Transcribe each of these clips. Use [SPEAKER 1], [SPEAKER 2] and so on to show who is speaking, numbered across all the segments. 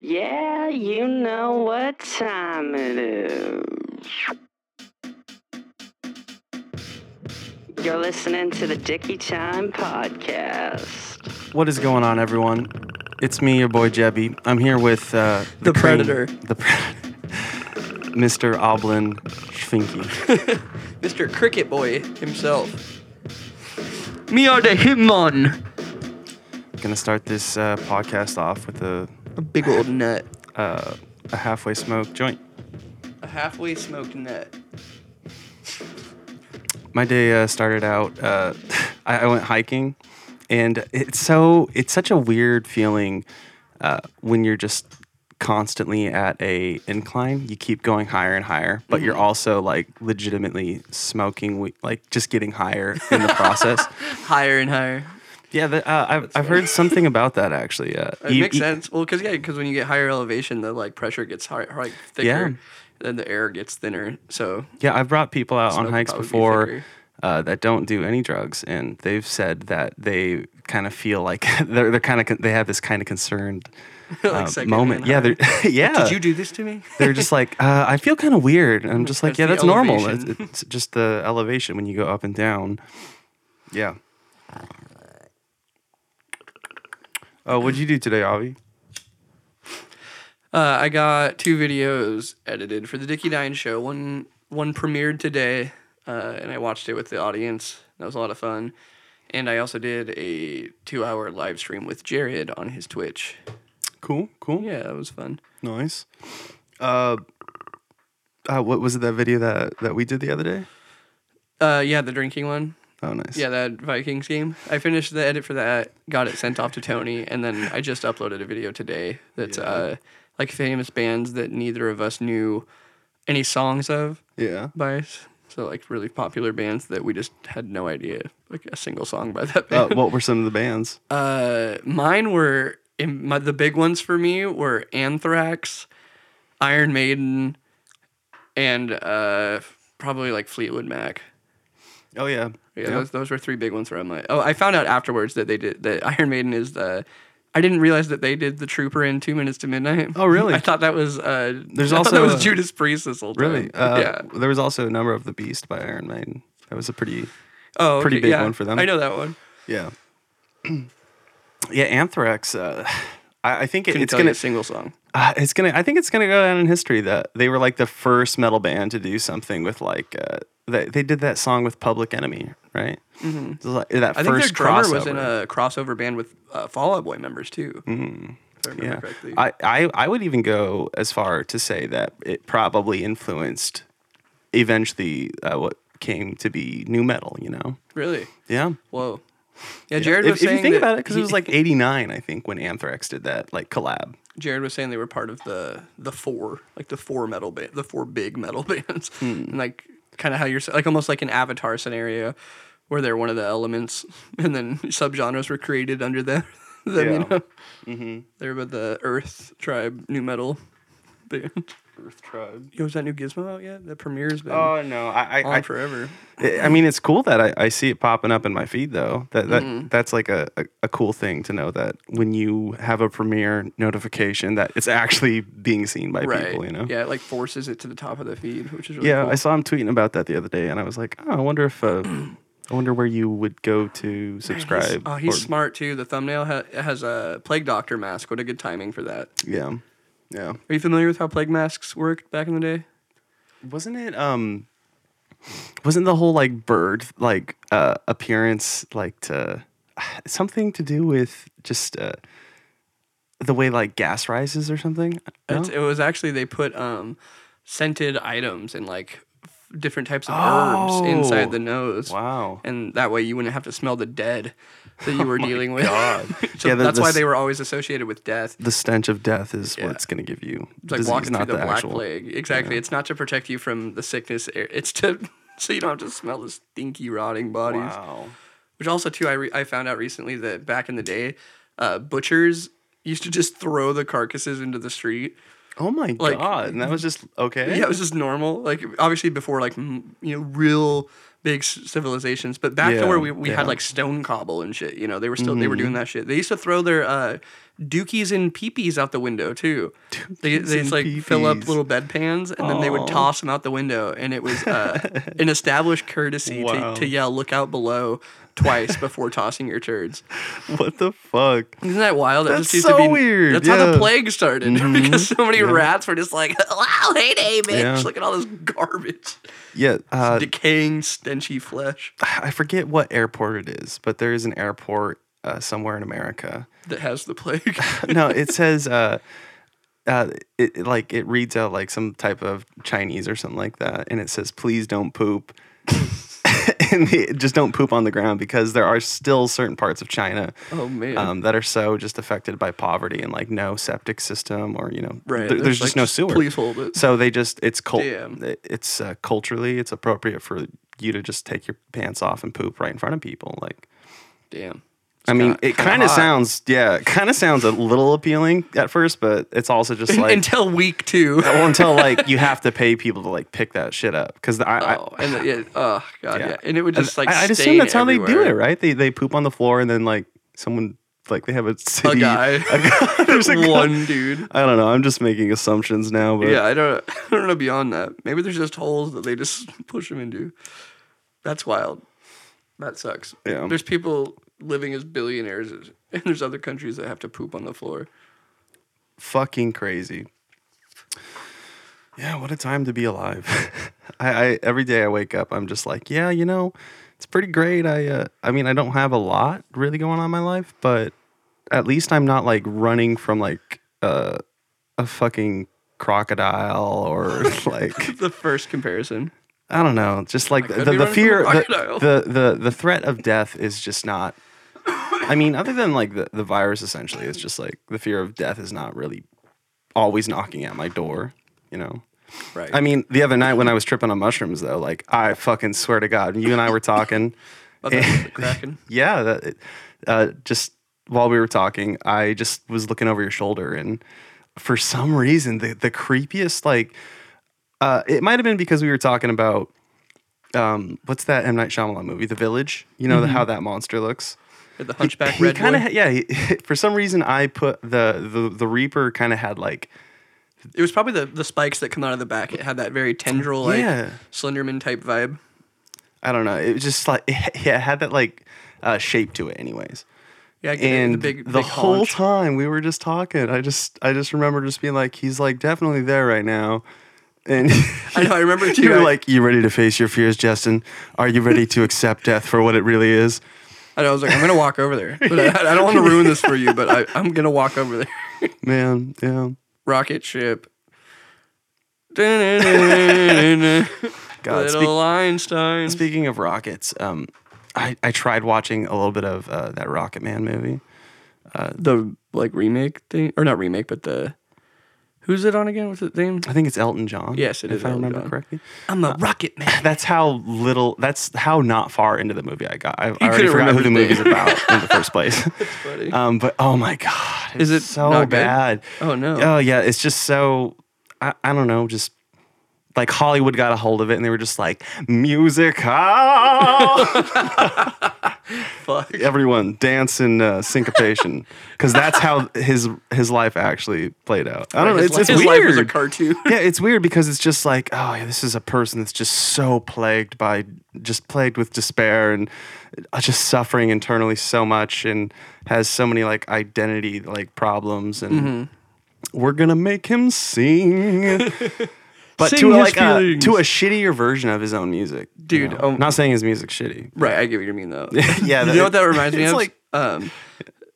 [SPEAKER 1] Yeah, you know what time it is. You're listening to the Dickie Time Podcast.
[SPEAKER 2] What is going on, everyone? It's me, your boy Jebby. I'm here with uh,
[SPEAKER 3] The
[SPEAKER 2] cream-
[SPEAKER 3] Predator.
[SPEAKER 2] the Predator, Mr. Oblin Schfinky.
[SPEAKER 3] Mr. Cricket Boy himself. Me are the hitman.
[SPEAKER 2] Gonna start this uh, podcast off with a
[SPEAKER 3] A big old nut.
[SPEAKER 2] uh, a halfway smoke joint.
[SPEAKER 3] A halfway smoked nut.
[SPEAKER 2] My day uh, started out. Uh, I, I went hiking, and it's so it's such a weird feeling uh, when you're just constantly at a incline. You keep going higher and higher, but
[SPEAKER 3] Mm-hmm.
[SPEAKER 2] you're also like legitimately smoking, we- like just getting higher in the process.
[SPEAKER 3] Higher and higher.
[SPEAKER 2] Yeah, that, uh, I've, I've heard something about that actually. Uh,
[SPEAKER 3] It makes sense. Well, because yeah, because when you get higher elevation, the like pressure gets higher, like thicker.
[SPEAKER 2] Yeah.
[SPEAKER 3] Then the air gets thinner. So
[SPEAKER 2] Yeah, I've brought people out on
[SPEAKER 3] Smoke
[SPEAKER 2] hikes
[SPEAKER 3] probably be
[SPEAKER 2] before
[SPEAKER 3] thicker.
[SPEAKER 2] uh, that don't do any drugs, and they've said that they kind of feel like they're, they're kind of they have this kind of concerned uh,
[SPEAKER 3] secondhand
[SPEAKER 2] moment. Yeah, they're, yeah.
[SPEAKER 3] Did you do this to me?
[SPEAKER 2] they're just like, uh, I feel kind of weird, and I'm just like,
[SPEAKER 3] That's
[SPEAKER 2] yeah,
[SPEAKER 3] the
[SPEAKER 2] that's normal.
[SPEAKER 3] elevation.
[SPEAKER 2] That's- It's just the elevation when you go up and down. Yeah. Oh, what'd you do today, Avi?
[SPEAKER 3] Uh, I got two videos edited for the Dickie Dine show. One one premiered today, uh, and I watched it with the audience. That was a lot of fun. And I also did a two hour live stream with Jared on his Twitch.
[SPEAKER 2] Cool, cool.
[SPEAKER 3] Yeah, that was fun.
[SPEAKER 2] Nice. Uh, uh, what was it that video that that we did the other day?
[SPEAKER 3] Uh, yeah, the drinking one.
[SPEAKER 2] Oh, nice.
[SPEAKER 3] Yeah, that Vikings game. I finished the edit for that, got it sent off to Tony, and then I just uploaded a video today that's uh, like famous bands that neither of us knew any songs of.
[SPEAKER 2] Yeah.
[SPEAKER 3] by us. So like really popular bands that we just had no idea like a single song by that
[SPEAKER 2] Uh,
[SPEAKER 3] band.
[SPEAKER 2] what were some of the bands?
[SPEAKER 3] Uh, mine were in my, the big ones for me were Anthrax, Iron Maiden, and uh, probably like Fleetwood Mac.
[SPEAKER 2] Oh yeah.
[SPEAKER 3] Yeah, uh, Those, those were three big ones from my. Oh, I found out afterwards that they did that Iron Maiden is the. I didn't realize that they did the Trooper in Two Minutes to Midnight.
[SPEAKER 2] Oh, really?
[SPEAKER 3] I thought that was. Uh,
[SPEAKER 2] There's
[SPEAKER 3] I thought
[SPEAKER 2] also,
[SPEAKER 3] that was
[SPEAKER 2] uh,
[SPEAKER 3] Judas Priest this whole time.
[SPEAKER 2] Really? Uh,
[SPEAKER 3] yeah.
[SPEAKER 2] There was also a number of the Beast by Iron Maiden. That was a pretty.
[SPEAKER 3] Oh,
[SPEAKER 2] pretty
[SPEAKER 3] okay,
[SPEAKER 2] big
[SPEAKER 3] yeah.
[SPEAKER 2] one for them.
[SPEAKER 3] I know that one.
[SPEAKER 2] Yeah. yeah, Anthrax. Uh, I, I think it,
[SPEAKER 3] Couldn't
[SPEAKER 2] it's
[SPEAKER 3] tell you
[SPEAKER 2] gonna.
[SPEAKER 3] a single song.
[SPEAKER 2] Uh, it's gonna. I think it's gonna go down in history that they were like the first metal band to do something with like. Uh, they, they did that song with Public Enemy, right? Mm-hmm. Like, that
[SPEAKER 3] I think their
[SPEAKER 2] first
[SPEAKER 3] drummer
[SPEAKER 2] crossover. Hmm.
[SPEAKER 3] was in a crossover band with uh, Fall Out Boy members too. If I remember
[SPEAKER 2] Yeah.
[SPEAKER 3] correctly.
[SPEAKER 2] I, I, I would even go as far to say that it probably influenced eventually uh, what came to be new metal, you know?
[SPEAKER 3] really?
[SPEAKER 2] Yeah.
[SPEAKER 3] Whoa. Yeah, Jared
[SPEAKER 2] if,
[SPEAKER 3] was
[SPEAKER 2] if
[SPEAKER 3] saying
[SPEAKER 2] you think
[SPEAKER 3] that
[SPEAKER 2] about it, because it
[SPEAKER 3] he-
[SPEAKER 2] was like 89, I think, when Anthrax did that, like collab.
[SPEAKER 3] Jared was saying they were part of the the four, like the four metal band, the four big metal bands,
[SPEAKER 2] Hmm.
[SPEAKER 3] and like kind of how you're s- like almost like an Avatar scenario, where they're one of the elements, and then subgenres were created under them. them
[SPEAKER 2] Yeah. Mm-hmm.
[SPEAKER 3] You know, they're about the Earth Tribe new metal band.
[SPEAKER 2] Earth Tribe.
[SPEAKER 3] Yo, is that new Gizmo out yet? That premiere's been
[SPEAKER 2] Oh, no. I,
[SPEAKER 3] on
[SPEAKER 2] I, I,
[SPEAKER 3] forever.
[SPEAKER 2] I- I mean, it's cool that I, I see it popping up in my feed, though. That, that
[SPEAKER 3] Mm-hmm.
[SPEAKER 2] That's like a, a, a cool thing to know that when you have a premiere notification that it's actually being seen by
[SPEAKER 3] right.
[SPEAKER 2] people, you know?
[SPEAKER 3] Yeah, it like forces it to the top of the feed, which is really
[SPEAKER 2] Yeah,
[SPEAKER 3] cool.
[SPEAKER 2] I saw him tweeting about that the other day, and I was like, oh, I wonder if uh, I wonder where you would go to subscribe.
[SPEAKER 3] He's, oh,
[SPEAKER 2] or-
[SPEAKER 3] he's smart too. The thumbnail ha- has a plague doctor mask. What a good timing for that.
[SPEAKER 2] yeah, yeah.
[SPEAKER 3] Are you familiar with how plague masks worked back in the day?
[SPEAKER 2] Wasn't it um, wasn't the whole like bird like uh appearance like to something to do with just uh the way like gas rises or something? No?
[SPEAKER 3] It's, it was actually they put um, scented items and like f- different types of herbs
[SPEAKER 2] Oh.
[SPEAKER 3] inside the nose.
[SPEAKER 2] Wow. Oh
[SPEAKER 3] And that way you wouldn't have to smell the dead that you were dealing with. so
[SPEAKER 2] Yeah, the-
[SPEAKER 3] that's
[SPEAKER 2] the
[SPEAKER 3] why
[SPEAKER 2] s-
[SPEAKER 3] they were always associated with death.
[SPEAKER 2] The stench of death is
[SPEAKER 3] Yeah.
[SPEAKER 2] what it's going to give you.
[SPEAKER 3] It's like
[SPEAKER 2] Disease,
[SPEAKER 3] walking through
[SPEAKER 2] not
[SPEAKER 3] the, black
[SPEAKER 2] actual-
[SPEAKER 3] plague. Exactly. It's not to protect you from the sickness. air. It's to so you don't have to smell the stinky, rotting bodies.
[SPEAKER 2] Wow.
[SPEAKER 3] Which also too, I re- I found out recently that back in the day, uh, butchers used to just throw the carcasses into the street.
[SPEAKER 2] Oh my
[SPEAKER 3] Like-
[SPEAKER 2] god! And that was just okay.
[SPEAKER 3] Yeah, it was just normal. Like obviously before like m- you know real big s- civilizations, but back
[SPEAKER 2] Yeah,
[SPEAKER 3] to where we, we
[SPEAKER 2] yeah. Mm-hmm.
[SPEAKER 3] had like stone cobble and shit. You know they were still they were doing that shit. They used to throw their uh, dookies and peepees out the window too. They they
[SPEAKER 2] and
[SPEAKER 3] just like fill up
[SPEAKER 2] peepees.
[SPEAKER 3] little bedpans and then they would toss them out the window. And it was uh, an established courtesy
[SPEAKER 2] Wow.
[SPEAKER 3] to, to yell "Look out below!" twice before tossing your turds.
[SPEAKER 2] What the fuck?
[SPEAKER 3] Isn't that wild? That
[SPEAKER 2] That's
[SPEAKER 3] just used to
[SPEAKER 2] so
[SPEAKER 3] be-
[SPEAKER 2] weird,
[SPEAKER 3] That's how
[SPEAKER 2] yeah. Mm-hmm.
[SPEAKER 3] the plague started because so many rats were just like, "Wow, heyday, bitch!
[SPEAKER 2] Yeah.
[SPEAKER 3] Look at all this garbage,
[SPEAKER 2] Yeah, uh,
[SPEAKER 3] decaying, stenchy flesh
[SPEAKER 2] I forget what airport it is, but there is an airport uh, somewhere in America.
[SPEAKER 3] that has the plague."
[SPEAKER 2] no, it says uh, uh, it it, like it reads out like some type of Chinese or something like that, and it says, "Please don't poop." and they just don't poop on the ground because there are still certain parts of China
[SPEAKER 3] Oh, man.
[SPEAKER 2] um, that are so just affected by poverty and like no septic system or you know
[SPEAKER 3] Right,
[SPEAKER 2] there- there's
[SPEAKER 3] there's,
[SPEAKER 2] just
[SPEAKER 3] like,
[SPEAKER 2] no
[SPEAKER 3] just
[SPEAKER 2] sewer.
[SPEAKER 3] please hold it.
[SPEAKER 2] So they just it's cult
[SPEAKER 3] Damn.
[SPEAKER 2] it's uh, culturally it's appropriate for you to just take your pants off and poop right in front of people like
[SPEAKER 3] Damn.
[SPEAKER 2] I mean,
[SPEAKER 3] kinda-
[SPEAKER 2] it
[SPEAKER 3] kinda
[SPEAKER 2] kind of
[SPEAKER 3] hot.
[SPEAKER 2] sounds, yeah, it kind of sounds a little appealing at first, but it's also just like until,
[SPEAKER 3] Until week two.
[SPEAKER 2] like you have to pay people to like pick that shit up because I,
[SPEAKER 3] Oh, and the, yeah, oh god, yeah. and it would just like
[SPEAKER 2] I, I'd assume
[SPEAKER 3] stain
[SPEAKER 2] that's how they do it,
[SPEAKER 3] everywhere.
[SPEAKER 2] right? They they poop on the floor and then like someone like they have a
[SPEAKER 3] A
[SPEAKER 2] city.
[SPEAKER 3] guy,
[SPEAKER 2] There's a guy.
[SPEAKER 3] one dude.
[SPEAKER 2] I don't know. I'm just making assumptions now, but
[SPEAKER 3] Yeah, I don't, I don't know beyond that. Maybe there's just holes that they just push them into. That's wild. That sucks.
[SPEAKER 2] Yeah.
[SPEAKER 3] There's people living as billionaires, and there's other countries that have to poop on the floor.
[SPEAKER 2] fucking crazy. Yeah, what a time to be alive. I, I every day I wake up, I'm just like, yeah, you know, it's pretty great. I uh, I mean, I don't have a lot really going on in my life, but at least I'm not like running from like uh, a fucking crocodile or like
[SPEAKER 3] The first comparison.
[SPEAKER 2] I don't know, just like
[SPEAKER 3] could
[SPEAKER 2] the,
[SPEAKER 3] be
[SPEAKER 2] the
[SPEAKER 3] running from a
[SPEAKER 2] fear,
[SPEAKER 3] crocodile.
[SPEAKER 2] the, the the the threat of death is just not. I mean, other than like the, the virus, essentially, it's just like the fear of death is not really always knocking at my door. You know,
[SPEAKER 3] Right.
[SPEAKER 2] I mean, the other night when I was tripping on mushrooms, though, like I fucking swear to God, you and I were talking.
[SPEAKER 3] Other Kraken.
[SPEAKER 2] yeah, that, uh, just while we were talking, I just was looking over your shoulder, and for some reason, the the creepiest like, uh, it might have been because we were talking about, um, what's that M Night Shyamalan movie, The Village? You know the- how that monster looks.
[SPEAKER 3] The hunchback
[SPEAKER 2] He
[SPEAKER 3] red
[SPEAKER 2] kind
[SPEAKER 3] boy.
[SPEAKER 2] of yeah. He, for some reason, I put the the the Reaper kind of had like
[SPEAKER 3] it was probably the, the spikes that come out of the back. It had that very tendril, like
[SPEAKER 2] Yeah.
[SPEAKER 3] Slenderman type vibe.
[SPEAKER 2] I don't know. It was just like yeah, it had that like uh, shape to it, anyways.
[SPEAKER 3] Yeah, I get it,
[SPEAKER 2] and
[SPEAKER 3] the big,
[SPEAKER 2] the
[SPEAKER 3] big
[SPEAKER 2] whole
[SPEAKER 3] haunch.
[SPEAKER 2] time we were just talking i just i just remember just being like he's like definitely there right now and
[SPEAKER 3] I know. I remember too.
[SPEAKER 2] you were
[SPEAKER 3] I-
[SPEAKER 2] like you ready to face your fears justin are you ready to accept death for what it really is
[SPEAKER 3] And I was like, I'm gonna walk over there. But I, I don't want to ruin this for you, but I, I'm gonna walk over there.
[SPEAKER 2] man yeah
[SPEAKER 3] Rocket ship. Da-na-na-na-na.
[SPEAKER 2] god
[SPEAKER 3] Little
[SPEAKER 2] speak-
[SPEAKER 3] Einstein.
[SPEAKER 2] speaking of rockets um I, I tried watching a little bit of uh, that Rocket Man movie.
[SPEAKER 3] The like remake thing, or not remake, but the who's it on again? What's the name?
[SPEAKER 2] I think it's Elton John.
[SPEAKER 3] Yes, it
[SPEAKER 2] if
[SPEAKER 3] is
[SPEAKER 2] I
[SPEAKER 3] Elton
[SPEAKER 2] remember
[SPEAKER 3] John.
[SPEAKER 2] correctly.
[SPEAKER 3] I'm a rocket man.
[SPEAKER 2] That's how little. That's how not far into the movie I got. I, I already
[SPEAKER 3] couldn't
[SPEAKER 2] forgot who
[SPEAKER 3] remember
[SPEAKER 2] the
[SPEAKER 3] his
[SPEAKER 2] movie's
[SPEAKER 3] name.
[SPEAKER 2] about in the first place.
[SPEAKER 3] Buddy.
[SPEAKER 2] Um, but oh my god,
[SPEAKER 3] Is
[SPEAKER 2] it's
[SPEAKER 3] it
[SPEAKER 2] so
[SPEAKER 3] not good?
[SPEAKER 2] bad?
[SPEAKER 3] Oh, no.
[SPEAKER 2] Oh yeah, it's just so I, I don't know, just like Hollywood got a hold of it and they were just like music, ah!"
[SPEAKER 3] Fuck.
[SPEAKER 2] everyone dance in uh, syncopation because that's how his his life actually played out. I don't know,
[SPEAKER 3] His
[SPEAKER 2] it's,
[SPEAKER 3] li-
[SPEAKER 2] it's
[SPEAKER 3] his
[SPEAKER 2] weird.
[SPEAKER 3] life was a cartoon.
[SPEAKER 2] yeah, it's weird because it's just like, oh, yeah, this is a person that's just so plagued by, just plagued with despair and uh, just suffering internally so much and has so many like identity like problems and
[SPEAKER 3] Mm-hmm.
[SPEAKER 2] we're gonna make him sing. But
[SPEAKER 3] Sing
[SPEAKER 2] to
[SPEAKER 3] his
[SPEAKER 2] like a,
[SPEAKER 3] feelings.
[SPEAKER 2] to a shittier version of his own music, you
[SPEAKER 3] Dude,
[SPEAKER 2] know?
[SPEAKER 3] oh-
[SPEAKER 2] not saying his music's shitty.
[SPEAKER 3] Right, I get what you mean though.
[SPEAKER 2] Yeah,
[SPEAKER 3] you
[SPEAKER 2] that-
[SPEAKER 3] know what that reminds me
[SPEAKER 2] it's
[SPEAKER 3] of?
[SPEAKER 2] like-
[SPEAKER 3] um,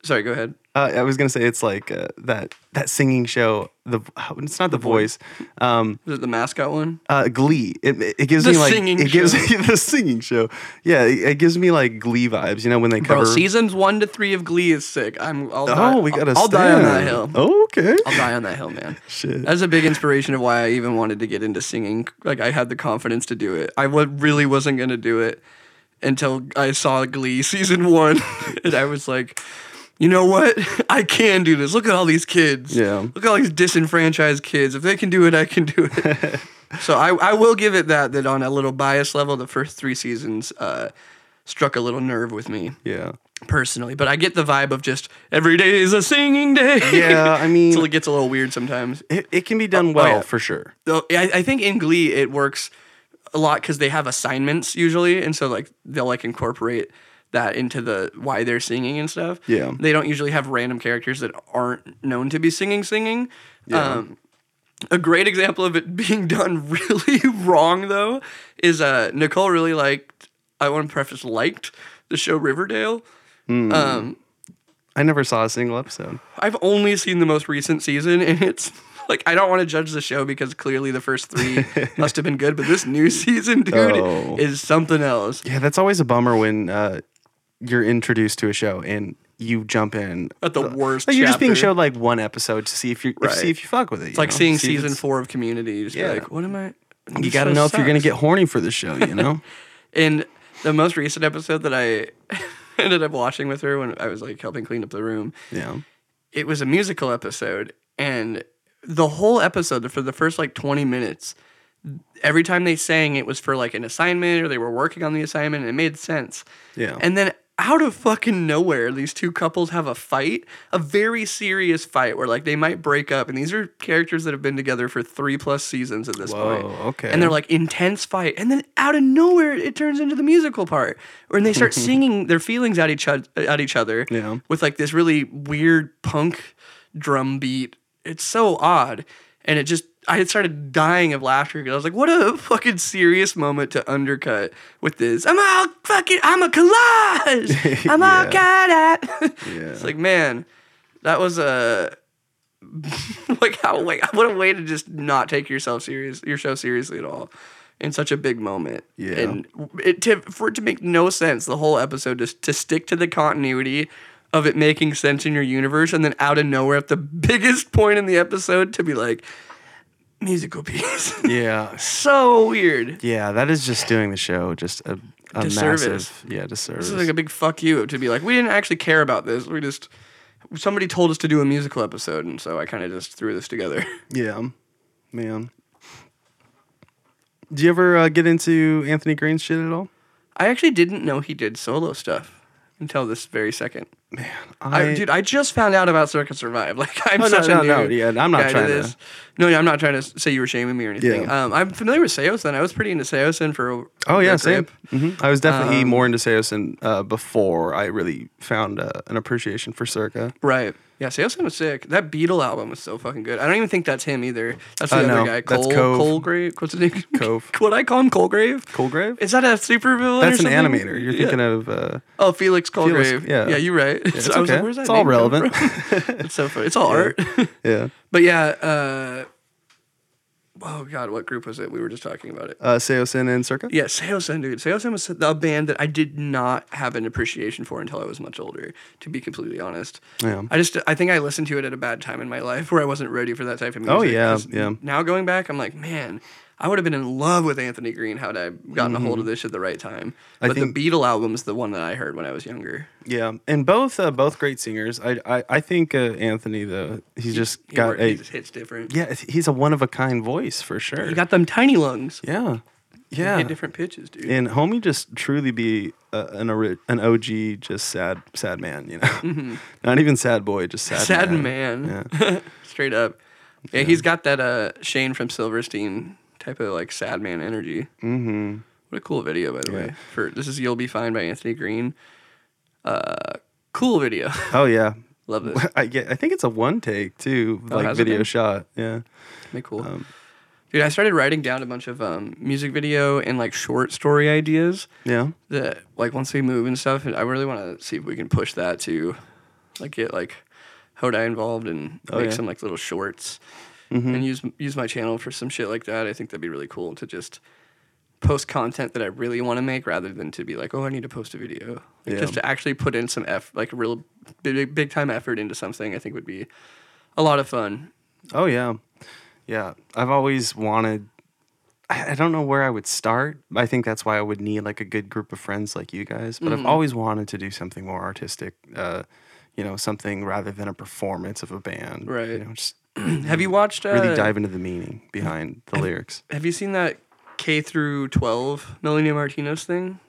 [SPEAKER 3] sorry, go ahead.
[SPEAKER 2] Uh, I was gonna say it's like uh, that that singing show. The it's not the, voice. Um,
[SPEAKER 3] Is it the mascot one?
[SPEAKER 2] uh, Glee. It, it gives
[SPEAKER 3] The
[SPEAKER 2] me like
[SPEAKER 3] singing
[SPEAKER 2] it gives
[SPEAKER 3] show.
[SPEAKER 2] me the singing show. Yeah, it, it gives me like Glee vibes. You know when they
[SPEAKER 3] Bro,
[SPEAKER 2] cover.
[SPEAKER 3] seasons one to three of Glee is sick. I'm. I'll die.
[SPEAKER 2] oh, we gotta.
[SPEAKER 3] I'll, I'll die on that
[SPEAKER 2] stand.
[SPEAKER 3] hill.
[SPEAKER 2] okay.
[SPEAKER 3] I'll die on that hill, man.
[SPEAKER 2] Shit.
[SPEAKER 3] That's a big inspiration of why I even wanted to get into singing. Like I had the confidence to do it. I wa- really wasn't gonna do it until I saw Glee season one, and I was like, you know what? I can do this. Look at all these kids.
[SPEAKER 2] Yeah.
[SPEAKER 3] Look at all these disenfranchised kids. If they can do it, I can do it. so I, I will give it that. That on a little bias level, the first three seasons uh, struck a little nerve with me.
[SPEAKER 2] Yeah.
[SPEAKER 3] personally, but I get the vibe of just every day is a singing day.
[SPEAKER 2] Yeah, I mean-
[SPEAKER 3] till it gets a little weird sometimes.
[SPEAKER 2] It, it can be done
[SPEAKER 3] Oh,
[SPEAKER 2] well
[SPEAKER 3] yeah.
[SPEAKER 2] for sure.
[SPEAKER 3] Though I, I think in Glee it works a lot because they have assignments usually, and so like they'll like incorporate that into the why they're singing and stuff.
[SPEAKER 2] Yeah.
[SPEAKER 3] they don't usually have random characters that aren't known to be singing singing.
[SPEAKER 2] Yeah.
[SPEAKER 3] Um, a great example of it being done really wrong though is uh Nicole really liked I want to preface liked the show Riverdale. Um,
[SPEAKER 2] I never saw a single episode.
[SPEAKER 3] I've only seen the most recent season, and it's like I don't want to judge the show because clearly the first three must have been good, but this new season, dude,
[SPEAKER 2] Oh.
[SPEAKER 3] is something else.
[SPEAKER 2] Yeah, that's always a bummer when uh, you're introduced to a show and you jump in.
[SPEAKER 3] At the worst
[SPEAKER 2] Uh, Like, you're just being
[SPEAKER 3] chapter.
[SPEAKER 2] showed like one episode to see if you
[SPEAKER 3] Right.
[SPEAKER 2] right. see if you fuck with it.
[SPEAKER 3] It's like seeing season four of Community. You just be
[SPEAKER 2] Yeah.
[SPEAKER 3] like, what am I?
[SPEAKER 2] You
[SPEAKER 3] this
[SPEAKER 2] got to
[SPEAKER 3] show
[SPEAKER 2] know if you're gonna
[SPEAKER 3] sucks.
[SPEAKER 2] get horny for the show. You know.
[SPEAKER 3] And the most recent episode that I ended up watching with her when I was like helping clean up the room,
[SPEAKER 2] yeah.
[SPEAKER 3] it was a musical episode and the whole episode for the first like 20 minutes every time they sang it was for like an assignment or they were working on the assignment and it made sense
[SPEAKER 2] Yeah.
[SPEAKER 3] and then out of fucking nowhere these two couples have a fight a very serious fight where like they might break up and these are characters that have been together for three plus seasons at this
[SPEAKER 2] Whoa,
[SPEAKER 3] point
[SPEAKER 2] okay.
[SPEAKER 3] and they're like intense fight and then out of nowhere it turns into the musical part where they start singing their feelings at each, oth- at each other
[SPEAKER 2] Yeah.
[SPEAKER 3] with like this really weird punk drum beat. It's so odd. And it just, I had started dying of laughter because I was like, what a fucking serious moment to undercut with this. I'm all fucking, I'm a collage. I'm all cut at. It's like, man, that was a. like how like what a way to just not take yourself serious your show seriously at all in such a big moment
[SPEAKER 2] Yeah.
[SPEAKER 3] and it to, for it to make no sense the whole episode just to stick to the continuity of it making sense in your universe and then out of nowhere at the biggest point in the episode to be like musical piece
[SPEAKER 2] yeah.
[SPEAKER 3] so weird
[SPEAKER 2] Yeah. That is just doing the show just a, a
[SPEAKER 3] Disservice.
[SPEAKER 2] massive yeah disservice.
[SPEAKER 3] this is like a big fuck you to be like we didn't actually care about this we just somebody told us to do a musical episode and so i kind of just threw this together
[SPEAKER 2] yeah. Man. Do you ever uh, get into Anthony Green's shit at all?
[SPEAKER 3] I actually didn't know he did solo stuff until this very second. I,
[SPEAKER 2] I-
[SPEAKER 3] dude, I just found out about Circus Survive. Like I'm
[SPEAKER 2] Oh, no,
[SPEAKER 3] such a
[SPEAKER 2] no,
[SPEAKER 3] new
[SPEAKER 2] no, yeah, I'm not
[SPEAKER 3] guy
[SPEAKER 2] trying to-
[SPEAKER 3] this. No, yeah, I'm not trying to s- say you were shaming me or anything.
[SPEAKER 2] Yeah.
[SPEAKER 3] Um, I'm familiar with Seosin. I was pretty into Seosin for. a-
[SPEAKER 2] Oh yeah,
[SPEAKER 3] a
[SPEAKER 2] same.
[SPEAKER 3] grip.
[SPEAKER 2] hmm I was
[SPEAKER 3] Um,
[SPEAKER 2] definitely more into Seosin uh, before I really found uh, an appreciation for Circa.
[SPEAKER 3] Right. Yeah, Seosin was sick. That Beatle album was so fucking good. I don't even think that's him either. That's the
[SPEAKER 2] Uh,
[SPEAKER 3] other
[SPEAKER 2] no,
[SPEAKER 3] guy. Cole.
[SPEAKER 2] that's Cove.
[SPEAKER 3] Colgrave. What's his name?
[SPEAKER 2] Cove.
[SPEAKER 3] what I call him Colgrave.
[SPEAKER 2] Coolgrave?
[SPEAKER 3] Is that a super villain?
[SPEAKER 2] That's
[SPEAKER 3] or
[SPEAKER 2] an
[SPEAKER 3] something?
[SPEAKER 2] animator. You're
[SPEAKER 3] Yeah.
[SPEAKER 2] thinking of uh,
[SPEAKER 3] Oh, Felix Colgrave.
[SPEAKER 2] yeah.
[SPEAKER 3] Yeah, you're right.
[SPEAKER 2] it's
[SPEAKER 3] So I was like,
[SPEAKER 2] okay.
[SPEAKER 3] where's that
[SPEAKER 2] It's all
[SPEAKER 3] name come
[SPEAKER 2] relevant.
[SPEAKER 3] from? it's so funny. It's all art.
[SPEAKER 2] yeah.
[SPEAKER 3] But yeah, uh, oh god, what group was it? We were just talking about it.
[SPEAKER 2] Uh, Seosin and Circa.
[SPEAKER 3] Yeah, Seosin, dude. Seosin was a band that I did not have an appreciation for until I was much older. To be completely honest,
[SPEAKER 2] Yeah.
[SPEAKER 3] I just I think I listened to it at a bad time in my life where I wasn't ready for that type of music.
[SPEAKER 2] Oh, yeah,
[SPEAKER 3] 'Cause
[SPEAKER 2] yeah.
[SPEAKER 3] Now going back, I'm like, man, I would have been in love with Anthony Green had I gotten a hold of this at the right time.
[SPEAKER 2] Mm-hmm. I
[SPEAKER 3] But
[SPEAKER 2] think-
[SPEAKER 3] the Beatle album's the one that I heard when I was younger.
[SPEAKER 2] Yeah, and both uh, both great singers. I I, I think uh, Anthony though he's just
[SPEAKER 3] He
[SPEAKER 2] got
[SPEAKER 3] worked-
[SPEAKER 2] a
[SPEAKER 3] he just hits different.
[SPEAKER 2] yeah he's a one of a kind voice for sure.
[SPEAKER 3] He got them tiny lungs.
[SPEAKER 2] yeah,
[SPEAKER 3] He
[SPEAKER 2] yeah.
[SPEAKER 3] hit different pitches, dude.
[SPEAKER 2] And homie just truly be uh, an ori- an OG just sad sad man. You know, not even sad boy, just sad
[SPEAKER 3] Mm-hmm. Sad
[SPEAKER 2] man.
[SPEAKER 3] man. Straight up. Yeah, he's got that uh Shane from Silverstein type of like sad man energy. Mm-hmm. What a cool video, by the way. For this is You'll Be Fine by Anthony Green. Uh cool video.
[SPEAKER 2] Oh yeah.
[SPEAKER 3] Love this.
[SPEAKER 2] I get. I think it's a one take too, like
[SPEAKER 3] Oh, has it
[SPEAKER 2] video
[SPEAKER 3] been?
[SPEAKER 2] shot. Yeah.
[SPEAKER 3] Be cool. Dude, I started writing down a bunch of um, music video and like short story ideas
[SPEAKER 2] Yeah.
[SPEAKER 3] that like once we move and stuff, and I really want to see if we can push that to like get like Hodai involved and
[SPEAKER 2] Oh,
[SPEAKER 3] make
[SPEAKER 2] yeah. Mm-hmm.
[SPEAKER 3] some like little shorts and use use my channel for some shit like that. I think that'd be really cool to just post content that I really want to make rather than to be like, oh, I need to post a video. Like,
[SPEAKER 2] Yeah.
[SPEAKER 3] Just to actually put in some eff like real big big time effort into something, I think would be a lot of fun.
[SPEAKER 2] Oh yeah, yeah. I've always wanted. I I don't know where I would start. I think that's why I would need like a good group of friends like you guys.
[SPEAKER 3] Mm-hmm.
[SPEAKER 2] But I've always wanted to do something more artistic. Uh, you know, something rather than a performance of a band.
[SPEAKER 3] Right.
[SPEAKER 2] You know, just
[SPEAKER 3] Have you watched? Uh,
[SPEAKER 2] really dive into the meaning behind the lyrics.
[SPEAKER 3] Have you seen that K through twelve Melania Martinez thing?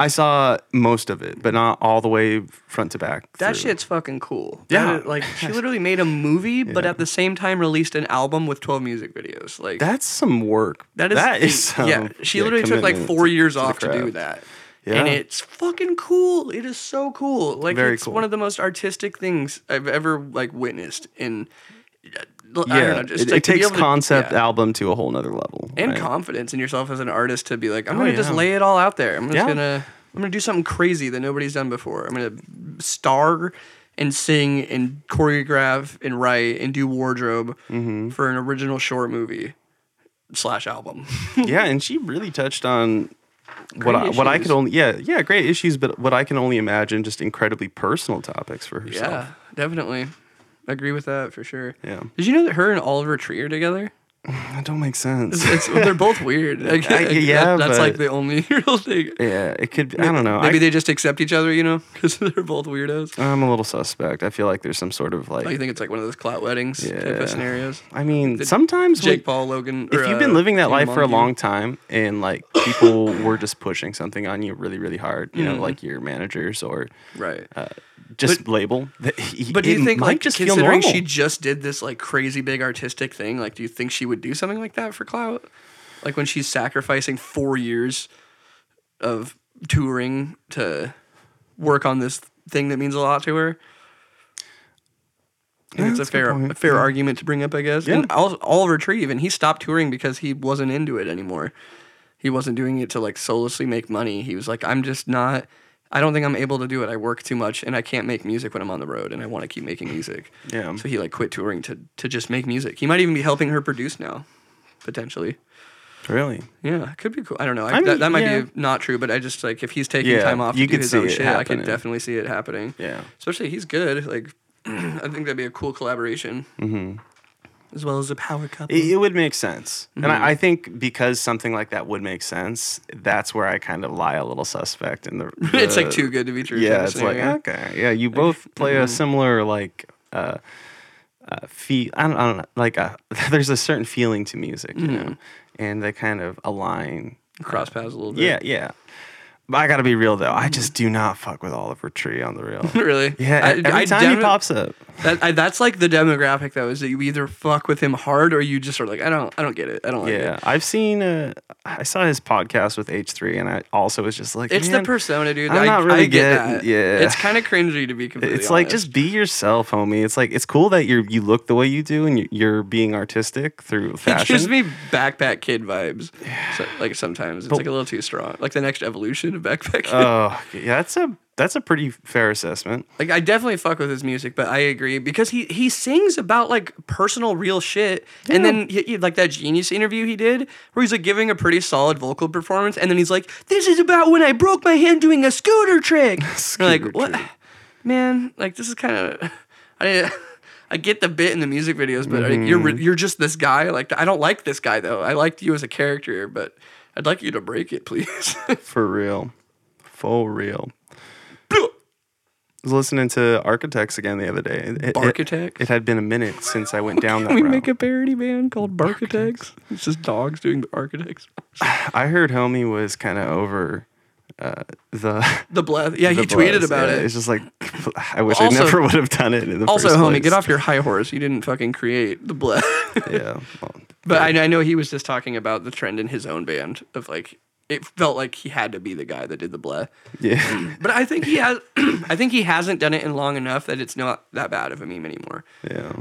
[SPEAKER 2] I saw most of it, but not all the way front to back.
[SPEAKER 3] That
[SPEAKER 2] through.
[SPEAKER 3] shit's fucking cool.
[SPEAKER 2] Yeah.
[SPEAKER 3] That is- like she literally made a movie, but at the same time released an album with twelve music videos. Like
[SPEAKER 2] That's some work.
[SPEAKER 3] that is
[SPEAKER 2] that is
[SPEAKER 3] the-
[SPEAKER 2] some,
[SPEAKER 3] yeah. She literally took like
[SPEAKER 2] commitment
[SPEAKER 3] four years
[SPEAKER 2] the
[SPEAKER 3] off to
[SPEAKER 2] craft.
[SPEAKER 3] do that.
[SPEAKER 2] Yeah.
[SPEAKER 3] And it's fucking cool. It is so cool. Like
[SPEAKER 2] Very
[SPEAKER 3] it's
[SPEAKER 2] cool.
[SPEAKER 3] one of the most artistic things I've ever like witnessed. In uh, I
[SPEAKER 2] Yeah,
[SPEAKER 3] don't know, just
[SPEAKER 2] it,
[SPEAKER 3] like,
[SPEAKER 2] it
[SPEAKER 3] to be
[SPEAKER 2] takes
[SPEAKER 3] able to-
[SPEAKER 2] concept
[SPEAKER 3] yeah.
[SPEAKER 2] album to a whole nother level.
[SPEAKER 3] and
[SPEAKER 2] right? Oh,
[SPEAKER 3] confidence in yourself as an artist to be like, I'm gonna just
[SPEAKER 2] yeah.
[SPEAKER 3] lay it all out there. I'm just
[SPEAKER 2] Yeah.
[SPEAKER 3] gonna I'm gonna do something crazy that nobody's done before. I'm gonna star and sing and choreograph and write and do wardrobe
[SPEAKER 2] Mm-hmm.
[SPEAKER 3] for an original short movie slash album.
[SPEAKER 2] yeah, and she really touched on what
[SPEAKER 3] Great
[SPEAKER 2] I, what I
[SPEAKER 3] issues.
[SPEAKER 2] could only yeah yeah great issues, but what I can only imagine just incredibly personal topics for herself.
[SPEAKER 3] yeah, definitely. Agree with that for sure.
[SPEAKER 2] Yeah.
[SPEAKER 3] Did you know that her and Oliver Tree are together?
[SPEAKER 2] That don't make sense.
[SPEAKER 3] It's, they're both weird. Like,
[SPEAKER 2] I- yeah,
[SPEAKER 3] that- that's like
[SPEAKER 2] but-
[SPEAKER 3] the only real thing.
[SPEAKER 2] yeah, it could. I don't know.
[SPEAKER 3] Maybe
[SPEAKER 2] I,
[SPEAKER 3] they just accept each other, you know, because they're both weirdos.
[SPEAKER 2] I'm a little suspect. I feel like there's some sort of like.
[SPEAKER 3] Oh, you think it's like one of those clout weddings type
[SPEAKER 2] Yeah.
[SPEAKER 3] of scenarios?
[SPEAKER 2] I mean, sometimes
[SPEAKER 3] Jake
[SPEAKER 2] Jake
[SPEAKER 3] Paul, Logan.
[SPEAKER 2] if
[SPEAKER 3] or,
[SPEAKER 2] you've been
[SPEAKER 3] uh,
[SPEAKER 2] living that
[SPEAKER 3] King
[SPEAKER 2] life for a
[SPEAKER 3] Monkey.
[SPEAKER 2] long time and like people were just pushing something on you really really hard, you
[SPEAKER 3] Mm.
[SPEAKER 2] know, like your managers or
[SPEAKER 3] right?
[SPEAKER 2] just label. That he,
[SPEAKER 3] but do you
[SPEAKER 2] uh, it
[SPEAKER 3] think
[SPEAKER 2] might
[SPEAKER 3] like
[SPEAKER 2] just feel
[SPEAKER 3] considering
[SPEAKER 2] normal.
[SPEAKER 3] she just did this like crazy big artistic thing, like do you think she would do something like that for clout? Like when she's sacrificing four years of touring to work on this thing that means a lot to her. I think
[SPEAKER 2] Yeah,
[SPEAKER 3] it's a
[SPEAKER 2] that's a good
[SPEAKER 3] fair,
[SPEAKER 2] point.
[SPEAKER 3] a fair argument to bring up, I guess.
[SPEAKER 2] Yeah.
[SPEAKER 3] And Ol- Oliver Tree, even he stopped touring because he wasn't into it anymore. He wasn't doing it to like soullessly make money. He was like, I'm just not. I don't think I'm able to do it. I work too much, and I can't make music when I'm on the road, and I want to keep making music.
[SPEAKER 2] Yeah.
[SPEAKER 3] So he like quit touring to to just make music. He might even be helping her produce now, potentially.
[SPEAKER 2] really.
[SPEAKER 3] Yeah, it could be cool. I don't know. I,
[SPEAKER 2] I
[SPEAKER 3] that,
[SPEAKER 2] mean,
[SPEAKER 3] that might
[SPEAKER 2] yeah.
[SPEAKER 3] be not true, but I just like if he's taking
[SPEAKER 2] Yeah,
[SPEAKER 3] time off
[SPEAKER 2] you
[SPEAKER 3] to do
[SPEAKER 2] could
[SPEAKER 3] his
[SPEAKER 2] see
[SPEAKER 3] own
[SPEAKER 2] it
[SPEAKER 3] shit, I
[SPEAKER 2] happening.
[SPEAKER 3] could definitely see it happening.
[SPEAKER 2] Yeah.
[SPEAKER 3] Especially he's good. Like I think that'd be a cool collaboration. Mm-hmm. As well as a power couple.
[SPEAKER 2] It, it would make sense. And
[SPEAKER 3] Mm-hmm.
[SPEAKER 2] I, I think because something like that would make sense, that's where I kind of lie a little suspect in the,
[SPEAKER 3] it's like
[SPEAKER 2] the-
[SPEAKER 3] too good to be true. type
[SPEAKER 2] uh, Yeah,
[SPEAKER 3] of
[SPEAKER 2] it's like
[SPEAKER 3] scenario. Mm-hmm.
[SPEAKER 2] okay. Yeah, you both play a similar like uh uh feel I don't, I don't know, like a, there's a certain feeling to music, you know.
[SPEAKER 3] Mm-hmm.
[SPEAKER 2] And they kind of align.
[SPEAKER 3] cross paths a little bit.
[SPEAKER 2] ah, Yeah, yeah. But I got to be real though. I just do not fuck with Oliver Tree on the real.
[SPEAKER 3] really.
[SPEAKER 2] Yeah, e-
[SPEAKER 3] I-
[SPEAKER 2] every
[SPEAKER 3] I
[SPEAKER 2] time he
[SPEAKER 3] defi-
[SPEAKER 2] pops up.
[SPEAKER 3] That, I, that's like the demographic though, is that you either fuck with him hard or you just are like, I don't, I don't get it. I don't like it.
[SPEAKER 2] Yeah, I've seen. Uh, I saw his podcast with H three, and I also was just like,
[SPEAKER 3] It's
[SPEAKER 2] "Man,
[SPEAKER 3] the persona, dude.
[SPEAKER 2] I'm
[SPEAKER 3] I,
[SPEAKER 2] not really
[SPEAKER 3] I get
[SPEAKER 2] getting-
[SPEAKER 3] that.
[SPEAKER 2] yeah.
[SPEAKER 3] It's kind of cringy to be completely.
[SPEAKER 2] It's like
[SPEAKER 3] honest.
[SPEAKER 2] just be yourself, homie. It's like it's cool that you are you look the way you do, and you- you're being artistic through
[SPEAKER 3] It
[SPEAKER 2] fashion.
[SPEAKER 3] gives me backpack kid vibes. So, like sometimes it's like a little too strong. Like the next evolution of backpack. Kid.
[SPEAKER 2] oh, yeah, that's a that's a pretty fair assessment.
[SPEAKER 3] like I definitely fuck with his music, but I agree because he he sings about like personal real shit, and then he, he- like that genius interview he did where he's like giving a pretty solid vocal performance, and then he's like, "This is about when I broke my hand doing a scooter trick." And I'm like
[SPEAKER 2] Scooter
[SPEAKER 3] what,
[SPEAKER 2] trick.
[SPEAKER 3] man? Like this is kind of I. I get the bit in the music videos, but like, you're
[SPEAKER 2] Mm-hmm.
[SPEAKER 3] you're just this guy. Like I don't like this guy though. I liked you as a character, but I'd like you to break it, please.
[SPEAKER 2] For real, for real. I was listening to Architects again the other day. It- It, it,
[SPEAKER 3] Barkitect?
[SPEAKER 2] it had been a minute since I went down that
[SPEAKER 3] we
[SPEAKER 2] route.
[SPEAKER 3] make a parody band called Barkitects. It's just dogs doing the architects.
[SPEAKER 2] I heard homie was kind of over uh, the
[SPEAKER 3] The blast. Yeah, he
[SPEAKER 2] the
[SPEAKER 3] tweeted
[SPEAKER 2] buzz.
[SPEAKER 3] about
[SPEAKER 2] Yeah,
[SPEAKER 3] it.
[SPEAKER 2] It's just like I wish
[SPEAKER 3] Also-
[SPEAKER 2] I never would have done it in the
[SPEAKER 3] Also,
[SPEAKER 2] first
[SPEAKER 3] homie,
[SPEAKER 2] place.
[SPEAKER 3] get off your high horse. You didn't fucking create the blast.
[SPEAKER 2] Yeah, well,
[SPEAKER 3] but I, I know he was just talking about the trend in his own band of like it felt like he had to be the guy that did the bleh.
[SPEAKER 2] yeah,
[SPEAKER 3] But I think he has I think he hasn't done it in long enough that it's not that bad of a meme anymore.
[SPEAKER 2] yeah.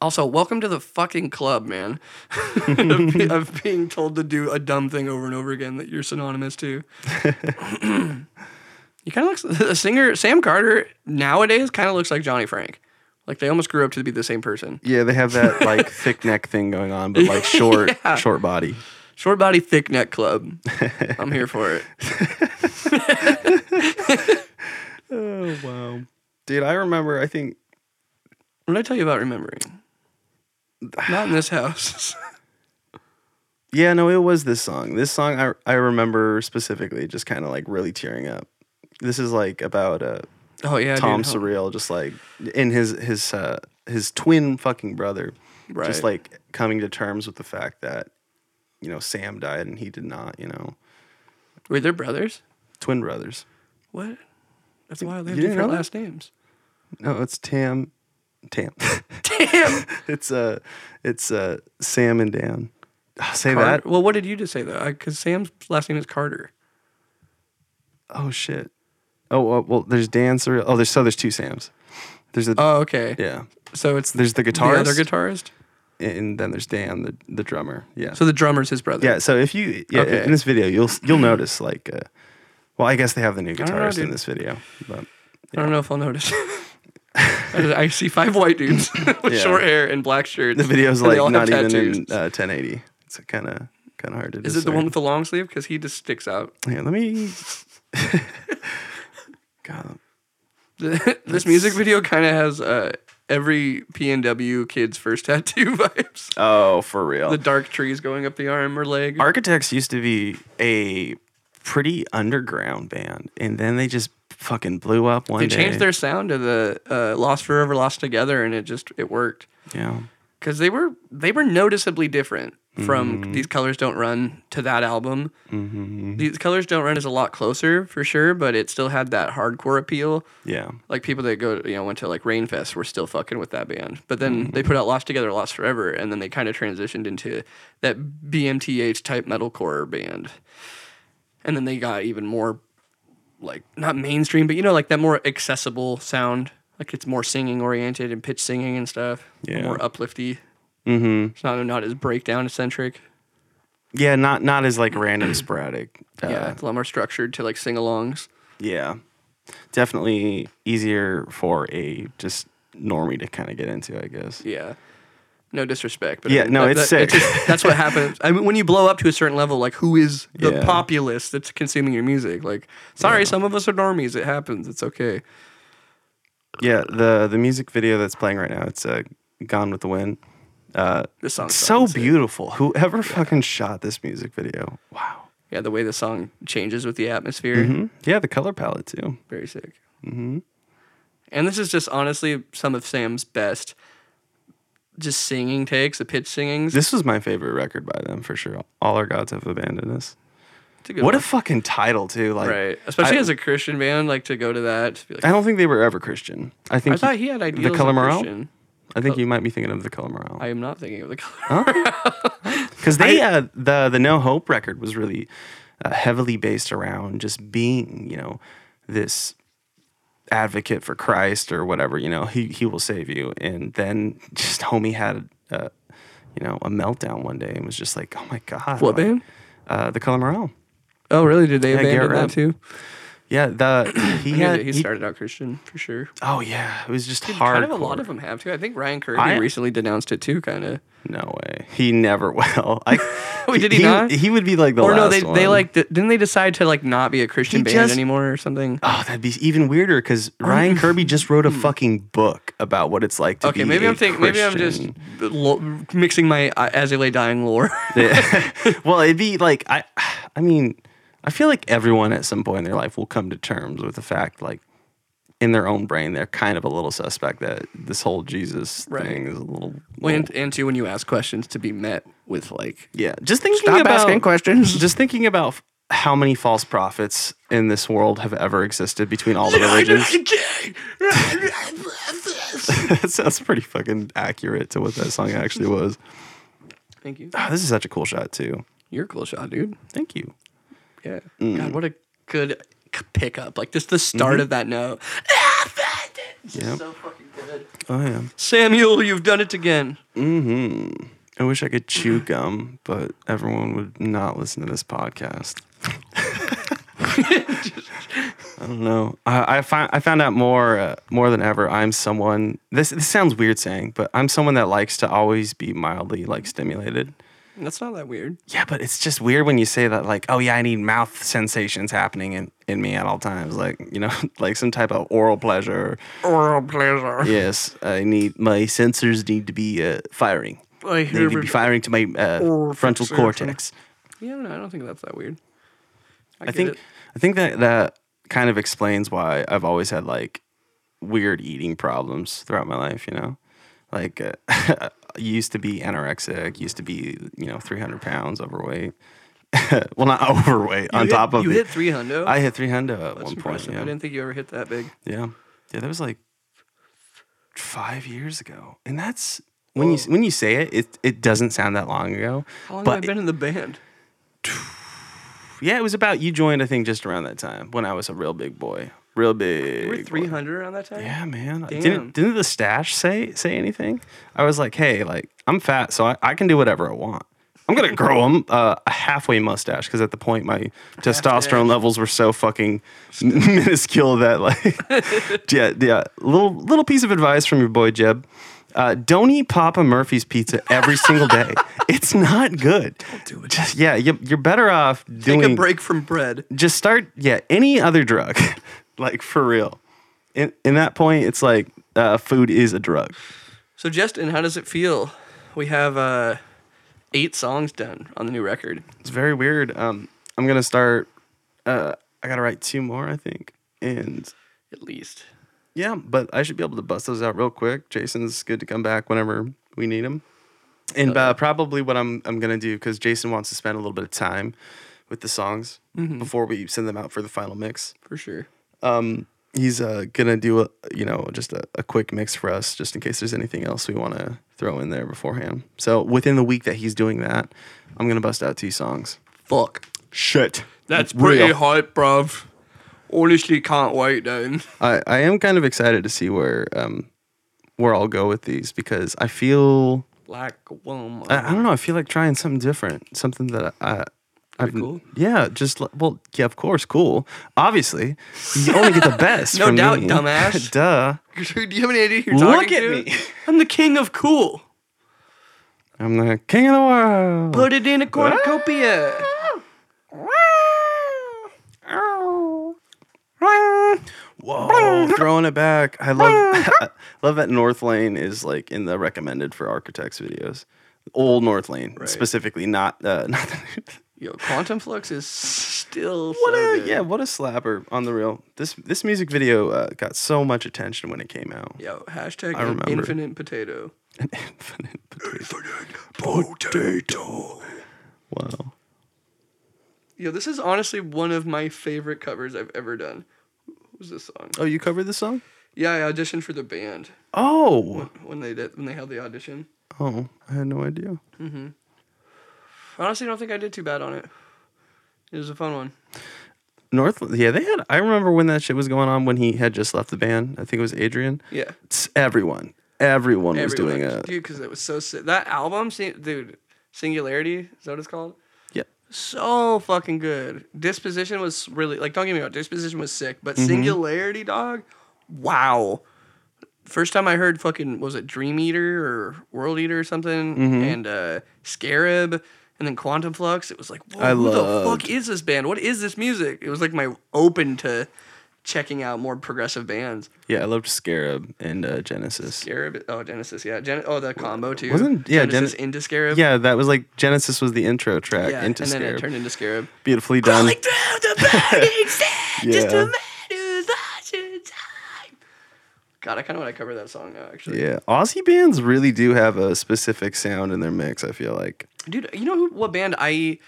[SPEAKER 3] Also, welcome to the fucking club, man. of, be- of being told to do a dumb thing over and over again that you're synonymous to. you kind of look the singer Sam Carter nowadays kind of looks like Johnny Frank. Like they almost grew up to be the same person.
[SPEAKER 2] Yeah, they have that like thick neck thing going on, but like short, short body.
[SPEAKER 3] Short body, thick neck club. I'm here for it.
[SPEAKER 2] Oh wow, dude! I remember. I think
[SPEAKER 3] What did I tell you about remembering? Not in this house.
[SPEAKER 2] yeah, no, it was this song. This song I I remember specifically, just kind of like really tearing up. This is like about uh,
[SPEAKER 3] oh yeah,
[SPEAKER 2] Tom
[SPEAKER 3] dude.
[SPEAKER 2] Surreal, just like in his his uh, his twin fucking brother,
[SPEAKER 3] Right.
[SPEAKER 2] just like coming to terms with the fact that you know Sam died and he did not. You know,
[SPEAKER 3] Wait, they're brothers.
[SPEAKER 2] twin brothers.
[SPEAKER 3] What? That's wild. They have
[SPEAKER 2] You didn't know
[SPEAKER 3] different
[SPEAKER 2] that?
[SPEAKER 3] last names.
[SPEAKER 2] No, it's Tam, Tam.
[SPEAKER 3] Damn.
[SPEAKER 2] it's uh, it's uh, Sam and Dan. Ah, Say
[SPEAKER 3] Carter.
[SPEAKER 2] that.
[SPEAKER 3] Well, what did you just say though? Because Sam's last name is Carter.
[SPEAKER 2] Oh shit. Oh well, well there's Dan Surreal. Oh, there's so there's two Sams. There's a
[SPEAKER 3] Oh, okay.
[SPEAKER 2] yeah.
[SPEAKER 3] So it's
[SPEAKER 2] There's the
[SPEAKER 3] the other
[SPEAKER 2] guitarist,
[SPEAKER 3] guitarist.
[SPEAKER 2] and then there's Dan, the the drummer. Yeah.
[SPEAKER 3] So the drummer's his brother.
[SPEAKER 2] Yeah, so if you yeah,
[SPEAKER 3] Okay.
[SPEAKER 2] in this video, you'll you'll notice like, uh, well, I guess they have the new
[SPEAKER 3] don't know,
[SPEAKER 2] guitarist in
[SPEAKER 3] dude.
[SPEAKER 2] this video, but
[SPEAKER 3] I don't know if I'll notice. I just- I see five white dudes with
[SPEAKER 2] Yeah.
[SPEAKER 3] short hair and black shirts.
[SPEAKER 2] the video's
[SPEAKER 3] and they
[SPEAKER 2] like
[SPEAKER 3] all have
[SPEAKER 2] not even in
[SPEAKER 3] tattoos.
[SPEAKER 2] uh, 1080. It's kind of kind of hard to.
[SPEAKER 3] Is it the one with the long sleeve? Because he just sticks out.
[SPEAKER 2] the? let me. God,
[SPEAKER 3] this music video kind of has uh, every PNW kid's first tattoo vibes.
[SPEAKER 2] oh, for real.
[SPEAKER 3] The dark trees going up the arm or leg.
[SPEAKER 2] Architects used to be a pretty underground band, and then they just fucking blew up one
[SPEAKER 3] they
[SPEAKER 2] day.
[SPEAKER 3] changed their sound to the uh, "Lost Forever, Lost Together," and it just it worked
[SPEAKER 2] yeah.
[SPEAKER 3] because they were they were noticeably different from "These Colors Don't Run" to that album. "These Colors Don't Run" is a lot closer for sure, but it still had that hardcore appeal.
[SPEAKER 2] Yeah,
[SPEAKER 3] Like people that go, you know, went to like Rainfest were still fucking with that band, but then
[SPEAKER 2] Mm-hmm.
[SPEAKER 3] they put out "Lost Together, Lost Forever," and then they kind of transitioned into that BMTH type metalcore band, and then they got even more like not mainstream, but you know, like that more accessible sound. Like it's more singing oriented and pitch singing and stuff.
[SPEAKER 2] Yeah.
[SPEAKER 3] More uplifty.
[SPEAKER 2] mm-hmm.
[SPEAKER 3] It's not not as breakdown eccentric.
[SPEAKER 2] yeah, not not as like random sporadic. Uh,
[SPEAKER 3] yeah. It's a lot more structured to like sing alongs.
[SPEAKER 2] Yeah. Definitely easier for a just normie to kind of get into, I guess.
[SPEAKER 3] Yeah. No disrespect, but
[SPEAKER 2] Yeah, no, it's sick.
[SPEAKER 3] just- that's what happens. I mean, when you blow up to a certain level, like who is the
[SPEAKER 2] Yeah.
[SPEAKER 3] populace that's consuming your music? Like, sorry, some of us are normies. It happens. It's okay.
[SPEAKER 2] Yeah, the the music video that's playing right now, it's uh, Gone with the Wind. Uh,
[SPEAKER 3] This song's
[SPEAKER 2] so
[SPEAKER 3] fucking sick.
[SPEAKER 2] beautiful. Whoever fucking shot this music video. Wow.
[SPEAKER 3] Yeah, the way the song changes with the atmosphere,
[SPEAKER 2] Hmm? Yeah, the color palette too.
[SPEAKER 3] very sick. Mm-hmm. And this is just honestly some of Sam's best, just singing takes, the pitch singings.
[SPEAKER 2] This was my favorite record by them for sure. All our gods have abandoned us.
[SPEAKER 3] It's a good
[SPEAKER 2] What
[SPEAKER 3] one.
[SPEAKER 2] a fucking title too. Like
[SPEAKER 3] right, especially
[SPEAKER 2] I-
[SPEAKER 3] as a Christian band, like to go to that. To be like,
[SPEAKER 2] I don't think they were ever Christian. I think
[SPEAKER 3] I thought he had ideals.
[SPEAKER 2] The Color
[SPEAKER 3] of
[SPEAKER 2] Morale.
[SPEAKER 3] Christian.
[SPEAKER 2] I think you might be thinking of the Color Morale.
[SPEAKER 3] I am not thinking of the color.
[SPEAKER 2] because they uh, the the No Hope record was really uh, heavily based around just being you know this advocate for Christ or whatever you know he he will save you and then just homie had uh, you know a meltdown one day and was just like oh my god
[SPEAKER 3] What
[SPEAKER 2] like,
[SPEAKER 3] band?
[SPEAKER 2] uh, the Color Morale
[SPEAKER 3] Oh, really? Did they
[SPEAKER 2] Yeah, Garrett
[SPEAKER 3] abandon that
[SPEAKER 2] Rapp.
[SPEAKER 3] too?
[SPEAKER 2] yeah the he
[SPEAKER 3] I knew
[SPEAKER 2] had
[SPEAKER 3] that he
[SPEAKER 2] he-
[SPEAKER 3] started out Christian for sure.
[SPEAKER 2] oh yeah it was just hard
[SPEAKER 3] Kind of a lot of them have too. I think Ryan Kirby
[SPEAKER 2] I-
[SPEAKER 3] recently denounced it too, kind of.
[SPEAKER 2] no way he never will I
[SPEAKER 3] Wait, did he not?
[SPEAKER 2] he would be like the
[SPEAKER 3] Or
[SPEAKER 2] last
[SPEAKER 3] no, they
[SPEAKER 2] one.
[SPEAKER 3] they like d- didn't they decide to like not be a Christian
[SPEAKER 2] He
[SPEAKER 3] band
[SPEAKER 2] just-
[SPEAKER 3] anymore or something?
[SPEAKER 2] Oh, that'd be even weirder because
[SPEAKER 3] Oh,
[SPEAKER 2] Ryan Kirby just wrote a fucking book about what it's like to
[SPEAKER 3] hmm. Okay,
[SPEAKER 2] be
[SPEAKER 3] maybe
[SPEAKER 2] a
[SPEAKER 3] I'm thinking maybe I'm just
[SPEAKER 2] Christian.
[SPEAKER 3] lo- mixing my uh, as I lay dying lore.
[SPEAKER 2] well, it'd be like I, I mean, I feel like everyone at some point in their life will come to terms with the fact, like in their own brain, they're kind of a little suspect that this whole Jesus
[SPEAKER 3] Right.
[SPEAKER 2] thing is a little.
[SPEAKER 3] Well, and, and too when you ask questions to be met with like
[SPEAKER 2] yeah, just thinking
[SPEAKER 3] Stop
[SPEAKER 2] about
[SPEAKER 3] asking questions.
[SPEAKER 2] Just thinking about f- how many false prophets in this world have ever existed between all the religions. that sounds pretty fucking accurate to what that song actually was.
[SPEAKER 3] Thank you.
[SPEAKER 2] Oh, this is such a cool shot too.
[SPEAKER 3] You're a cool shot, dude.
[SPEAKER 2] Thank you.
[SPEAKER 3] Yeah.
[SPEAKER 2] Mm.
[SPEAKER 3] God, what a good c- pickup. Like just the start of that note. It's just
[SPEAKER 2] Mm-hmm. Yep.
[SPEAKER 3] so fucking good.
[SPEAKER 2] Oh yeah.
[SPEAKER 3] Samuel, you've done it again.
[SPEAKER 2] I wish I could chew gum, but everyone would not listen to this podcast. I don't know. I, I find I found out more uh, more than ever. I'm someone. This this sounds weird saying, but I'm someone that likes to always be mildly like stimulated.
[SPEAKER 3] That's not that weird.
[SPEAKER 2] Yeah, but it's just weird when you say that. Like, oh yeah, I need mouth sensations happening in, in me at all times. Like you know, like some type of oral pleasure.
[SPEAKER 3] Oral pleasure.
[SPEAKER 2] Yes, I need my sensors need to be uh, firing.
[SPEAKER 3] I
[SPEAKER 2] They
[SPEAKER 3] hear
[SPEAKER 2] need to be firing to my uh,
[SPEAKER 3] Or
[SPEAKER 2] frontal
[SPEAKER 3] fixation.
[SPEAKER 2] cortex.
[SPEAKER 3] Yeah, no, I don't think that's that weird. I,
[SPEAKER 2] I
[SPEAKER 3] get
[SPEAKER 2] think
[SPEAKER 3] it.
[SPEAKER 2] I think that that kind of explains why I've always had like weird eating problems throughout my life. You know, like uh, I used to be anorexic, used to be you know three hundred pounds overweight, well, not overweight. on
[SPEAKER 3] You hit-
[SPEAKER 2] top of
[SPEAKER 3] you
[SPEAKER 2] it.
[SPEAKER 3] hit three hundo.
[SPEAKER 2] I hit 300 at one point.
[SPEAKER 3] impressive. I
[SPEAKER 2] Yeah.
[SPEAKER 3] didn't think you ever hit that big.
[SPEAKER 2] yeah, yeah, that was like five years ago, and that's when you when you say it, it it doesn't sound that long ago.
[SPEAKER 3] How long
[SPEAKER 2] but
[SPEAKER 3] have I been in the band?
[SPEAKER 2] yeah, it was about you joined. I think just around that time when I was a real big boy, real big.
[SPEAKER 3] You were
[SPEAKER 2] boy.
[SPEAKER 3] three hundred around that time.
[SPEAKER 2] Yeah, man.
[SPEAKER 3] Damn.
[SPEAKER 2] Didn't didn't the stash say say anything? I was like, hey, like I'm fat, so I, I can do whatever I want. I'm gonna grow them uh, a halfway mustache because at the point my testosterone levels were so fucking minuscule that like yeah yeah little little piece of advice from your boy Jeb. Uh, don't eat Papa Murphy's pizza every single day. It's not good.
[SPEAKER 3] do it.
[SPEAKER 2] Just yeah, you- you're better off doing
[SPEAKER 3] Take a break from bread.
[SPEAKER 2] just start yeah any other drug like for real in, in that point it's like uh, food is a drug
[SPEAKER 3] So Justin, how does it feel? We have uh, eight songs done on the new record.
[SPEAKER 2] it's very weird um, i'm gonna start uh, i gotta write two more i think and
[SPEAKER 3] At least
[SPEAKER 2] yeah but i should be able to bust those out real quick jason's good to come back whenever we need him and uh, probably what i'm, I'm gonna do because jason wants to spend a little bit of time with the songs before we send them out for the final mix
[SPEAKER 3] for sure.
[SPEAKER 2] he's uh, gonna do a you know just a, a quick mix for us just in case there's anything else we want to throw in there beforehand so within the week that he's doing that i'm gonna bust out two songs
[SPEAKER 3] Fuck.
[SPEAKER 2] shit
[SPEAKER 3] That's
[SPEAKER 2] Real.
[SPEAKER 3] pretty hype, bruv. Honestly, can't wait, dude.
[SPEAKER 2] i, I am kind of excited to see where um where i'll go with these because i feel
[SPEAKER 3] Like a woman.
[SPEAKER 2] i, I don't know i feel like trying something different something that i I've,
[SPEAKER 3] cool.
[SPEAKER 2] Yeah, just li- well, yeah, of course, cool. Obviously, you only get the best.
[SPEAKER 3] No
[SPEAKER 2] from
[SPEAKER 3] doubt,
[SPEAKER 2] me.
[SPEAKER 3] dumbass.
[SPEAKER 2] Duh.
[SPEAKER 3] Dude, do you have any idea who you're
[SPEAKER 2] Look
[SPEAKER 3] talking
[SPEAKER 2] at
[SPEAKER 3] to?
[SPEAKER 2] me.
[SPEAKER 3] I'm the king of cool.
[SPEAKER 2] I'm the king of the world.
[SPEAKER 3] Put it in a cornucopia.
[SPEAKER 2] Whoa, throwing it back. I love love that North Lane is like in the recommended for architects videos. Old North Lane specifically, not uh, not the,
[SPEAKER 3] Yo, Quantum Flux is still
[SPEAKER 2] what
[SPEAKER 3] so
[SPEAKER 2] a
[SPEAKER 3] good.
[SPEAKER 2] yeah, what a slapper on the real. This this music video uh, got so much attention when it came out.
[SPEAKER 3] Yo, hashtag
[SPEAKER 2] remember.
[SPEAKER 3] infinite potato.
[SPEAKER 2] An infinite potato.
[SPEAKER 3] Potato.
[SPEAKER 2] Wow.
[SPEAKER 3] Yo, this is honestly one of my favorite covers I've ever done. What was this song?
[SPEAKER 2] Oh, you covered this song?
[SPEAKER 3] Yeah, I auditioned for the band
[SPEAKER 2] Oh,
[SPEAKER 3] when they did when they held the audition.
[SPEAKER 2] oh, I had no idea.
[SPEAKER 3] I honestly don't think I did too bad on it. It was a fun one.
[SPEAKER 2] North, yeah, they had. I remember when that shit was going on when he had just left the band. I think it was Adrian.
[SPEAKER 3] Yeah.
[SPEAKER 2] It's everyone, everyone, was
[SPEAKER 3] Everyone-
[SPEAKER 2] doing it.
[SPEAKER 3] dude because it was so sick. That album, sing- dude, Singularity is that what it's called.
[SPEAKER 2] Yeah,
[SPEAKER 3] So fucking good. Disposition was really like don't get me wrong. Disposition was sick, but
[SPEAKER 2] Mm-hmm.
[SPEAKER 3] Singularity, dog, wow. First time I heard fucking was it Dream Eater or World Eater or something,
[SPEAKER 2] Mm-hmm.
[SPEAKER 3] and uh, Scarab, and then Quantum Flux. It was like, whoa,
[SPEAKER 2] I
[SPEAKER 3] who the
[SPEAKER 2] loved-
[SPEAKER 3] fuck is this band? What is this music? It was like my open to checking out more progressive bands.
[SPEAKER 2] yeah, I loved Scarab and uh, Genesis.
[SPEAKER 3] Scarab. Oh, Genesis. Yeah. Gen- oh, the combo too.
[SPEAKER 2] wasn't- yeah,
[SPEAKER 3] Genesis
[SPEAKER 2] Gen-
[SPEAKER 3] into Scarab.
[SPEAKER 2] Yeah, that was like Genesis was the intro track
[SPEAKER 3] Yeah,
[SPEAKER 2] into
[SPEAKER 3] and then
[SPEAKER 2] Scarab.
[SPEAKER 3] it turned into Scarab.
[SPEAKER 2] Beautifully done.
[SPEAKER 3] Like drown the burning sand, just
[SPEAKER 2] Yeah.
[SPEAKER 3] a matter of ocean time. God, I kind of want to cover that song now, actually.
[SPEAKER 2] yeah, Aussie bands really do have a specific sound in their mix. I feel like.
[SPEAKER 3] Dude, you know who, what band I.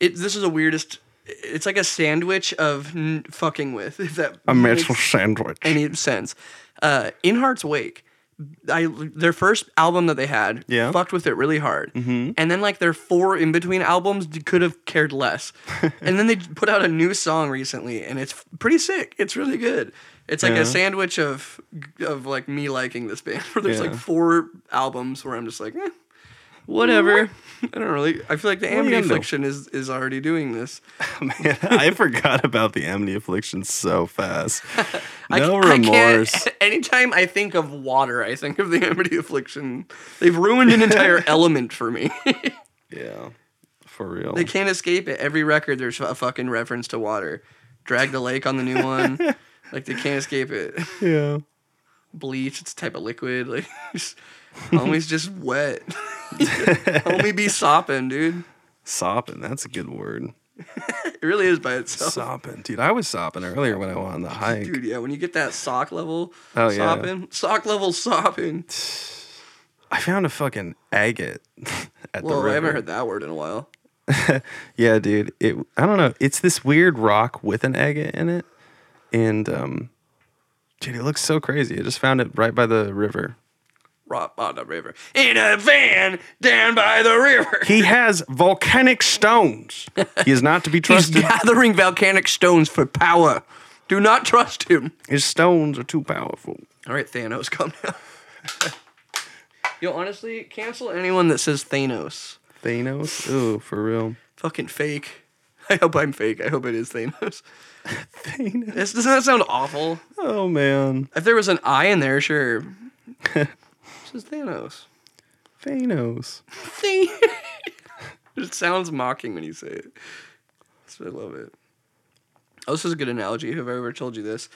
[SPEAKER 3] It, this is the weirdest. It's like a sandwich of n- fucking with, if that
[SPEAKER 2] A
[SPEAKER 3] makes
[SPEAKER 2] metal sandwich.
[SPEAKER 3] any sense. Uh, In Heart's Wake, I their first album that they had
[SPEAKER 2] Yeah. Mm-hmm.
[SPEAKER 3] fucked with it really hard, and then like their four in between albums d- could have cared less, and then they put out a new song recently, and it's f- pretty sick. It's really good. It's like
[SPEAKER 2] Yeah.
[SPEAKER 3] a sandwich of of like me liking this band. Where there's like
[SPEAKER 2] Yeah.
[SPEAKER 3] four albums where I'm just like, eh, whatever. I don't really. I feel like the
[SPEAKER 2] you gonna
[SPEAKER 3] Amity
[SPEAKER 2] do?
[SPEAKER 3] Affliction is is already doing this.
[SPEAKER 2] Man, I forgot about the Amity Affliction so fast. No
[SPEAKER 3] I can't-
[SPEAKER 2] remorse.
[SPEAKER 3] anytime I think of water, I think of the Amity Affliction. They've ruined an entire element for me.
[SPEAKER 2] yeah, for real.
[SPEAKER 3] they can't escape it. Every record, there's a fucking reference to water. Drag the lake on the new one. like they can't escape it.
[SPEAKER 2] yeah.
[SPEAKER 3] Bleach, it's a type of liquid. Like homie's just wet. Homie be sopping, dude.
[SPEAKER 2] Sopping. That's a good word.
[SPEAKER 3] It really is by itself.
[SPEAKER 2] Sopping, dude. I was sopping earlier when I went on the hike.
[SPEAKER 3] Dude, yeah, when you get that sock level
[SPEAKER 2] Oh, yeah.
[SPEAKER 3] sopping, sock level sopping.
[SPEAKER 2] I found a fucking agate at the
[SPEAKER 3] Whoa,
[SPEAKER 2] river.
[SPEAKER 3] I haven't heard that word in a while.
[SPEAKER 2] yeah, dude. It I don't know. It's this weird rock with an egg in it, and um, dude, it looks so crazy. I just found it right by the river.
[SPEAKER 3] Rock on oh, the river in a van down by the river.
[SPEAKER 2] He has volcanic stones. He is not to be
[SPEAKER 3] He's
[SPEAKER 2] trusted.
[SPEAKER 3] gathering volcanic stones for power. Do not trust him.
[SPEAKER 2] His stones are too powerful.
[SPEAKER 3] All right, Thanos, come now. Yo, honestly, cancel anyone that says Thanos.
[SPEAKER 2] Thanos. Ooh, for real.
[SPEAKER 3] Fucking fake. I hope I'm fake. I hope it is Thanos.
[SPEAKER 2] Thanos.
[SPEAKER 3] This, doesn't that sound awful?
[SPEAKER 2] Oh man,
[SPEAKER 3] If there was an I in there, sure. this is Thanos.
[SPEAKER 2] Thanos.
[SPEAKER 3] it sounds mocking when you say it. So I love it. Oh, this is a good analogy. Have I ever told you this?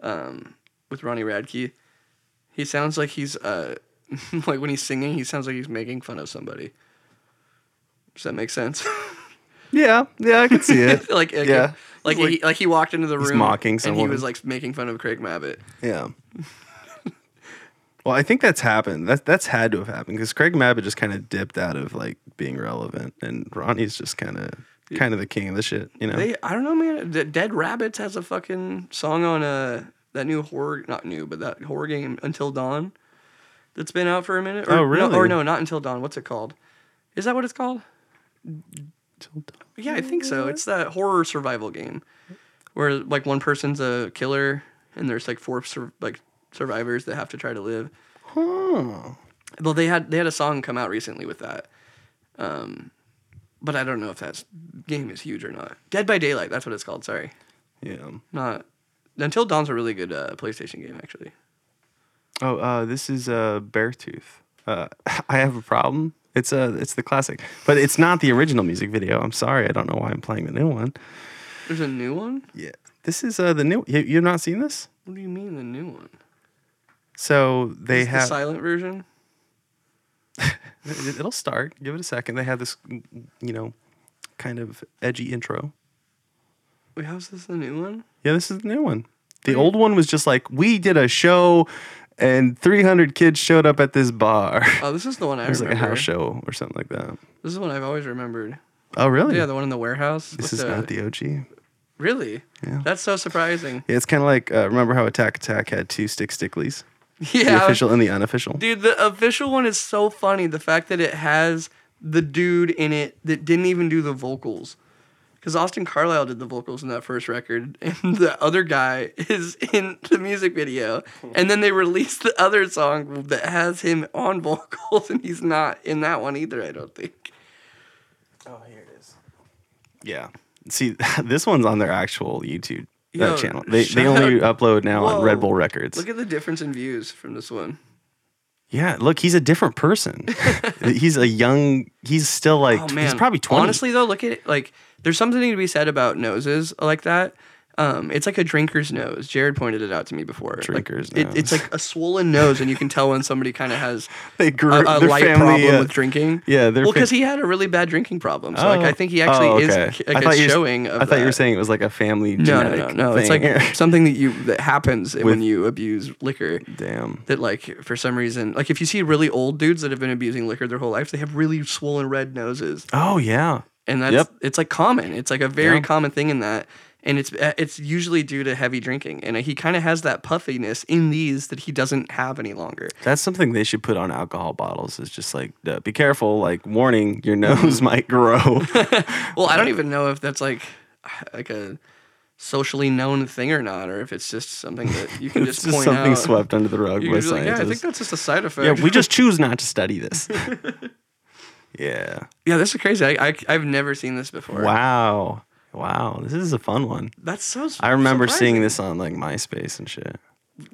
[SPEAKER 3] Um, with Ronnie Radke, he sounds like he's uh, like when he's singing, he sounds like he's making fun of somebody. Does that make sense?
[SPEAKER 2] Yeah, yeah, I can see it.
[SPEAKER 3] like, like
[SPEAKER 2] Yeah.
[SPEAKER 3] like, he, like he walked into the room
[SPEAKER 2] mocking
[SPEAKER 3] and he
[SPEAKER 2] someone.
[SPEAKER 3] was like making fun of Craig Mabbitt.
[SPEAKER 2] Yeah. Well, I think that's happened. That that's had to have happened because Craig Mabbitt just kind of dipped out of like being relevant, and Ronnie's just kind of kind of the king of the shit, you know?
[SPEAKER 3] They, I don't know, man. D- Dead Rabbits has a fucking song on uh that new horror, not new, but that horror game Until Dawn, that's been out for a minute. Or,
[SPEAKER 2] Oh,
[SPEAKER 3] No, or
[SPEAKER 2] really?
[SPEAKER 3] no, not Until Dawn. What's it called? Is that what it's called? Yeah, I think so. It's that horror survival game, where like one person's a killer and there's like four sur- like survivors that have to try to live.
[SPEAKER 2] Huh.
[SPEAKER 3] Well, they had they had a song come out recently with that, um, but I don't know if that game is huge or not. Dead by Daylight. That's what it's called. Sorry.
[SPEAKER 2] Yeah.
[SPEAKER 3] Not Until Dawn's a really good uh, PlayStation game, actually.
[SPEAKER 2] Oh, uh, this is uh, Beartooth. Uh, I have a problem. It's uh, it's the classic, but it's not the original music video. I'm sorry. I don't know why I'm playing the new one.
[SPEAKER 3] There's a new one.
[SPEAKER 2] Yeah. This is uh, the new. You, you've not seen this?
[SPEAKER 3] What do you mean the new one?
[SPEAKER 2] So they
[SPEAKER 3] It's the
[SPEAKER 2] have.
[SPEAKER 3] silent version.
[SPEAKER 2] It- It'll start. Give it a second. They have this, you know, kind of edgy intro.
[SPEAKER 3] Wait, how's this the new one?
[SPEAKER 2] Yeah, this is the new one. The old one was just like we did a show, and 300 kids showed up at this bar.
[SPEAKER 3] Oh, this is the one I
[SPEAKER 2] it was like
[SPEAKER 3] remember.
[SPEAKER 2] a house show or something like that.
[SPEAKER 3] This is one I've always remembered.
[SPEAKER 2] Oh, really?
[SPEAKER 3] Yeah, the one in the warehouse.
[SPEAKER 2] this
[SPEAKER 3] with
[SPEAKER 2] is not the OG. Yeah,
[SPEAKER 3] Really?
[SPEAKER 2] Yeah.
[SPEAKER 3] That's so surprising.
[SPEAKER 2] it's kind of like uh, remember how Attack Attack had two stick sticklies, the
[SPEAKER 3] Yeah.
[SPEAKER 2] official and the unofficial.
[SPEAKER 3] Dude, the official one is so funny. The fact that it has the dude in it that didn't even do the vocals. Because Austin Carlisle did the vocals in that first record, and the other guy is in the music video. And then they released the other song that has him on vocals, and he's not in that one either, I don't think.
[SPEAKER 2] Yeah. See, this one's on their actual YouTube uh,
[SPEAKER 3] Yo,
[SPEAKER 2] channel. They they
[SPEAKER 3] shout
[SPEAKER 2] only upload now on Red
[SPEAKER 3] Whoa.
[SPEAKER 2] Bull Records.
[SPEAKER 3] Look at the difference in views from this one.
[SPEAKER 2] Yeah, look, he's a different person. he's a young. He's still like
[SPEAKER 3] Oh
[SPEAKER 2] tw-
[SPEAKER 3] man,
[SPEAKER 2] he's probably twenty.
[SPEAKER 3] Honestly, though, look at it. Like, there's something to be said about noses like that. Um, it's like a drinker's nose. Jared pointed it out to me before. Like,
[SPEAKER 2] Drinker's
[SPEAKER 3] It, it's like a swollen nose, and you can tell when somebody kind of has
[SPEAKER 2] they grew
[SPEAKER 3] a, a
[SPEAKER 2] their
[SPEAKER 3] light
[SPEAKER 2] family,
[SPEAKER 3] problem
[SPEAKER 2] uh,
[SPEAKER 3] with drinking.
[SPEAKER 2] yeah, their
[SPEAKER 3] well,
[SPEAKER 2] fam-
[SPEAKER 3] because he had a really bad drinking problem. So, like,
[SPEAKER 2] Oh.
[SPEAKER 3] I think he actually
[SPEAKER 2] Oh, okay.
[SPEAKER 3] is like,
[SPEAKER 2] I thought
[SPEAKER 3] a
[SPEAKER 2] you were-
[SPEAKER 3] showing of.
[SPEAKER 2] I thought you were
[SPEAKER 3] that.
[SPEAKER 2] saying it was like a family
[SPEAKER 3] No, no,
[SPEAKER 2] genetic
[SPEAKER 3] no, no. It's
[SPEAKER 2] thing.
[SPEAKER 3] like something that you that happens when you abuse liquor
[SPEAKER 2] damn.
[SPEAKER 3] that like for some reason like if you see really old dudes that have been abusing liquor their whole life they have really swollen red noses
[SPEAKER 2] Oh yeah.
[SPEAKER 3] and that's
[SPEAKER 2] Yep.
[SPEAKER 3] it's like common it's like a very
[SPEAKER 2] Yeah.
[SPEAKER 3] common thing in that and it's eh, it's usually due to heavy drinking and uh, he kind of has that puffiness in these that he doesn't have any longer
[SPEAKER 2] That's something they should put on alcohol bottles. Is just like uh, be careful. Like warning, your
[SPEAKER 3] Mm-hmm.
[SPEAKER 2] nose might grow.
[SPEAKER 3] well i don't even know if that's like like a socially known thing or not or if it's just something that you can
[SPEAKER 2] it's
[SPEAKER 3] just,
[SPEAKER 2] just
[SPEAKER 3] point
[SPEAKER 2] something
[SPEAKER 3] out
[SPEAKER 2] swept under the rug
[SPEAKER 3] you
[SPEAKER 2] by
[SPEAKER 3] can just be like, yeah i think
[SPEAKER 2] scientists.
[SPEAKER 3] that's just a side effect
[SPEAKER 2] Yeah, we just choose not to study this. yeah.
[SPEAKER 3] yeah this is crazy I, I i've never seen this before
[SPEAKER 2] Wow. Wow. This is a fun one.
[SPEAKER 3] that's so s-
[SPEAKER 2] I remember seeing
[SPEAKER 3] surprising.
[SPEAKER 2] this on like MySpace and shit.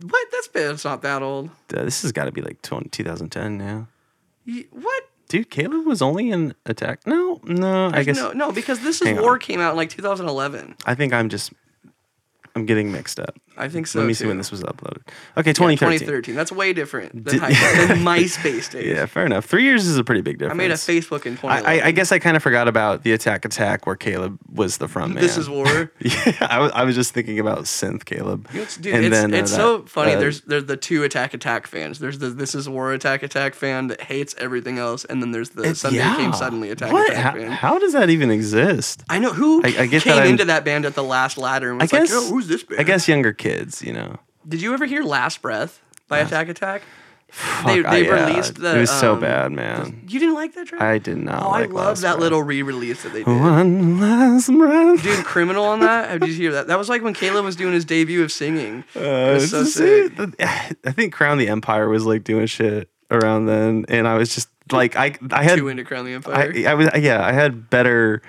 [SPEAKER 3] what that's been it's not that old
[SPEAKER 2] Duh, This has got to be like 20, 2010 now.
[SPEAKER 3] Ye- what
[SPEAKER 2] Dude, Caleb was only in Attack. No, no. I guess
[SPEAKER 3] no no because this is
[SPEAKER 2] Hang on.
[SPEAKER 3] war came out in like 2011
[SPEAKER 2] I think I'm just I'm getting mixed up.
[SPEAKER 3] I think so.
[SPEAKER 2] Let me see
[SPEAKER 3] too.
[SPEAKER 2] when this was uploaded. Okay,
[SPEAKER 3] Yeah,
[SPEAKER 2] 2013.
[SPEAKER 3] 2013. That's way different than,
[SPEAKER 2] Did-
[SPEAKER 3] high, than MySpace days.
[SPEAKER 2] Yeah, fair enough. Three years is a pretty big
[SPEAKER 3] I
[SPEAKER 2] difference.
[SPEAKER 3] made a Facebook in 2011.
[SPEAKER 2] I, I, I guess I kind of forgot about the Attack Attack where Caleb was the front man.
[SPEAKER 3] This is war.
[SPEAKER 2] yeah, I was, I was just thinking about synth Caleb.
[SPEAKER 3] It's, dude,
[SPEAKER 2] And
[SPEAKER 3] it's,
[SPEAKER 2] then, uh,
[SPEAKER 3] it's so
[SPEAKER 2] that,
[SPEAKER 3] funny.
[SPEAKER 2] uh,
[SPEAKER 3] there's there's the two Attack Attack fans. There's the This Is War Attack Attack fan that hates everything else, and then there's the Sunday Came Suddenly Attack
[SPEAKER 2] What?
[SPEAKER 3] Attack
[SPEAKER 2] How-
[SPEAKER 3] fan.
[SPEAKER 2] how does that even exist?
[SPEAKER 3] I know who
[SPEAKER 2] I- I get
[SPEAKER 3] came
[SPEAKER 2] that I'm-
[SPEAKER 3] into that band at the last ladder and
[SPEAKER 2] I
[SPEAKER 3] was
[SPEAKER 2] guess
[SPEAKER 3] like, "Yo, who's this band?"
[SPEAKER 2] I guess younger kids, you know.
[SPEAKER 3] Did you ever hear Last Breath by Attack Attack?
[SPEAKER 2] Fuck, I-
[SPEAKER 3] they
[SPEAKER 2] yeah,
[SPEAKER 3] released the,
[SPEAKER 2] It was so
[SPEAKER 3] um,
[SPEAKER 2] bad, man.
[SPEAKER 3] You didn't like that track?
[SPEAKER 2] I did not.
[SPEAKER 3] Oh,
[SPEAKER 2] like
[SPEAKER 3] I love
[SPEAKER 2] Last
[SPEAKER 3] that
[SPEAKER 2] Breath.
[SPEAKER 3] little re-release that they did.
[SPEAKER 2] one last breath.
[SPEAKER 3] Dude, criminal on that? How did you hear that? That was like when Caleb was doing his debut of singing. it
[SPEAKER 2] Uh,
[SPEAKER 3] was so
[SPEAKER 2] see,
[SPEAKER 3] sick.
[SPEAKER 2] the- I think Crown the Empire was like doing shit around then, and I was just like, I I had
[SPEAKER 3] Two into Crown the Empire.
[SPEAKER 2] I, I was yeah I had better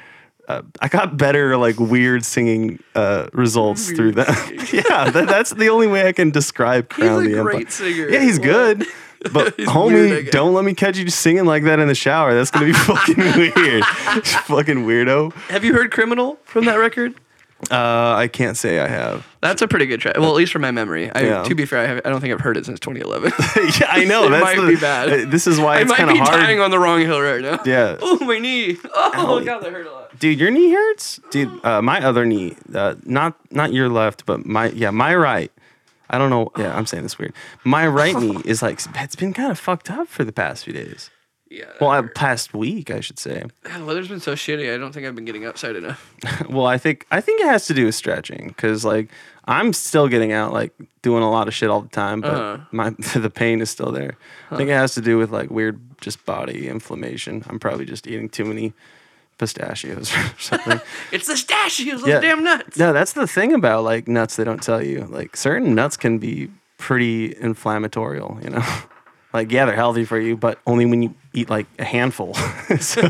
[SPEAKER 2] uh, I got better like weird singing uh, results through
[SPEAKER 3] Weird
[SPEAKER 2] that. yeah, that, that's the only way I can describe Crown
[SPEAKER 3] a
[SPEAKER 2] the Empire.
[SPEAKER 3] great singer.
[SPEAKER 2] Yeah, he's
[SPEAKER 3] What?
[SPEAKER 2] good. But
[SPEAKER 3] He's
[SPEAKER 2] homie,
[SPEAKER 3] weird, I guess.
[SPEAKER 2] don't let me catch you singing like that in the shower. That's gonna be fucking weird. fucking weirdo.
[SPEAKER 3] Have you heard Criminal from that record?
[SPEAKER 2] Uh, I can't say I have.
[SPEAKER 3] That's a pretty good track. Well, at least from my memory. I,
[SPEAKER 2] Yeah.
[SPEAKER 3] To be fair, I, have, I don't think I've heard it since 2011.
[SPEAKER 2] yeah, I know.
[SPEAKER 3] It
[SPEAKER 2] that's
[SPEAKER 3] might
[SPEAKER 2] the-
[SPEAKER 3] be bad.
[SPEAKER 2] uh, This is why
[SPEAKER 3] I
[SPEAKER 2] it's
[SPEAKER 3] might
[SPEAKER 2] kind of
[SPEAKER 3] be
[SPEAKER 2] hard.
[SPEAKER 3] dying on the wrong hill right now.
[SPEAKER 2] yeah.
[SPEAKER 3] Oh, my knee. Oh,
[SPEAKER 2] Ow.
[SPEAKER 3] God, that hurt a lot.
[SPEAKER 2] dude your knee hurts dude uh, my other knee uh, not not your left but my yeah my right i don't know yeah i'm saying this weird my right knee is like it's been kind of fucked up for the past few days
[SPEAKER 3] Yeah. that
[SPEAKER 2] well uh,
[SPEAKER 3] hurt.
[SPEAKER 2] past week i should say
[SPEAKER 3] God, the weather's been so shitty. I don't think I've been getting outside enough.
[SPEAKER 2] well i think i think it has to do with stretching because like i'm still getting out like doing a lot of shit all the time but
[SPEAKER 3] Uh-huh.
[SPEAKER 2] my the pain is still there i think it has to do with like weird just body inflammation i'm probably just eating too many pistachios or something
[SPEAKER 3] It's the stashies, those damn nuts.
[SPEAKER 2] No, that's the thing about like nuts they don't tell you. Like certain nuts can be pretty inflammatorial, you know. like yeah, they're healthy for you, but only when you eat like a handful. so,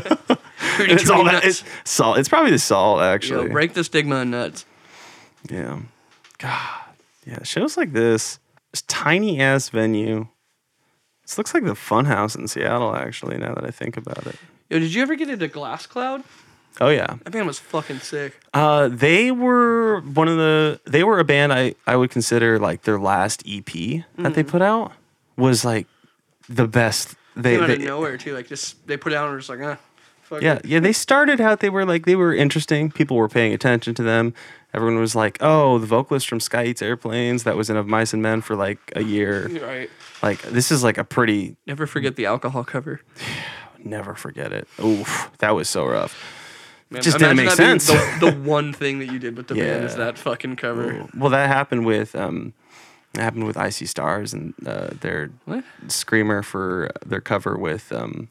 [SPEAKER 3] Pretty
[SPEAKER 2] it's all
[SPEAKER 3] chewy
[SPEAKER 2] that it's
[SPEAKER 3] nuts.
[SPEAKER 2] salt. It's probably the salt
[SPEAKER 3] Yo,
[SPEAKER 2] actually.
[SPEAKER 3] break the stigma on nuts.
[SPEAKER 2] yeah. God. Yeah, shows like this. This tiny ass venue. This looks like the fun house in Seattle actually now that I think about it.
[SPEAKER 3] Yo, did you ever get into Glass Cloud?
[SPEAKER 2] Oh yeah.
[SPEAKER 3] That band was fucking sick.
[SPEAKER 2] Uh, they were one of the they were a band I I would consider like their last EP that
[SPEAKER 3] Mm-hmm.
[SPEAKER 2] they put out was like the best. They,
[SPEAKER 3] Came out of
[SPEAKER 2] they-
[SPEAKER 3] nowhere too. Like just they put it out and were just like, ah, fuck
[SPEAKER 2] yeah
[SPEAKER 3] it.
[SPEAKER 2] yeah they started out they were like they were interesting. People were paying attention to them. Everyone was like, oh, the vocalist from Sky Eats Airplanes that was in Of Mice and Men for like a year.
[SPEAKER 3] You're right.
[SPEAKER 2] Like this is like a pretty
[SPEAKER 3] Never forget the alcohol cover.
[SPEAKER 2] never forget it. Oof, that was so rough.
[SPEAKER 3] Man,
[SPEAKER 2] Just didn't
[SPEAKER 3] imagine
[SPEAKER 2] make
[SPEAKER 3] that being
[SPEAKER 2] sense.
[SPEAKER 3] The, the one thing that you did with the band is
[SPEAKER 2] Yeah.
[SPEAKER 3] that fucking cover.
[SPEAKER 2] Well, that happened with um, that happened with Icy Stars and uh, their
[SPEAKER 3] What?
[SPEAKER 2] screamer for their cover with um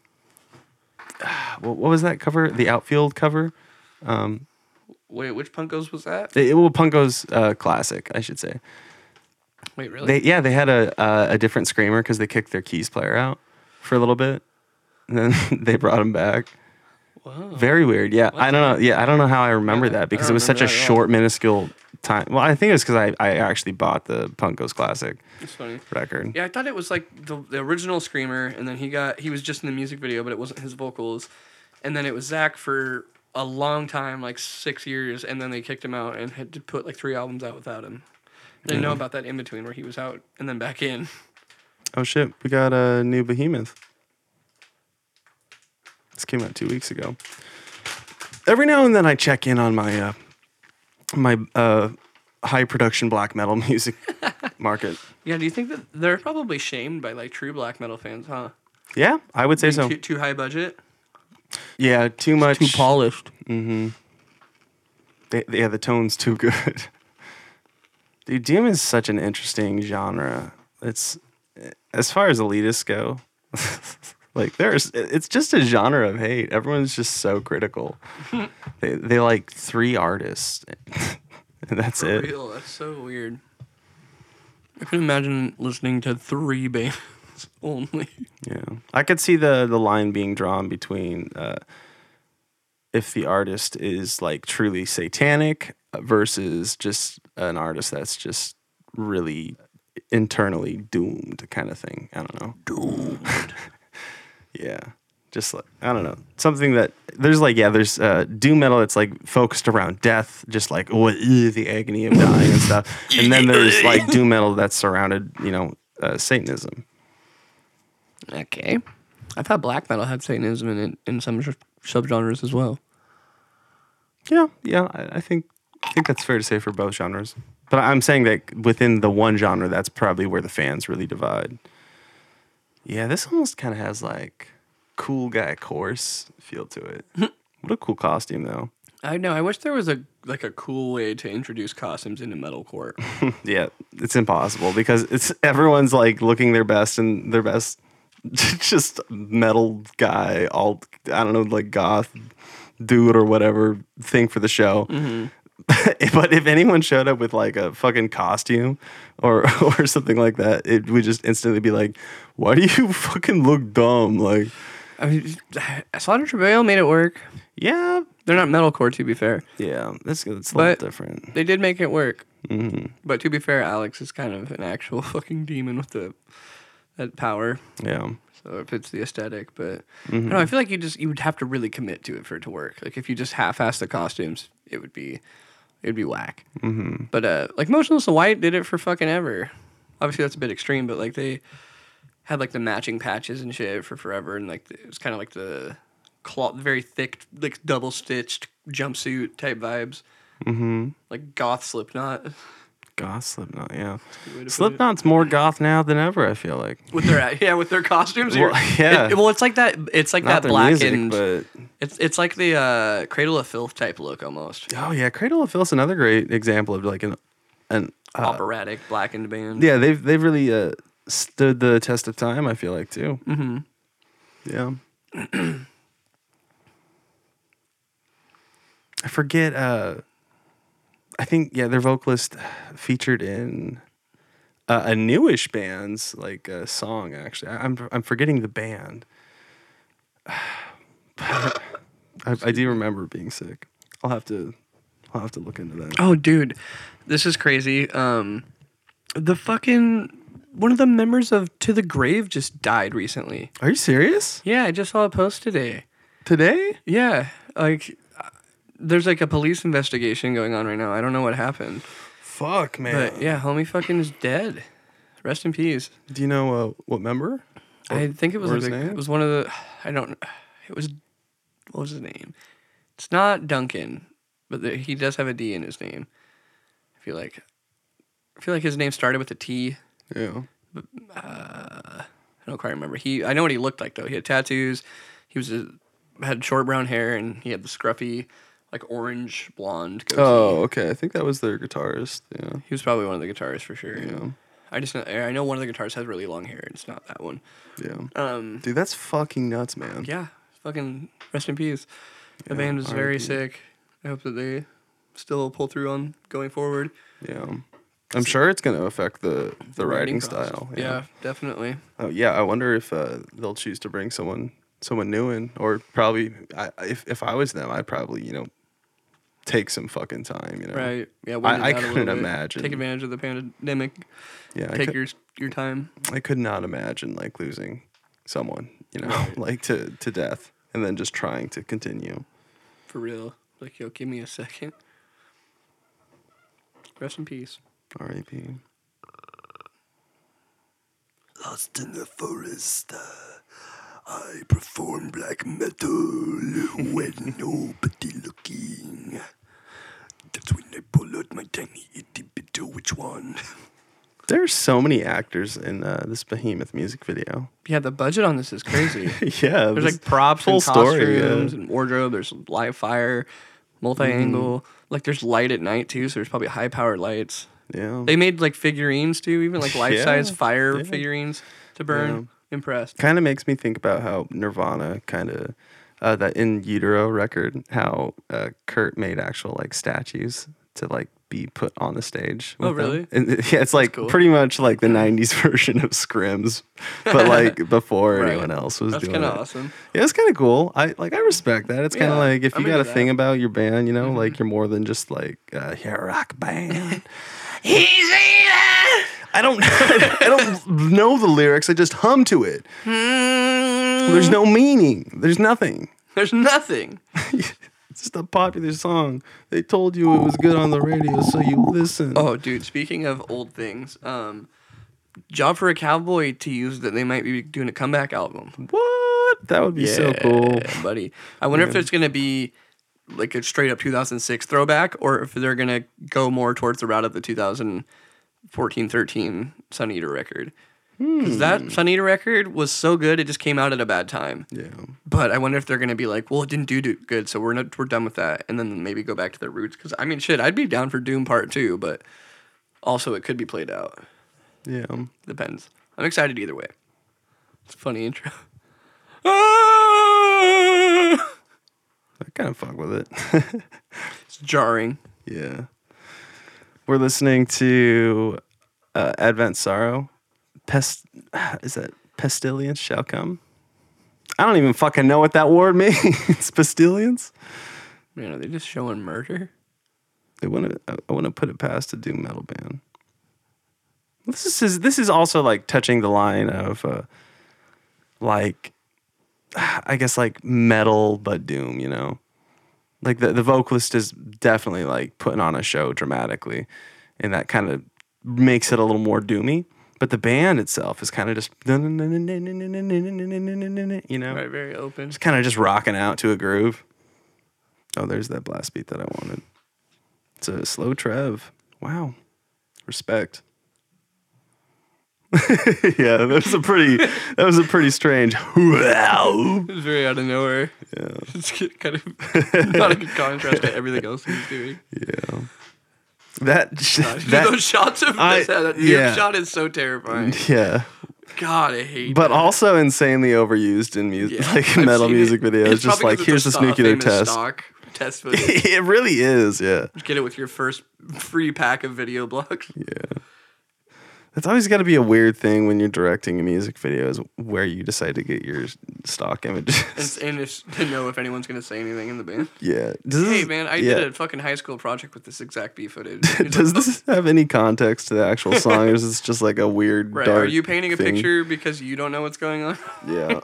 [SPEAKER 2] what, what was that cover the outfield cover
[SPEAKER 3] Wait, which Punkos was that?
[SPEAKER 2] it, well punko's uh, classic i should say
[SPEAKER 3] Wait, really?
[SPEAKER 2] they yeah they had a uh, a different screamer because they kicked their keys player out for a little bit and then they brought him back
[SPEAKER 3] Wow.
[SPEAKER 2] very weird yeah i don't know yeah i don't know how i remember
[SPEAKER 3] Yeah, I
[SPEAKER 2] that because it
[SPEAKER 3] don't
[SPEAKER 2] was such a
[SPEAKER 3] remember that at all.
[SPEAKER 2] short minuscule time well i think it was because I, I actually bought the punko's classic
[SPEAKER 3] That's funny.
[SPEAKER 2] record
[SPEAKER 3] Yeah, I thought it was like the, the original screamer, and then he got he was just in the music video, but it wasn't his vocals, and then it was Zach for a long time, like six years, and then they kicked him out and had to put like three albums out without him. I didn't know about that in between where he was out and then back in.
[SPEAKER 2] oh shit we got a new behemoth This came out two weeks ago. Every now and then I check in on my uh, my uh, high production black metal music market.
[SPEAKER 3] Yeah, do you think that they're probably shamed by like true black metal fans, huh?
[SPEAKER 2] Yeah, I would say so.
[SPEAKER 3] Too, too high budget,
[SPEAKER 2] Yeah, too much.
[SPEAKER 3] polished.
[SPEAKER 2] They, yeah, the tone's too good. Dude, doom is such an interesting genre. It's as far as elitists go. like there's, it's just a genre of hate. Everyone's just so critical. they they like three artists, and that's
[SPEAKER 3] For
[SPEAKER 2] it.
[SPEAKER 3] real, that's so weird. I can imagine listening to three bands only.
[SPEAKER 2] Yeah, I could see the the line being drawn between uh, if the artist is like truly satanic versus just an artist that's just really internally doomed kind of thing. I don't know. Doomed. yeah, just like I don't know something that there's like yeah there's uh, doom metal that's like focused around death, just like oh ew, the agony of dying and stuff, and then there's like doom metal that's surrounded you know uh, Satanism.
[SPEAKER 3] Okay. I thought black metal had Satanism in it in some sh- subgenres as well.
[SPEAKER 2] Yeah, yeah, I, I think I think that's fair to say for both genres. But I'm saying that within the one genre, that's probably where the fans really divide. Yeah, this almost kind of has like cool guy course feel to it. what a cool costume though.
[SPEAKER 3] I know. I wish there was a like a cool way to introduce costumes into metalcore.
[SPEAKER 2] Yeah, it's impossible because it's everyone's like looking their best and their best just metal guy, all I don't know, like goth dude or whatever thing for the show.
[SPEAKER 3] Mm-hmm.
[SPEAKER 2] but if anyone showed up with like a fucking costume or or something like that, it would just instantly be like, "Why do you fucking look dumb?" Like,
[SPEAKER 3] I mean, Slaughter Travail made it work.
[SPEAKER 2] yeah,
[SPEAKER 3] They're not metalcore, to be fair.
[SPEAKER 2] yeah, that's it's a
[SPEAKER 3] But-
[SPEAKER 2] little different.
[SPEAKER 3] They did make it work. But to be fair, Alex is kind of an actual fucking demon with the that power.
[SPEAKER 2] Yeah.
[SPEAKER 3] So it fits uh, the aesthetic, but I
[SPEAKER 2] Mm-hmm.
[SPEAKER 3] don't know. I feel like you just you would have to really commit to it for it to work. Like if you just half-ass the costumes, it would be it would be whack. Mm-hmm. But uh, like Motionless in White did it for fucking ever. Obviously that's a bit extreme, but like they had like the matching patches and shit for forever, and like it was kind of like the cloth, very thick, like double stitched jumpsuit type vibes. Mm-hmm. Like goth Slipknot
[SPEAKER 2] Goth Slipknot, yeah.
[SPEAKER 3] way to put it.
[SPEAKER 2] Slipknot's more goth now than ever. I feel like
[SPEAKER 3] with their yeah with their costumes.
[SPEAKER 2] Well,
[SPEAKER 3] You're-
[SPEAKER 2] yeah.
[SPEAKER 3] it- well, it's like that. It's like
[SPEAKER 2] not
[SPEAKER 3] that
[SPEAKER 2] their music,
[SPEAKER 3] blackened.
[SPEAKER 2] but
[SPEAKER 3] It's it's like the uh, Cradle of Filth type look almost.
[SPEAKER 2] Oh yeah, Cradle of Filth's another great example of like an an uh,
[SPEAKER 3] Operatic blackened band.
[SPEAKER 2] yeah they've they've really uh, stood the test of time. I feel like too. Mm-hmm. Yeah. I forget. Uh, I think yeah, their vocalist featured in uh, a newish band's like uh, song. Actually, I, I'm I'm forgetting the band. I, I do remember being sick. I'll have to I'll have to look into that.
[SPEAKER 3] Oh, dude, this is crazy. Um, the fucking one of the members of To the Grave just died recently.
[SPEAKER 2] Are you serious?
[SPEAKER 3] Yeah, I just saw a post today.
[SPEAKER 2] Today?
[SPEAKER 3] Yeah, like uh, there's like a police investigation going on right now. I don't know what happened,
[SPEAKER 2] Fuck, man.
[SPEAKER 3] but yeah, homie fucking is dead. Rest in peace.
[SPEAKER 2] Do you know uh, what member?
[SPEAKER 3] I think it was
[SPEAKER 2] or
[SPEAKER 3] like
[SPEAKER 2] his
[SPEAKER 3] a-
[SPEAKER 2] name?
[SPEAKER 3] it was one of the I don't it was what was his name? It's not Duncan, but the, he does have a D in his name. I feel like I feel like his name started with a T.
[SPEAKER 2] Yeah.
[SPEAKER 3] I don't quite remember. He I know what he looked like though. He had tattoos. He was a, had short brown hair and he had the scruffy like orange blonde goatee.
[SPEAKER 2] Oh, okay. I think that was their guitarist. Yeah.
[SPEAKER 3] He was probably one of the guitarists for sure.
[SPEAKER 2] Yeah.
[SPEAKER 3] I just know, I know one of the guitarists has really long hair. It's not that one.
[SPEAKER 2] Yeah.
[SPEAKER 3] Um
[SPEAKER 2] Dude, that's fucking nuts, man.
[SPEAKER 3] yeah, fucking rest in peace. The band was very sick. I hope that they still pull through on going forward.
[SPEAKER 2] Yeah. I'm sure it's going to affect the, the writing
[SPEAKER 3] process.
[SPEAKER 2] style.
[SPEAKER 3] Yeah. definitely.
[SPEAKER 2] Oh, yeah. I wonder if uh, they'll choose to bring someone someone new in, or probably I, if if I was them, I'd probably you know take some fucking time. You know.
[SPEAKER 3] Right. Yeah,
[SPEAKER 2] I- I
[SPEAKER 3] wait it out a little
[SPEAKER 2] couldn't
[SPEAKER 3] bit.
[SPEAKER 2] imagine.
[SPEAKER 3] Take advantage of the pandemic.
[SPEAKER 2] Yeah. I
[SPEAKER 3] Take
[SPEAKER 2] could,
[SPEAKER 3] your your time.
[SPEAKER 2] I could not imagine like losing someone, you know, like to to death, and then just trying to continue.
[SPEAKER 3] For real. Like, yo, give me a second. Rest in peace.
[SPEAKER 2] R.A.P.
[SPEAKER 3] Lost in the forest, uh, I perform black metal when nobody looking. That's when I pull out my tiny itty bitty which one.
[SPEAKER 2] There are so many actors in uh, this Behemoth music video.
[SPEAKER 3] Yeah, the budget on this is crazy.
[SPEAKER 2] yeah,
[SPEAKER 3] There's like props
[SPEAKER 2] full
[SPEAKER 3] and
[SPEAKER 2] story, uh, yeah.
[SPEAKER 3] costumes and wardrobe. There's live fire, multi-angle.
[SPEAKER 2] Mm-hmm.
[SPEAKER 3] Like there's light at night too, so there's probably high-powered lights.
[SPEAKER 2] yeah.
[SPEAKER 3] They made like figurines too, even like life-size
[SPEAKER 2] Yeah,
[SPEAKER 3] fire
[SPEAKER 2] yeah.
[SPEAKER 3] figurines to burn. Impressed.
[SPEAKER 2] kind of makes me think about how Nirvana kind of uh, that in utero record, how uh, Kurt made actual like statues to like be put on the stage.
[SPEAKER 3] Oh,
[SPEAKER 2] with them.
[SPEAKER 3] really?
[SPEAKER 2] And, yeah, it's like
[SPEAKER 3] cool.
[SPEAKER 2] pretty much like the '90s version of Scrims, but like before
[SPEAKER 3] Right.
[SPEAKER 2] anyone else was
[SPEAKER 3] That's
[SPEAKER 2] doing
[SPEAKER 3] kind
[SPEAKER 2] it.
[SPEAKER 3] of awesome.
[SPEAKER 2] Yeah, it's kind of cool. I like. I respect that. It's kind of
[SPEAKER 3] Yeah,
[SPEAKER 2] like if
[SPEAKER 3] I'm
[SPEAKER 2] you got a
[SPEAKER 3] into Mm-hmm.
[SPEAKER 2] thing about your band, you know, like you're more than just like uh, yeah, rock band. He's I don't. I don't know the lyrics. I just hum to it. There's
[SPEAKER 3] Mm-hmm.
[SPEAKER 2] no meaning. There's nothing.
[SPEAKER 3] There's nothing.
[SPEAKER 2] It's just a popular song. They told you it was good on the radio, so you listen.
[SPEAKER 3] Oh, dude. Speaking of old things, um, job for a cowboy to use that they might be doing a comeback album.
[SPEAKER 2] What? That would be so cool.
[SPEAKER 3] Yeah, buddy. I wonder if it's gonna be like a straight up 2006 throwback, or if they're gonna go more towards the route of the 2014 13 Sun Eater record. 'Cause that Sun Eater record was so good, it just came out at a bad time.
[SPEAKER 2] Yeah.
[SPEAKER 3] But I wonder if they're gonna be like, well, it didn't do, do good, so we're not, we're done with that, and then maybe go back to their roots. Because I mean, shit, I'd be down for Doom Part Two, but also it could be played out.
[SPEAKER 2] Yeah.
[SPEAKER 3] Depends. I'm excited either way. It's a funny intro.
[SPEAKER 2] I kind of fuck with it.
[SPEAKER 3] It's jarring.
[SPEAKER 2] Yeah. We're listening to uh, Advent Sorrow. Pest is that pestilence shall come? I don't even fucking know what that word means. pestilence?
[SPEAKER 3] Man, are they just showing murder?
[SPEAKER 2] They wouldn't I wouldn't put it past a doom metal band. This is this is also like touching the line of uh, like I guess like metal but doom, you know. Like the, the vocalist is definitely like putting on a show dramatically and that kind of makes it a little more doomy. But the band itself is kind of just you know
[SPEAKER 3] Right, very open.
[SPEAKER 2] just kind of just rocking out to a groove. Oh, there's that blast beat that I wanted. It's a slow Trev. Wow. Respect. yeah, that was a pretty that was a pretty strange wow.
[SPEAKER 3] It's very out of nowhere. Yeah. It's kind of not a good contrast to everything else he's doing.
[SPEAKER 2] Yeah. That, sh-
[SPEAKER 3] Dude,
[SPEAKER 2] that
[SPEAKER 3] Those shots of
[SPEAKER 2] I-
[SPEAKER 3] that, that
[SPEAKER 2] yeah.
[SPEAKER 3] shot is so terrifying.
[SPEAKER 2] yeah.
[SPEAKER 3] God, I hate.
[SPEAKER 2] But also insanely overused in music
[SPEAKER 3] that.
[SPEAKER 2] like
[SPEAKER 3] I've
[SPEAKER 2] metal
[SPEAKER 3] seen
[SPEAKER 2] music
[SPEAKER 3] it.
[SPEAKER 2] videos.
[SPEAKER 3] It's
[SPEAKER 2] just
[SPEAKER 3] probably
[SPEAKER 2] like
[SPEAKER 3] 'cause
[SPEAKER 2] here's
[SPEAKER 3] it's
[SPEAKER 2] this
[SPEAKER 3] a
[SPEAKER 2] nuclear
[SPEAKER 3] famous
[SPEAKER 2] test.
[SPEAKER 3] Stock test footage.
[SPEAKER 2] it really is, yeah.
[SPEAKER 3] Get it with your first free pack of video blocks.
[SPEAKER 2] Yeah. That's always got to be a weird thing when you're directing a music video is where you decide to get your stock images.
[SPEAKER 3] And, and if, to know if anyone's gonna say anything in the band.
[SPEAKER 2] yeah. Does
[SPEAKER 3] Hey
[SPEAKER 2] this-
[SPEAKER 3] man, I
[SPEAKER 2] yeah.
[SPEAKER 3] did a fucking high school project with this exact B footage. It's
[SPEAKER 2] Does this have any context to the actual song, or is this just like a weird?
[SPEAKER 3] Right. Are
[SPEAKER 2] dark
[SPEAKER 3] you painting a
[SPEAKER 2] thing?
[SPEAKER 3] picture because you don't know what's going on?
[SPEAKER 2] Yeah.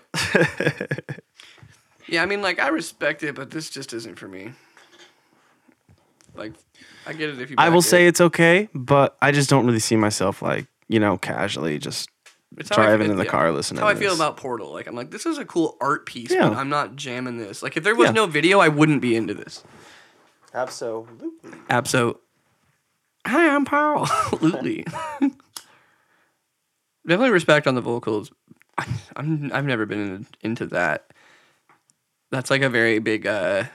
[SPEAKER 3] yeah, I mean, like, I respect it, but this just isn't for me. Like, I get it if you.
[SPEAKER 2] I
[SPEAKER 3] back
[SPEAKER 2] will
[SPEAKER 3] it.
[SPEAKER 2] say it's okay, but I just don't really see myself like you know casually just
[SPEAKER 3] it's how I
[SPEAKER 2] driving
[SPEAKER 3] feel-
[SPEAKER 2] in the
[SPEAKER 3] yeah.
[SPEAKER 2] car listening.
[SPEAKER 3] That's how
[SPEAKER 2] to
[SPEAKER 3] I feel
[SPEAKER 2] this.
[SPEAKER 3] about Portal. Like, I'm like, this is a cool art piece,
[SPEAKER 2] Yeah.
[SPEAKER 3] but I'm not jamming this. Like, if there was
[SPEAKER 2] Yeah.
[SPEAKER 3] no video, I wouldn't be into this.
[SPEAKER 2] Absolutely.
[SPEAKER 3] Abso. Hi, I'm Paul. Absolutely. Definitely respect on the vocals. I- I'm I've never been in, into that. That's like a very big uh,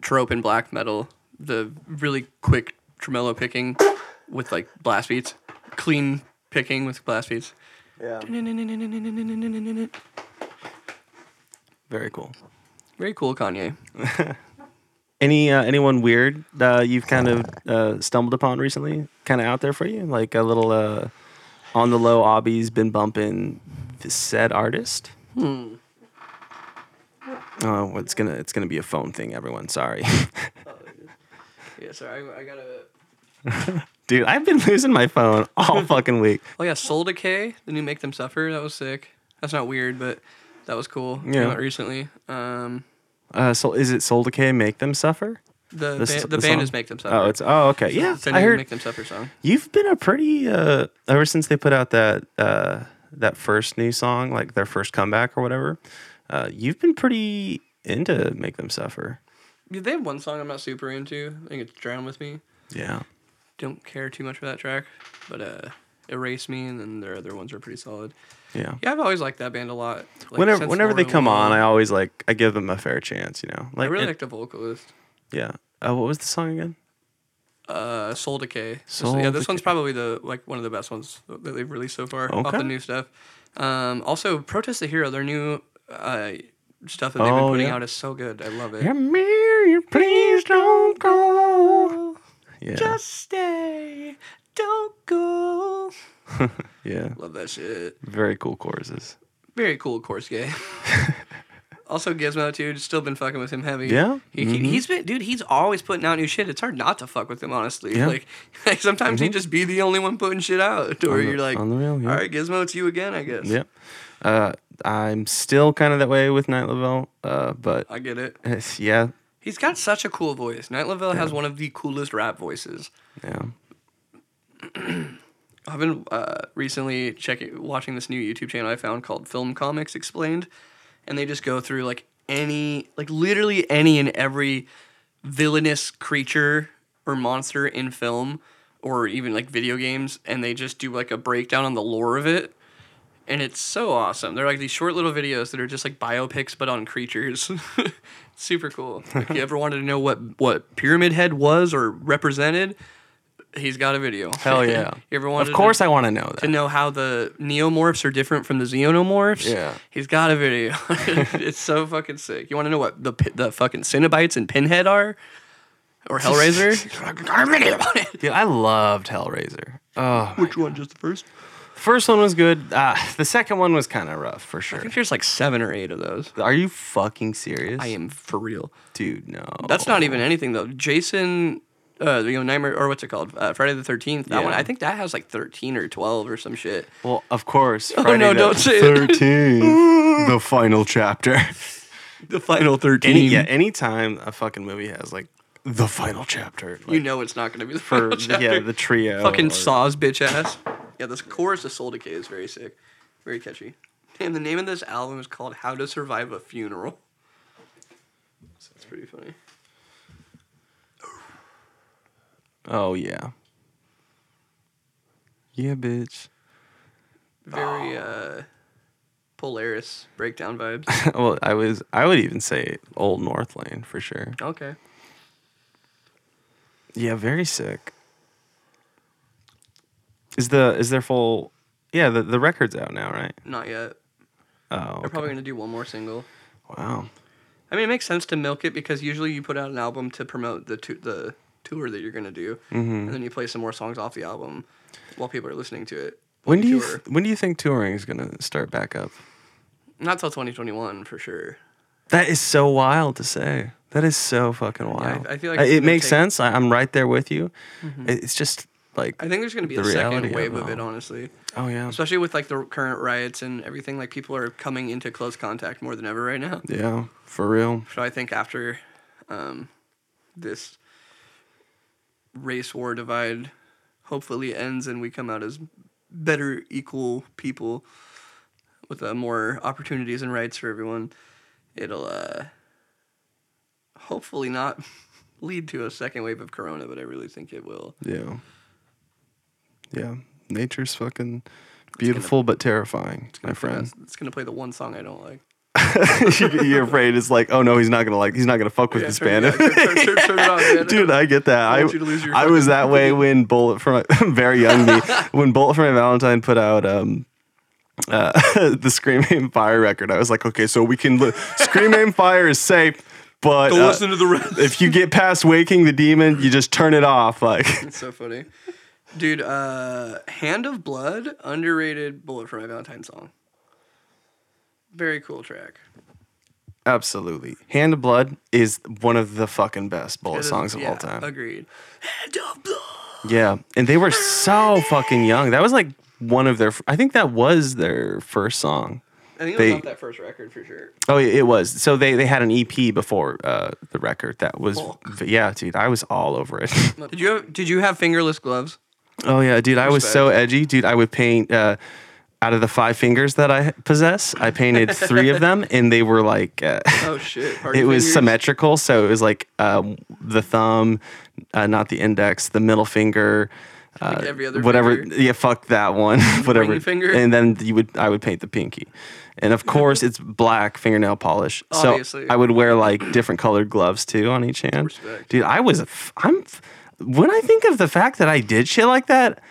[SPEAKER 3] trope in black metal. The really quick tremolo picking with like blast beats, clean picking with blast beats.
[SPEAKER 2] Yeah.
[SPEAKER 3] Very
[SPEAKER 2] Very cool.
[SPEAKER 3] cool, Kanye.
[SPEAKER 2] Any uh, anyone weird uh, you've kind of uh, stumbled upon recently? Kind of out there for you, like a little uh, on the low. Obby's been bumping the said artist. Hmm. Oh, it's gonna it's gonna be a phone thing, everyone. Sorry,
[SPEAKER 3] Yeah, sorry, I, I got a.
[SPEAKER 2] dude. I've been losing my phone all fucking week.
[SPEAKER 3] Oh yeah, Soul Decay, the new Make Them Suffer. That was sick. That's not weird, but that was cool.
[SPEAKER 2] Yeah.
[SPEAKER 3] Came out recently. Um,
[SPEAKER 2] Uh, so is it Soul Decay? Make them suffer.
[SPEAKER 3] the
[SPEAKER 2] This-
[SPEAKER 3] ba- the,
[SPEAKER 2] the
[SPEAKER 3] band
[SPEAKER 2] song?
[SPEAKER 3] is Make Them Suffer.
[SPEAKER 2] Oh, it's oh okay. Yeah,
[SPEAKER 3] It's a
[SPEAKER 2] I
[SPEAKER 3] new
[SPEAKER 2] heard
[SPEAKER 3] Make Them Suffer song.
[SPEAKER 2] You've been a pretty uh ever since they put out that uh that first new song, like their first comeback or whatever. Uh you've been pretty into make them suffer.
[SPEAKER 3] Yeah, they have one song I'm not super into. I think it's Drown with Me.
[SPEAKER 2] Yeah.
[SPEAKER 3] Don't care too much for that track, but uh, Erase Me and then their other ones are pretty solid.
[SPEAKER 2] Yeah.
[SPEAKER 3] Yeah, I've always liked that band a lot. Like,
[SPEAKER 2] whenever
[SPEAKER 3] since
[SPEAKER 2] whenever they
[SPEAKER 3] Lauren
[SPEAKER 2] come on,
[SPEAKER 3] Wall.
[SPEAKER 2] I always like I give them a fair chance, you know.
[SPEAKER 3] I
[SPEAKER 2] Like
[SPEAKER 3] really
[SPEAKER 2] it-
[SPEAKER 3] like the vocalist.
[SPEAKER 2] yeah. Uh, what was the song again?
[SPEAKER 3] Uh, Soul Decay. This-
[SPEAKER 2] Soul
[SPEAKER 3] yeah, this one's
[SPEAKER 2] Decay.
[SPEAKER 3] probably the like one of the best ones that they've released so far off
[SPEAKER 2] Okay.
[SPEAKER 3] the new stuff. Um, also, Protest the Hero, their new uh, stuff that they've been
[SPEAKER 2] Oh,
[SPEAKER 3] putting
[SPEAKER 2] yeah.
[SPEAKER 3] out is so good. I love it.
[SPEAKER 2] Yeah, Mary, please don't go. Yeah.
[SPEAKER 3] Just stay, don't go.
[SPEAKER 2] yeah.
[SPEAKER 3] Love that shit.
[SPEAKER 2] Very cool choruses.
[SPEAKER 3] Very cool, course gay. also, Gizmo dude, still been fucking with him heavy.
[SPEAKER 2] Yeah? Mm-hmm.
[SPEAKER 3] he, he- he's been dude. He's always putting out new shit. It's hard not to fuck with him, honestly.
[SPEAKER 2] Yeah. Mm-hmm.
[SPEAKER 3] Like, like, sometimes he'd just be the only one putting shit out, or
[SPEAKER 2] On the-
[SPEAKER 3] you're like,
[SPEAKER 2] on the real, yeah.
[SPEAKER 3] all right, Gizmo, it's you again, I guess.
[SPEAKER 2] Yep. Uh, I'm still kind of that way with Night Level, uh, but
[SPEAKER 3] I get it.
[SPEAKER 2] it's- yeah,
[SPEAKER 3] He's got such a cool voice. Night Lavelle has one of the coolest rap voices.
[SPEAKER 2] yeah.
[SPEAKER 3] I've been uh, recently checking, watching this new YouTube channel I found called Film Comics Explained, and they just go through like any, like literally any and every villainous creature or monster in film or even like video games, and they just do like a breakdown on the lore of it. And it's so awesome. They're like these short little videos that are just like biopics but on creatures. Super cool. If you ever wanted to know what what Pyramid Head was or represented, he's got a video.
[SPEAKER 2] Hell yeah.
[SPEAKER 3] you ever wanted
[SPEAKER 2] Of course,
[SPEAKER 3] to,
[SPEAKER 2] I want to know
[SPEAKER 3] to
[SPEAKER 2] that.
[SPEAKER 3] know how the neomorphs are different from the xenomorphs?
[SPEAKER 2] Yeah.
[SPEAKER 3] He's got a video. it's so fucking sick. You want to know what the pi- the fucking Cenobites and Pinhead are? Or Hellraiser?
[SPEAKER 2] Dude, I loved Hellraiser. Oh,
[SPEAKER 3] Which one? Just the first?
[SPEAKER 2] first one was good. Uh, the second one was kind of rough for
[SPEAKER 3] I
[SPEAKER 2] sure.
[SPEAKER 3] think there's like seven or eight of those.
[SPEAKER 2] Are you fucking serious?
[SPEAKER 3] I am for real.
[SPEAKER 2] dude. No,
[SPEAKER 3] That's not even anything though. Jason, uh, you know, Nightmare or what's it called? Uh, Friday the Thirteenth. That
[SPEAKER 2] Yeah.
[SPEAKER 3] one, I think that has like thirteen or twelve or some shit.
[SPEAKER 2] Well, of course. Oh
[SPEAKER 3] no, don't say it.
[SPEAKER 2] Thirteen, the final chapter.
[SPEAKER 3] The final thirteen.
[SPEAKER 2] Any, yeah, anytime a fucking movie has like the final chapter, like,
[SPEAKER 3] you know it's not going to be the
[SPEAKER 2] for
[SPEAKER 3] final chapter.
[SPEAKER 2] yeah the trio,
[SPEAKER 3] fucking
[SPEAKER 2] or-
[SPEAKER 3] saws bitch ass. Yeah, this chorus of Soul Decay is very sick, very catchy. And the name of this album is called "How to Survive a Funeral." So that's pretty funny.
[SPEAKER 2] Oh yeah, yeah, bitch.
[SPEAKER 3] Very uh, Polaris breakdown vibes.
[SPEAKER 2] well, I was. I would even say Old North Lane for sure.
[SPEAKER 3] okay.
[SPEAKER 2] Yeah, very sick. Is the is their full? Yeah, the, the record's out now, right?
[SPEAKER 3] Not yet.
[SPEAKER 2] Oh,
[SPEAKER 3] They're probably gonna do one more single.
[SPEAKER 2] wow.
[SPEAKER 3] I mean, it makes sense to milk it because usually you put out an album to promote the tu- the tour that you're gonna do,
[SPEAKER 2] Mm-hmm.
[SPEAKER 3] and then you play some more songs off the album while people are listening to it.
[SPEAKER 2] When do you
[SPEAKER 3] Tour.
[SPEAKER 2] th- when do you think touring is gonna start back up?
[SPEAKER 3] Not till 2021 for sure.
[SPEAKER 2] That is so wild to say. That is so fucking wild.
[SPEAKER 3] I feel like
[SPEAKER 2] Uh,
[SPEAKER 3] it's
[SPEAKER 2] it
[SPEAKER 3] gonna
[SPEAKER 2] makes
[SPEAKER 3] take- Mm-hmm.
[SPEAKER 2] sense. I, I'm right there with you. It- It's just like
[SPEAKER 3] I think there's gonna be
[SPEAKER 2] The
[SPEAKER 3] a second
[SPEAKER 2] reality of
[SPEAKER 3] wave
[SPEAKER 2] it
[SPEAKER 3] of it,
[SPEAKER 2] all.
[SPEAKER 3] honestly.
[SPEAKER 2] oh yeah,
[SPEAKER 3] Especially with like the current riots and everything, like people are coming into close contact more than ever right now.
[SPEAKER 2] yeah, for real.
[SPEAKER 3] So I think after um, this race war divide hopefully ends and we come out as better, equal people with uh, more opportunities and rights for everyone, it'll uh, hopefully not lead to a second wave of corona, but I really think it will.
[SPEAKER 2] Yeah, yeah. Nature's fucking beautiful but terrifying, my friend.
[SPEAKER 3] That's- It's going to play the one song I don't like.
[SPEAKER 2] You're afraid it's like, oh no, he's not gonna like, he's not gonna fuck with
[SPEAKER 3] Yeah,
[SPEAKER 2] this
[SPEAKER 3] turn-
[SPEAKER 2] band.
[SPEAKER 3] yeah, turn- turn- turn- turn it off, man.
[SPEAKER 2] Dude, I get that. I,
[SPEAKER 3] want you to lose your
[SPEAKER 2] I was that way when Bullet for My very young me when Bullet for My Valentine put out um uh, the Screaming Fire record. I was like, okay, so we can li- Screaming Fire is safe, but
[SPEAKER 3] Don't
[SPEAKER 2] uh,
[SPEAKER 3] listen to the rest.
[SPEAKER 2] if you get past Waking the Demon, you just turn it off. Like,
[SPEAKER 3] It's so funny. Dude, uh Hand of Blood, underrated Bullet for My Valentine song. Very cool track.
[SPEAKER 2] absolutely, Hand of Blood is one of the fucking best
[SPEAKER 3] It
[SPEAKER 2] Bullet
[SPEAKER 3] is-
[SPEAKER 2] songs of
[SPEAKER 3] yeah,
[SPEAKER 2] all time.
[SPEAKER 3] Agreed. Hand of Blood.
[SPEAKER 2] Yeah, and they were so fucking young. That was like one of their. f- I think that was their first song.
[SPEAKER 3] I think it was
[SPEAKER 2] They-
[SPEAKER 3] off that first record for sure.
[SPEAKER 2] Oh, it it was. So they they had an EP before uh, the record. That was
[SPEAKER 3] Fuck.
[SPEAKER 2] yeah, dude. I was all over it.
[SPEAKER 3] Did you have, did you have fingerless gloves?
[SPEAKER 2] oh yeah, dude. I was so edgy, dude. I would paint uh, out of the five fingers that I possess. I painted three of them, and they were like. Uh,
[SPEAKER 3] Oh shit.
[SPEAKER 2] It
[SPEAKER 3] party
[SPEAKER 2] was
[SPEAKER 3] fingers?
[SPEAKER 2] symmetrical, so it was like um, the thumb, uh, not the index, the middle finger, uh,
[SPEAKER 3] every other
[SPEAKER 2] whatever.
[SPEAKER 3] finger?
[SPEAKER 2] Yeah, fuck that one, whatever.
[SPEAKER 3] Ring finger?
[SPEAKER 2] And then you would, I would paint the pinky, and of course it's black fingernail polish.
[SPEAKER 3] Obviously.
[SPEAKER 2] So I would wear like different colored gloves too on each hand.
[SPEAKER 3] Respect.
[SPEAKER 2] Dude, I was, f- I'm, f- when I think of the fact that I did shit like that,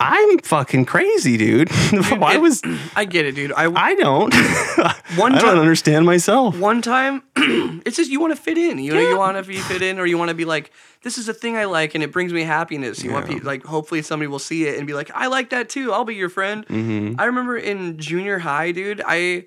[SPEAKER 2] I'm fucking crazy, dude. Why
[SPEAKER 3] It-
[SPEAKER 2] was
[SPEAKER 3] I get it, dude. I,
[SPEAKER 2] I don't?
[SPEAKER 3] One
[SPEAKER 2] I
[SPEAKER 3] time-
[SPEAKER 2] don't understand myself.
[SPEAKER 3] one time it's just you want to fit in you know you want to be fit in or you want to be like this is a thing i like and it brings me happiness you want
[SPEAKER 2] Yeah.
[SPEAKER 3] people like hopefully somebody will see it and be like i like that too i'll be your friend i remember in junior high dude i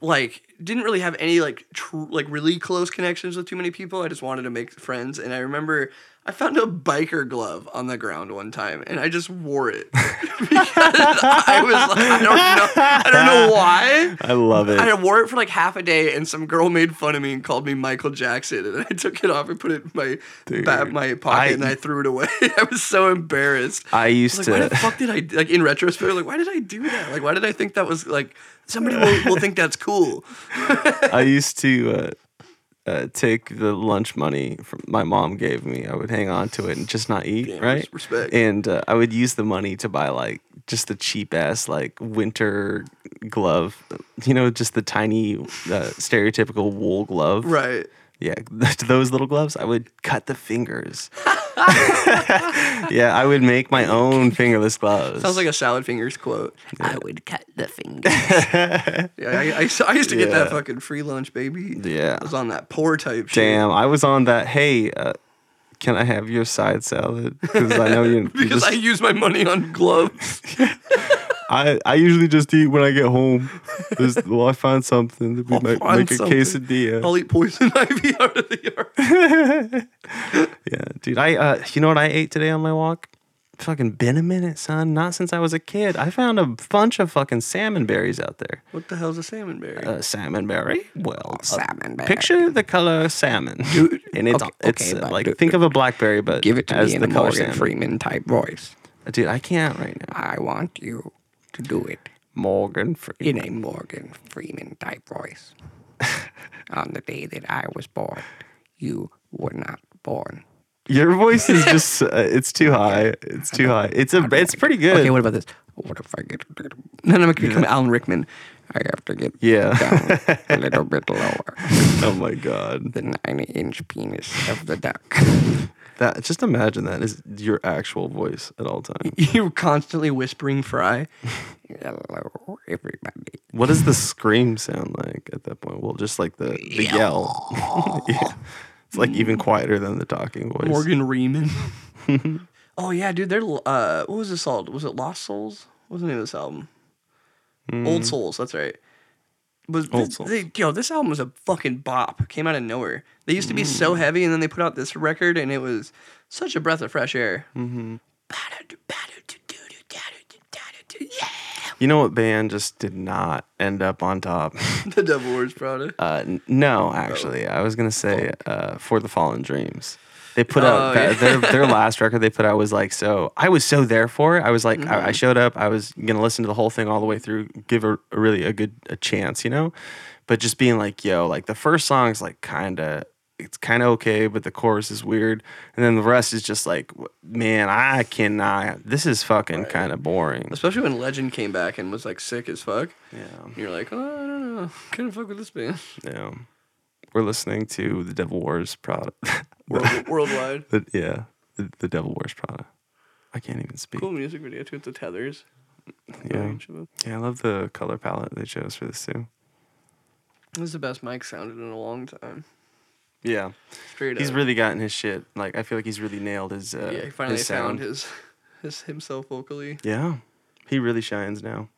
[SPEAKER 3] like didn't really have any like tr- like really close connections with too many people. I just wanted to make friends, and I remember I found a biker glove on the ground one time, and I just wore it because I was like, I don't know, I don't know why.
[SPEAKER 2] I love it.
[SPEAKER 3] I wore it for like half a day, and some girl made fun of me and called me Michael Jackson. And I took it off and put it in my
[SPEAKER 2] Dude,
[SPEAKER 3] ba- my pocket,
[SPEAKER 2] I-
[SPEAKER 3] and I threw it away. I was so embarrassed. I
[SPEAKER 2] I used
[SPEAKER 3] was
[SPEAKER 2] to.
[SPEAKER 3] like, why the fuck did I like in retrospect? Like, why did I do that? Like, why did I think that was like somebody will, will think that's cool?
[SPEAKER 2] I used to uh, uh, take the lunch money from my mom gave me. I would hang on to it and just not eat,
[SPEAKER 3] Damn,
[SPEAKER 2] right?
[SPEAKER 3] res- respect.
[SPEAKER 2] And uh, I would use the money to buy like just the cheap ass like winter glove, you know, just the tiny uh, stereotypical wool glove.
[SPEAKER 3] Right.
[SPEAKER 2] Yeah, those little gloves. I would cut the fingers. yeah, I would make my own fingerless gloves.
[SPEAKER 3] Sounds like a salad fingers quote. I would cut the fingers. yeah, I, I, used- I used to get that
[SPEAKER 2] Yeah.
[SPEAKER 3] fucking free lunch, baby.
[SPEAKER 2] Yeah.
[SPEAKER 3] I was on that poor type shit.
[SPEAKER 2] Damn, I was on that. Hey, uh, can I have your side salad? Because I know you. you
[SPEAKER 3] Because
[SPEAKER 2] just-
[SPEAKER 3] I use my money on gloves.
[SPEAKER 2] I, I usually just eat when I get home. There's, well, I find something that we
[SPEAKER 3] I'll
[SPEAKER 2] might
[SPEAKER 3] find
[SPEAKER 2] make a
[SPEAKER 3] something.
[SPEAKER 2] quesadilla.
[SPEAKER 3] I'll eat poison ivy out of the yard.
[SPEAKER 2] yeah, dude. I uh, you know what I ate today on my walk? Fucking been a minute, son. Not since I was a kid. I found a bunch of fucking salmon berries out there.
[SPEAKER 3] What the hell's a salmon berry?
[SPEAKER 2] Uh, salmon berry. Well, uh,
[SPEAKER 4] Salmon berry.
[SPEAKER 2] Picture the color salmon, and it's
[SPEAKER 4] okay,
[SPEAKER 2] it's
[SPEAKER 4] okay,
[SPEAKER 2] uh,
[SPEAKER 4] but
[SPEAKER 2] like
[SPEAKER 4] do-
[SPEAKER 2] think of a blackberry, but
[SPEAKER 4] Give it to
[SPEAKER 2] as
[SPEAKER 4] me in
[SPEAKER 2] the
[SPEAKER 4] a
[SPEAKER 2] color
[SPEAKER 4] Morgan
[SPEAKER 2] salmon.
[SPEAKER 4] Freeman type voice.
[SPEAKER 2] Dude, I can't right now.
[SPEAKER 4] I want you to do it
[SPEAKER 2] Morgan Freeman.
[SPEAKER 4] in a Morgan Freeman type voice. On the day that I was born, you were not born.
[SPEAKER 2] Your voice is just uh, it's too high. It's too high. It's a it's pretty good.
[SPEAKER 4] Okay, what about this? What if I get a little,
[SPEAKER 3] Then I'm gonna become Alan Rickman.
[SPEAKER 4] I have to get
[SPEAKER 2] Yeah.
[SPEAKER 4] down a little bit lower.
[SPEAKER 2] oh my god.
[SPEAKER 4] The nine inch penis of the duck.
[SPEAKER 2] That just imagine that is your actual voice at all times.
[SPEAKER 3] You constantly whispering fry.
[SPEAKER 4] Hello, everybody.
[SPEAKER 2] What does the scream sound like at that point? Well, just like the the yell. yeah. It's like even quieter than the talking voice.
[SPEAKER 3] Morgan Reeman. oh yeah, dude. They're uh, what was this album? Was it Lost Souls? What was the name of this album? Old Souls. That's right. Was
[SPEAKER 2] Hmm. Old
[SPEAKER 3] this-
[SPEAKER 2] Souls.
[SPEAKER 3] They, yo, this album was a fucking bop. Came out of nowhere. They used to
[SPEAKER 2] Hmm.
[SPEAKER 3] be so heavy, and then they put out this record, and it was such a breath of fresh air.
[SPEAKER 2] Mm-hmm. You know what band just did not end up on top?
[SPEAKER 3] the Devil Wears Prada.
[SPEAKER 2] Uh, n- no, actually, I was gonna say uh, for the fallen dreams. They put out
[SPEAKER 3] Oh,
[SPEAKER 2] that, their their last record. They put out was like so. I was so there for it. I was like, I, I showed up. I was gonna listen to the whole thing all the way through. Give a, a really a good a chance, you know. But just being like, yo, like the first song is like kind of. It's kind of okay, but the chorus is weird, and then the rest is just like, w- man, I cannot. This is fucking kind of boring.
[SPEAKER 3] Especially when Legend came back and was like sick as fuck.
[SPEAKER 2] Yeah,
[SPEAKER 3] And you're like, oh, I don't know. Couldn't fuck with this band.
[SPEAKER 2] yeah. We're listening to the Devil Wars product.
[SPEAKER 3] World, worldwide.
[SPEAKER 2] The, yeah, the, the Devil Wears Prada. I can't even speak.
[SPEAKER 3] Cool music video too with the tethers.
[SPEAKER 2] Yeah. yeah, I love the color palette they chose for this too.
[SPEAKER 3] This is the best Mike sounded in a long time.
[SPEAKER 2] Yeah,
[SPEAKER 3] Straight
[SPEAKER 2] he's
[SPEAKER 3] up.
[SPEAKER 2] really gotten his shit. Like I feel like he's really nailed his. Uh,
[SPEAKER 3] yeah, he finally
[SPEAKER 2] his
[SPEAKER 3] found
[SPEAKER 2] sound.
[SPEAKER 3] his, his himself vocally.
[SPEAKER 2] Yeah, he really shines now.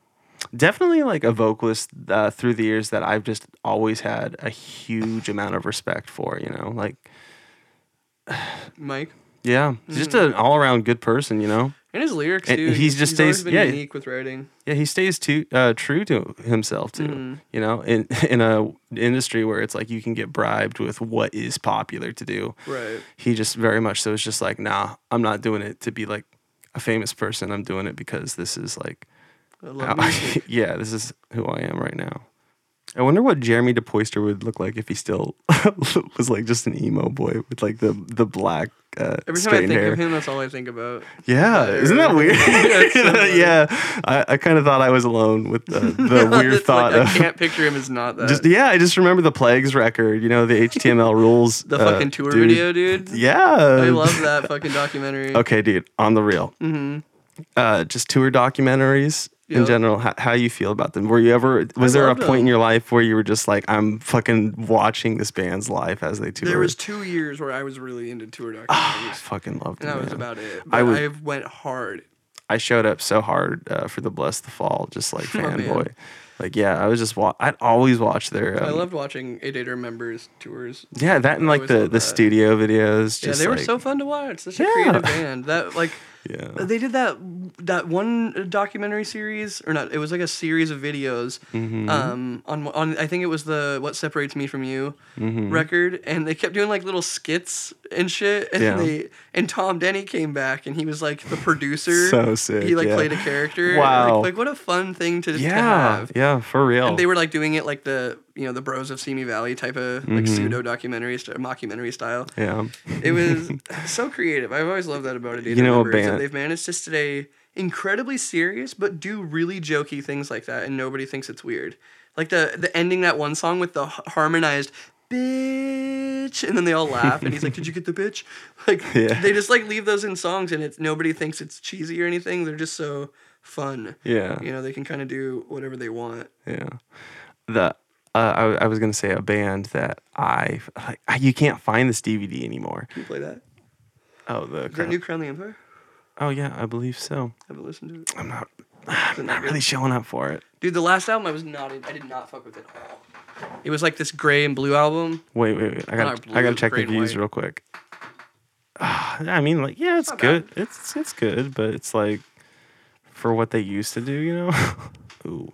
[SPEAKER 2] Definitely like a vocalist uh, through the years that I've just always had a huge amount of respect for. You know, like
[SPEAKER 3] Mike.
[SPEAKER 2] yeah, just
[SPEAKER 3] Mm.
[SPEAKER 2] an all around good person. You know,
[SPEAKER 3] And his lyrics
[SPEAKER 2] And
[SPEAKER 3] too.
[SPEAKER 2] he's just
[SPEAKER 3] always
[SPEAKER 2] stays-
[SPEAKER 3] been
[SPEAKER 2] yeah.
[SPEAKER 3] unique with writing.
[SPEAKER 2] Yeah, he stays too uh, true to himself too.
[SPEAKER 3] Mm.
[SPEAKER 2] You know, in in a industry where it's like you can get bribed with what is popular to do.
[SPEAKER 3] Right.
[SPEAKER 2] He just very much so is just like, nah, I'm not doing it to be like a famous person. I'm doing it because this is like,
[SPEAKER 3] I
[SPEAKER 2] how-
[SPEAKER 3] love music.
[SPEAKER 2] yeah, this is who I am right now. I wonder what Jeremy DePoyster would look like if he still was like just an emo boy with like the the black uh,
[SPEAKER 3] Every time I
[SPEAKER 2] straightened
[SPEAKER 3] think
[SPEAKER 2] hair.
[SPEAKER 3] of him, that's all I think about.
[SPEAKER 2] Yeah, isn't that weird? yeah, I, I kind of thought I was alone with the, the weird
[SPEAKER 3] It's
[SPEAKER 2] thought
[SPEAKER 3] Like, I
[SPEAKER 2] of
[SPEAKER 3] can't picture him as not that.
[SPEAKER 2] just yeah. I just remember the plagues record, you know, the HTML rules,
[SPEAKER 3] the
[SPEAKER 2] uh,
[SPEAKER 3] fucking tour
[SPEAKER 2] dude.
[SPEAKER 3] video, dude.
[SPEAKER 2] Yeah,
[SPEAKER 3] I love that fucking documentary.
[SPEAKER 2] Okay, dude, on the real, uh, just tour documentaries in
[SPEAKER 3] Yep.
[SPEAKER 2] general. How, how you feel about them? Were you ever? Was
[SPEAKER 3] I
[SPEAKER 2] there a
[SPEAKER 3] loved
[SPEAKER 2] point in
[SPEAKER 3] them.
[SPEAKER 2] your life where you were just like, I'm fucking watching this band's life as they tour?
[SPEAKER 3] There was two years where I was really into tour
[SPEAKER 2] I
[SPEAKER 3] documentaries,
[SPEAKER 2] fucking loved it.
[SPEAKER 3] and that was
[SPEAKER 2] Ah, man.
[SPEAKER 3] about it.
[SPEAKER 2] I
[SPEAKER 3] I,
[SPEAKER 2] was-
[SPEAKER 3] I went hard.
[SPEAKER 2] I showed up so hard uh, for the Bless the Fall, just like
[SPEAKER 3] Oh, man.
[SPEAKER 2] fanboy. Like yeah, I was just wa- I'd always watch their.
[SPEAKER 3] I
[SPEAKER 2] um,
[SPEAKER 3] loved watching Eight Dater members tours.
[SPEAKER 2] yeah, that and
[SPEAKER 3] I
[SPEAKER 2] like
[SPEAKER 3] always
[SPEAKER 2] the
[SPEAKER 3] loved
[SPEAKER 2] the
[SPEAKER 3] that.
[SPEAKER 2] studio videos.
[SPEAKER 3] Yeah,
[SPEAKER 2] Just
[SPEAKER 3] they were
[SPEAKER 2] like-
[SPEAKER 3] so fun to watch. Such
[SPEAKER 2] Yeah.
[SPEAKER 3] a creative band. That like
[SPEAKER 2] Yeah.
[SPEAKER 3] they did that that one uh, documentary series or not? It was like a series of videos.
[SPEAKER 2] Mm-hmm.
[SPEAKER 3] Um, on on I think it was the "What Separates Me from You"
[SPEAKER 2] Mm-hmm.
[SPEAKER 3] record, and they kept doing like little skits and shit. And
[SPEAKER 2] Yeah.
[SPEAKER 3] they and Tom Denny came back, and he was like the producer.
[SPEAKER 2] So sick,
[SPEAKER 3] He like
[SPEAKER 2] yeah.
[SPEAKER 3] played a character.
[SPEAKER 2] Wow.
[SPEAKER 3] Like, like, what a fun thing to, to
[SPEAKER 2] Yeah,
[SPEAKER 3] have.
[SPEAKER 2] yeah, for real.
[SPEAKER 3] And they were like doing it like the you know the Bros of Simi Valley type of like
[SPEAKER 2] Mm-hmm.
[SPEAKER 3] pseudo documentary st- mockumentary style.
[SPEAKER 2] yeah,
[SPEAKER 3] It was so creative. I've always loved that about it.
[SPEAKER 2] You know, a
[SPEAKER 3] that
[SPEAKER 2] band-
[SPEAKER 3] they've managed to stay incredibly serious, but do really jokey things like that, and nobody thinks it's weird. Like the the ending that one song with the h- harmonized bitch, and then they all laugh, and he's like, "Did you get the bitch?" Like
[SPEAKER 2] Yeah.
[SPEAKER 3] they just like leave those in songs, and it's nobody thinks it's cheesy or anything. They're just so fun.
[SPEAKER 2] yeah,
[SPEAKER 3] You know, they can kind of do whatever they want.
[SPEAKER 2] yeah. The uh, I, I was gonna say a band that I, I you can't find this DVD anymore.
[SPEAKER 3] Can you play that?
[SPEAKER 2] Oh, the
[SPEAKER 3] Is that
[SPEAKER 2] crown.
[SPEAKER 3] New Crown the Empire?
[SPEAKER 2] oh yeah, I believe so.
[SPEAKER 3] Haven't listened to it.
[SPEAKER 2] I'm not
[SPEAKER 3] Is it not
[SPEAKER 2] not
[SPEAKER 3] good?
[SPEAKER 2] really showing up for it.
[SPEAKER 3] Dude, the last album I was not. in- I did not fuck with it at all. It was like this gray and blue album.
[SPEAKER 2] Wait, wait, wait. I got
[SPEAKER 3] Not
[SPEAKER 2] I
[SPEAKER 3] blue,
[SPEAKER 2] gotta check
[SPEAKER 3] green
[SPEAKER 2] the
[SPEAKER 3] and
[SPEAKER 2] views
[SPEAKER 3] white.
[SPEAKER 2] real quick. Ah, I mean, like yeah, it's
[SPEAKER 3] Not bad.
[SPEAKER 2] good. It's it's good, but it's like for what they used to do, you know. Ooh.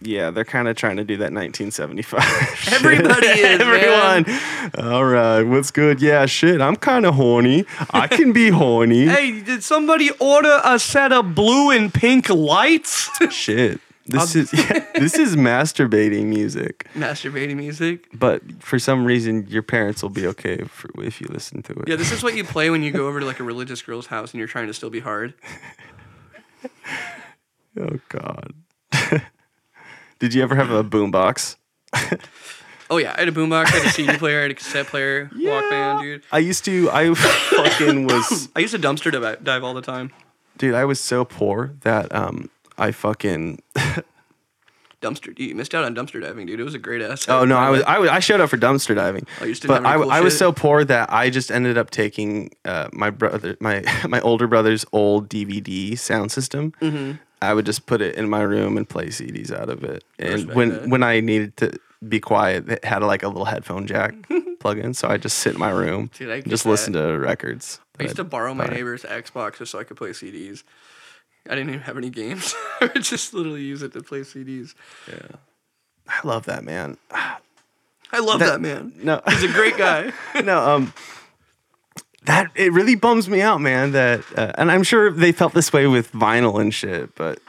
[SPEAKER 2] Yeah, they're kind of trying to do that 1975. shit.
[SPEAKER 3] Everybody is,
[SPEAKER 2] Everyone. All right, what's good? Yeah, shit. I'm kind of horny. I can be horny.
[SPEAKER 3] Hey, did somebody order a set of blue and pink lights?
[SPEAKER 2] Shit. This is yeah, this is masturbating music.
[SPEAKER 3] Masturbating music.
[SPEAKER 2] But for some reason, your parents will be okay if, if you listen to it.
[SPEAKER 3] Yeah, this is what you play when you go over to like a religious girl's house and you're trying to still be hard.
[SPEAKER 2] Oh God. Did you ever have a boombox?
[SPEAKER 3] Oh yeah, I had a boombox, I had a CD player, I had a cassette player, Walkman, dude.
[SPEAKER 2] I used to. I fucking was,
[SPEAKER 3] I used to dumpster dive, dive all the time.
[SPEAKER 2] dude. I was so poor that um, I fucking.
[SPEAKER 3] Dumpster, you missed out on dumpster diving, dude. It was a great ass.
[SPEAKER 2] Oh no, I was. I was. I showed up for dumpster diving.
[SPEAKER 3] Oh, you just didn't
[SPEAKER 2] but
[SPEAKER 3] have any
[SPEAKER 2] I,
[SPEAKER 3] cool
[SPEAKER 2] I was
[SPEAKER 3] shit?
[SPEAKER 2] so poor that I just ended up taking uh, my brother, my my older brother's old DVD sound system.
[SPEAKER 3] Mm-hmm.
[SPEAKER 2] I would just put it in my room and play CDs out of it. And
[SPEAKER 3] Respect
[SPEAKER 2] when
[SPEAKER 3] that.
[SPEAKER 2] when I needed to be quiet, it had like a little headphone jack plug in, so I just sit in my room,
[SPEAKER 3] Dude, I
[SPEAKER 2] and
[SPEAKER 3] get
[SPEAKER 2] just
[SPEAKER 3] that.
[SPEAKER 2] listen to records.
[SPEAKER 3] I used to borrow my
[SPEAKER 2] Alright.
[SPEAKER 3] neighbor's Xbox just so I could play CDs. I didn't even have any games. I would just literally use it to play CDs.
[SPEAKER 2] I love that man.
[SPEAKER 3] I love
[SPEAKER 2] That-
[SPEAKER 3] that, man.
[SPEAKER 2] No,
[SPEAKER 3] He's a great guy.
[SPEAKER 2] no, um, that it really bums me out, man. That uh, and I'm sure they felt this way with vinyl and shit, but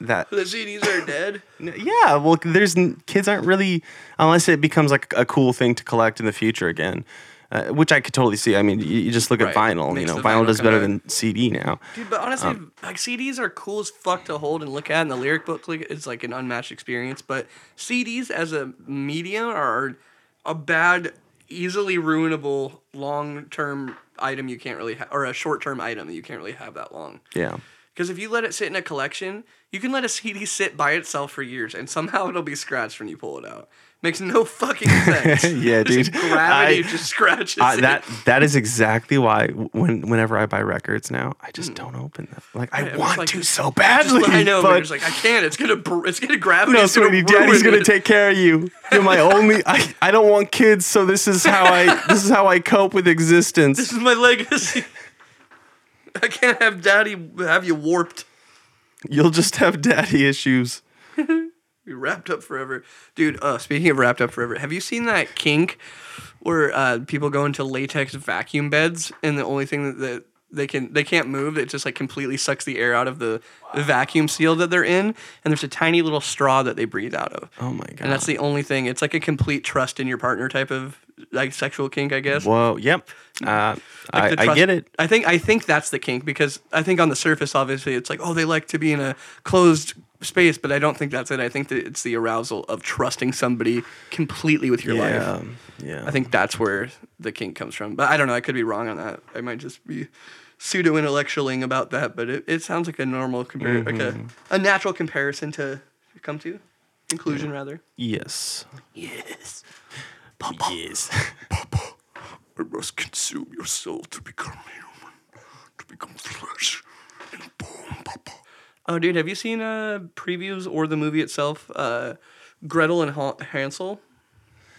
[SPEAKER 2] that
[SPEAKER 3] the CDs are dead.
[SPEAKER 2] yeah, well, there's n- kids aren't really unless it becomes like a cool thing to collect in the future again. Uh, which I could totally see. I mean, you, you just look at
[SPEAKER 3] Right.
[SPEAKER 2] vinyl. You
[SPEAKER 3] Makes
[SPEAKER 2] know,
[SPEAKER 3] the
[SPEAKER 2] vinyl
[SPEAKER 3] vinyl
[SPEAKER 2] does better
[SPEAKER 3] come
[SPEAKER 2] than CD now.
[SPEAKER 3] Dude, but honestly,
[SPEAKER 2] Um.
[SPEAKER 3] like CDs are cool as fuck to hold and look at, and the lyric book like, is like an unmatched experience. But CDs as a medium are a bad, easily ruinable long term item you can't really ha- or a short term item that you can't really have that long.
[SPEAKER 2] Yeah,
[SPEAKER 3] Because if you let it sit in a collection, you can let a CD sit by itself for years, and somehow it'll be scratched when you pull it out. Makes no fucking sense.
[SPEAKER 2] Yeah,
[SPEAKER 3] Just
[SPEAKER 2] dude.
[SPEAKER 3] Gravity
[SPEAKER 2] I-
[SPEAKER 3] just scratches
[SPEAKER 2] I,
[SPEAKER 3] it.
[SPEAKER 2] Uh, that that is exactly why when whenever I buy records now, I
[SPEAKER 3] Hmm.
[SPEAKER 2] just don't open them. Like I,
[SPEAKER 3] it's
[SPEAKER 2] want
[SPEAKER 3] like-
[SPEAKER 2] to so
[SPEAKER 3] Just
[SPEAKER 2] badly.
[SPEAKER 3] let- I know, but
[SPEAKER 2] but
[SPEAKER 3] it's like I can't. It's gonna. br- It's gonna gravity.
[SPEAKER 2] No,
[SPEAKER 3] it's gonna
[SPEAKER 2] sweetie,
[SPEAKER 3] ruin
[SPEAKER 2] daddy's gonna
[SPEAKER 3] it.
[SPEAKER 2] take care of you. You're my only. I, I don't want kids, so this is how I this is how I cope with
[SPEAKER 3] This
[SPEAKER 2] existence.
[SPEAKER 3] is my legacy. I can't have daddy have you warped.
[SPEAKER 2] You'll just have daddy issues.
[SPEAKER 3] You're wrapped up forever, dude. Uh, speaking of wrapped up forever, have you seen that kink where uh, people go into latex vacuum beds and the only thing that, that they can they can't move it just like completely sucks the air out of the vacuum seal that they're in and there's a tiny little straw that they breathe out of.
[SPEAKER 2] Oh my god.
[SPEAKER 3] And that's the only thing. It's like a complete trust in your partner type of like sexual kink, I guess.
[SPEAKER 2] Whoa. Yep. Uh, I,
[SPEAKER 3] the
[SPEAKER 2] I
[SPEAKER 3] trust-
[SPEAKER 2] get it.
[SPEAKER 3] I think I think that's the kink because I think on the surface, obviously, it's like, oh, they like to be in a closed space, but I don't think that's it. I think that it's the arousal of trusting somebody completely with your
[SPEAKER 2] Yeah.
[SPEAKER 3] life.
[SPEAKER 2] Yeah.
[SPEAKER 3] I think that's where the kink comes from. But I don't know. I could be wrong on that. I might just be pseudo intellectualing about that. But it, it sounds like a normal, compar- like a,
[SPEAKER 2] Mm-hmm.
[SPEAKER 3] a natural comparison to come to conclusion rather.
[SPEAKER 2] Yes.
[SPEAKER 3] Yes.
[SPEAKER 2] Yes.
[SPEAKER 3] I must consume your soul to become human, to become flesh and bone, Papa. Oh, dude, have you seen uh, previews or the movie itself? Uh, Gretel and Han- Hansel.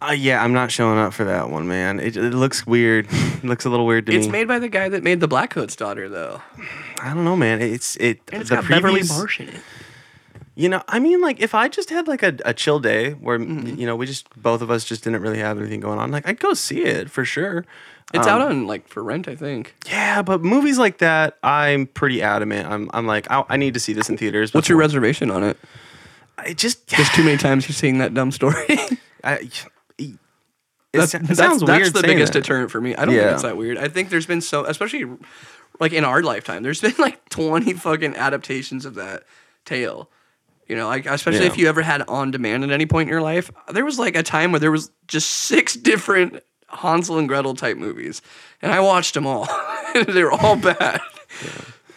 [SPEAKER 2] Uh, yeah, I'm not showing up for that one, man. It, it looks weird. it looks a little weird to
[SPEAKER 3] It's
[SPEAKER 2] me.
[SPEAKER 3] made by the guy that made the Black Hood's daughter, though,
[SPEAKER 2] I don't know, man. It's it.
[SPEAKER 3] and it's
[SPEAKER 2] the
[SPEAKER 3] got Beverly
[SPEAKER 2] previews-
[SPEAKER 3] Marsh in it.
[SPEAKER 2] You know, I mean, like if I just had like a, a chill day where
[SPEAKER 3] Mm-hmm.
[SPEAKER 2] you know we just both of us just didn't really have anything going on, like I'd go see it for sure.
[SPEAKER 3] It's
[SPEAKER 2] Um,
[SPEAKER 3] out on like for rent, I think.
[SPEAKER 2] Yeah, but movies like that, I'm pretty adamant. I'm I'm like I, I need to see this in theaters.
[SPEAKER 3] What's your reservation on it?
[SPEAKER 2] before- I just
[SPEAKER 3] There's too many times you're seeing that dumb story. That's-
[SPEAKER 2] I, it,
[SPEAKER 3] that's,
[SPEAKER 2] sou- it
[SPEAKER 3] that's,
[SPEAKER 2] sounds weird.
[SPEAKER 3] the
[SPEAKER 2] saying
[SPEAKER 3] biggest
[SPEAKER 2] that.
[SPEAKER 3] deterrent for me. I don't
[SPEAKER 2] Yeah.
[SPEAKER 3] think it's that weird. I think there's been so, especially like in our lifetime, there's been like 20 fucking adaptations of that tale. You know, like especially
[SPEAKER 2] Yeah.
[SPEAKER 3] if you ever had on demand at any point in your life, there was like a time where there was just six different Hansel and Gretel type movies, and I watched them all. they were all bad.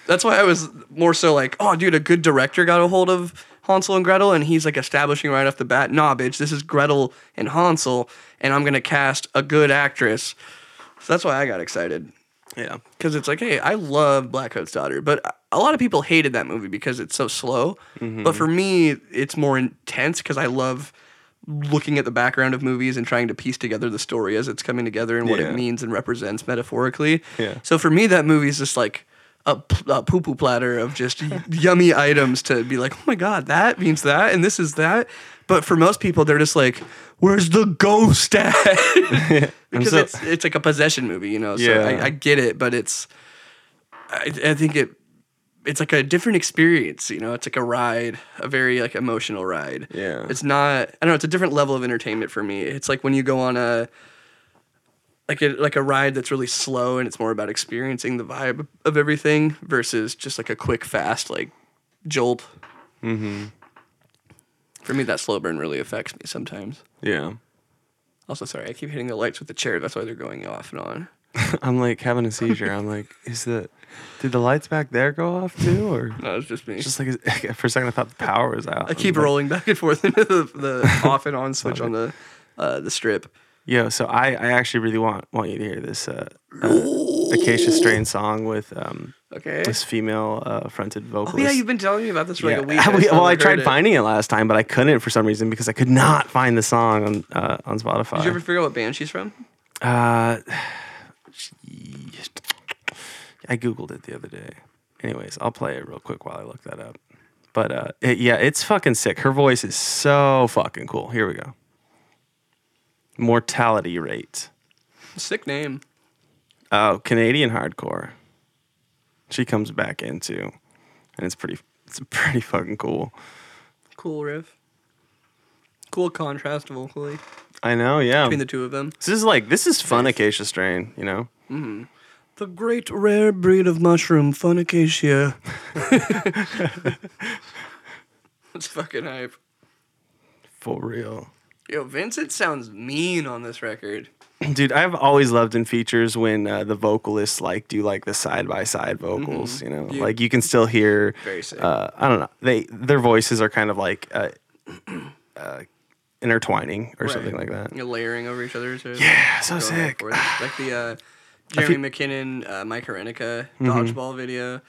[SPEAKER 3] That's why I was more so like, oh, dude, a good director got a hold of Hansel and Gretel, and he's like establishing right off the bat, nah, bitch, this is Gretel and Hansel, and I'm gonna cast a good actress. So that's why I got excited
[SPEAKER 2] Yeah,
[SPEAKER 3] because it's like, hey, I love Black Hood's Daughter, but a lot of people hated that movie because it's so slow.
[SPEAKER 2] Mm-hmm.
[SPEAKER 3] But for me, it's more intense because I love looking at the background of movies and trying to piece together the story as it's coming together and what
[SPEAKER 2] Yeah.
[SPEAKER 3] it means and represents metaphorically.
[SPEAKER 2] Yeah.
[SPEAKER 3] So for me, that movie is just like a, p- a poo poo platter of just yummy items to be like, oh my God, that means that and this is that. But for most people, they're just like, where's the ghost at? because
[SPEAKER 2] so-
[SPEAKER 3] it's, it's like a possession movie, you know? So
[SPEAKER 2] Yeah.
[SPEAKER 3] I, I get it, but it's. I, I think it it's like a different experience you know it's like a ride a very like emotional ride
[SPEAKER 2] Yeah.
[SPEAKER 3] it's not i don't know it's a different level of entertainment for me it's like when you go on a like a like a ride that's really slow and it's more about experiencing the vibe of everything versus just like a quick fast like jolt mm-hmm. for me that slow burn really affects me sometimes
[SPEAKER 2] yeah.
[SPEAKER 3] also sorry i keep hitting the lights with the chair that's why they're going off and on
[SPEAKER 2] I'm like having a seizure. I'm like, is the did the lights back there go off too, or
[SPEAKER 3] no it's just me
[SPEAKER 2] just like is- for a second I thought the power was out.
[SPEAKER 3] I keep
[SPEAKER 2] I'm like,
[SPEAKER 3] rolling back and forth into the, the off and on switch on the uh, the strip.
[SPEAKER 2] Yo, so I, I actually really want want you to hear this uh, uh, Acacia Strain song with um
[SPEAKER 3] Okay.
[SPEAKER 2] this female uh, fronted vocalist.
[SPEAKER 3] Oh, yeah, you've been telling me about this for like a week.
[SPEAKER 2] We-
[SPEAKER 3] just
[SPEAKER 2] well, I
[SPEAKER 3] haven't heard
[SPEAKER 2] tried
[SPEAKER 3] it.
[SPEAKER 2] finding it last time, but I couldn't for some reason because I could not find the song on uh, on Spotify.
[SPEAKER 3] Did you ever figure out what band she's from?
[SPEAKER 2] uh, I googled it the other day. Anyways, I'll play it real quick while I look that up. But uh, it, yeah, it's fucking sick. Her voice is so fucking cool. Here we go. Mortality rate.
[SPEAKER 3] Sick name.
[SPEAKER 2] Oh, Canadian hardcore. She comes back into, and it's pretty. It's pretty fucking cool.
[SPEAKER 3] Cool riff. Cool contrast vocally
[SPEAKER 2] I know. Yeah.
[SPEAKER 3] between the two of them.
[SPEAKER 2] This is like this is fun acacia strain, you know.
[SPEAKER 3] The great rare breed of mushroom, Funcasia. That's fucking hype.
[SPEAKER 2] For real,
[SPEAKER 3] Yo, Vincent sounds mean on this record.
[SPEAKER 2] dude. I've always loved in features when uh, the vocalists like do like the side by side vocals. You know,
[SPEAKER 3] Mm-hmm. You-
[SPEAKER 2] like you can still hear.
[SPEAKER 3] Very sick.
[SPEAKER 2] Uh, I don't know. They their voices are kind of like uh, uh, intertwining or something like
[SPEAKER 3] Right.
[SPEAKER 2] that.
[SPEAKER 3] You know, layering over each other. So
[SPEAKER 2] Yeah, so
[SPEAKER 3] going back
[SPEAKER 2] sick.
[SPEAKER 3] and forth. like the uh, Jeremy McKinnon, uh, Mike Herenica
[SPEAKER 2] Mm-hmm.
[SPEAKER 3] dodgeball video.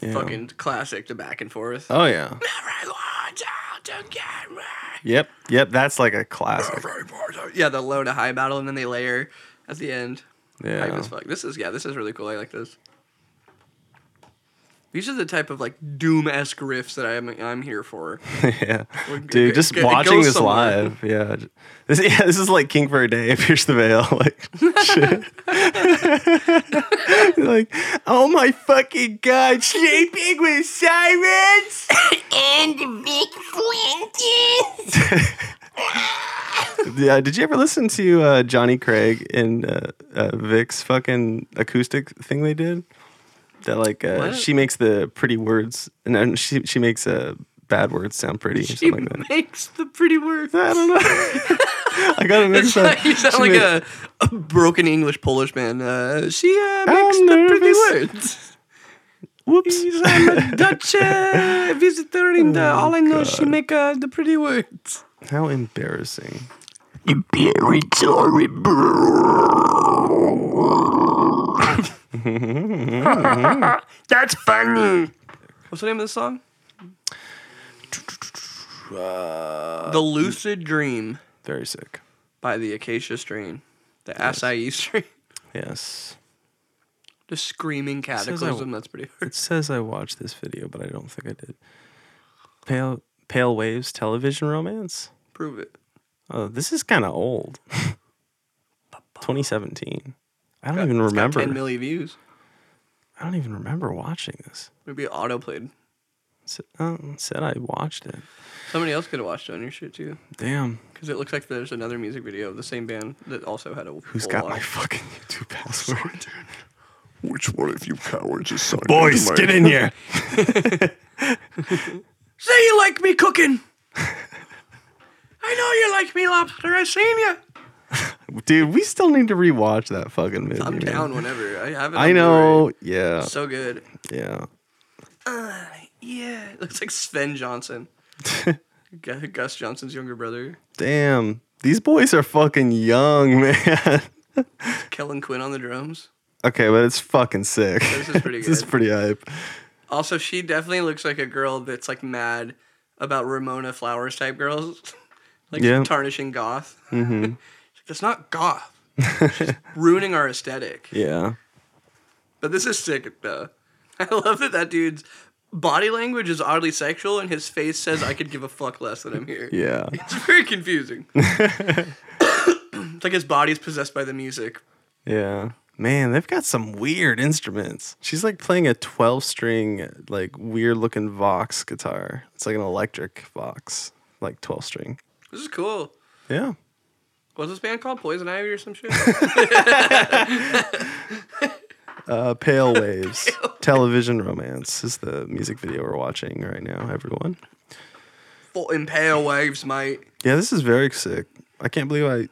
[SPEAKER 3] Fucking classic, the back and forth.
[SPEAKER 2] Oh yeah.
[SPEAKER 3] Everyone's out to get me.
[SPEAKER 2] Yep. Yep. That's like a classic.
[SPEAKER 3] Everyone's out- Yeah, the low to high battle, and then they layer at the end.
[SPEAKER 2] Yeah.
[SPEAKER 3] Hype as fuck. This is yeah, this is really cool. I like this. These are the type of like doom esque riffs that I'm I'm here for.
[SPEAKER 2] yeah.
[SPEAKER 3] We're-
[SPEAKER 2] Dude,
[SPEAKER 3] it-
[SPEAKER 2] just
[SPEAKER 3] it- it
[SPEAKER 2] watching
[SPEAKER 3] goes
[SPEAKER 2] this
[SPEAKER 3] somewhere.
[SPEAKER 2] live. Yeah. This yeah, this is like King for a Day, Pierce the Veil. Like shit. like, oh my fucking god, sleeping with sirens.
[SPEAKER 5] and Big Quentin.
[SPEAKER 2] yeah, did you ever listen to uh, Johnny Craig and uh, uh, Vic's fucking acoustic thing they did? That like uh,
[SPEAKER 3] What?
[SPEAKER 2] she makes the pretty words and then she she makes uh, bad words sound pretty or
[SPEAKER 3] She
[SPEAKER 2] something like that.
[SPEAKER 3] makes the pretty words.
[SPEAKER 2] I don't know. I got it mixed up.
[SPEAKER 3] you sound
[SPEAKER 2] She
[SPEAKER 3] like
[SPEAKER 2] made-
[SPEAKER 3] a, a broken English Polish man. Uh, she uh, makes
[SPEAKER 2] I'm
[SPEAKER 3] the pretty
[SPEAKER 2] nervous.
[SPEAKER 3] words.
[SPEAKER 2] whoops.
[SPEAKER 3] I'm a Dutch uh, visitor, and uh, all I know, is she make uh, the pretty words.
[SPEAKER 2] How embarrassing.
[SPEAKER 5] That's funny.
[SPEAKER 3] What's the name of the song? the Lucid Dream
[SPEAKER 2] Very sick.
[SPEAKER 3] by the Acacia Strain, the Acai Strain.
[SPEAKER 2] Yes.
[SPEAKER 3] Just screaming
[SPEAKER 2] I-
[SPEAKER 3] cataclysm. That's pretty hard.
[SPEAKER 2] It says I watched this video, but I don't think I did. Pale Pale Waves television romance.
[SPEAKER 3] Prove it.
[SPEAKER 2] Oh, this is kind of old. 2017. I don't even
[SPEAKER 3] It's got
[SPEAKER 2] remember.
[SPEAKER 3] Ten million views.
[SPEAKER 2] I don't even remember watching this.
[SPEAKER 3] Maybe it autoplayed.
[SPEAKER 2] S- uh, it said I watched it.
[SPEAKER 3] Somebody else could have watched it on your shit too,
[SPEAKER 2] Damn.
[SPEAKER 3] because it looks like there's another music video of the same band that also had a.
[SPEAKER 2] Who's
[SPEAKER 3] full
[SPEAKER 2] got
[SPEAKER 3] on-
[SPEAKER 2] my fucking YouTube password?
[SPEAKER 6] Which one of you cowards is sucking
[SPEAKER 2] Boys,
[SPEAKER 6] into my-
[SPEAKER 2] get in here.
[SPEAKER 3] Say you like me cooking. I know you like me, lobster. I seen you.
[SPEAKER 2] Dude, we still need to rewatch that fucking movie.
[SPEAKER 3] I'm
[SPEAKER 2] man.
[SPEAKER 3] down whenever I have it.
[SPEAKER 2] I
[SPEAKER 3] on
[SPEAKER 2] know.
[SPEAKER 3] Blu-ray.
[SPEAKER 2] Yeah.
[SPEAKER 3] So good.
[SPEAKER 2] Yeah.
[SPEAKER 3] Yeah, it looks like Sven Johnson, Gu- Gus Johnson's younger brother.
[SPEAKER 2] Damn. These boys are fucking young, man.
[SPEAKER 3] Kellen Quinn on the drums.
[SPEAKER 2] okay, but it's fucking sick.
[SPEAKER 3] This is pretty
[SPEAKER 2] this is
[SPEAKER 3] good.
[SPEAKER 2] pretty hype.
[SPEAKER 3] Also, she definitely looks like a girl that's like mad about Ramona Flowers type girls, like
[SPEAKER 2] Yeah.
[SPEAKER 3] tarnishing goth. Mm-hmm. That's not goth. She's ruining our aesthetic.
[SPEAKER 2] Yeah.
[SPEAKER 3] But this is sick though. I love that that dude's body language is oddly sexual, and his face says, "I could give a fuck less than I'm here."
[SPEAKER 2] Yeah.
[SPEAKER 3] It's very confusing. it's like his body's possessed by the music.
[SPEAKER 2] Yeah. Man, they've got some weird instruments. She's like playing a 12 string, like weird looking Vox guitar. It's like an electric Vox, like 12 string.
[SPEAKER 3] This is cool.
[SPEAKER 2] Yeah.
[SPEAKER 3] What's this band called? Poison Ivy or some shit?
[SPEAKER 2] Uh, Pale Waves, television romance is the music video we're watching right now, everyone.
[SPEAKER 3] Full impale waves, mate.
[SPEAKER 2] Yeah, this is very sick. I can't believe I.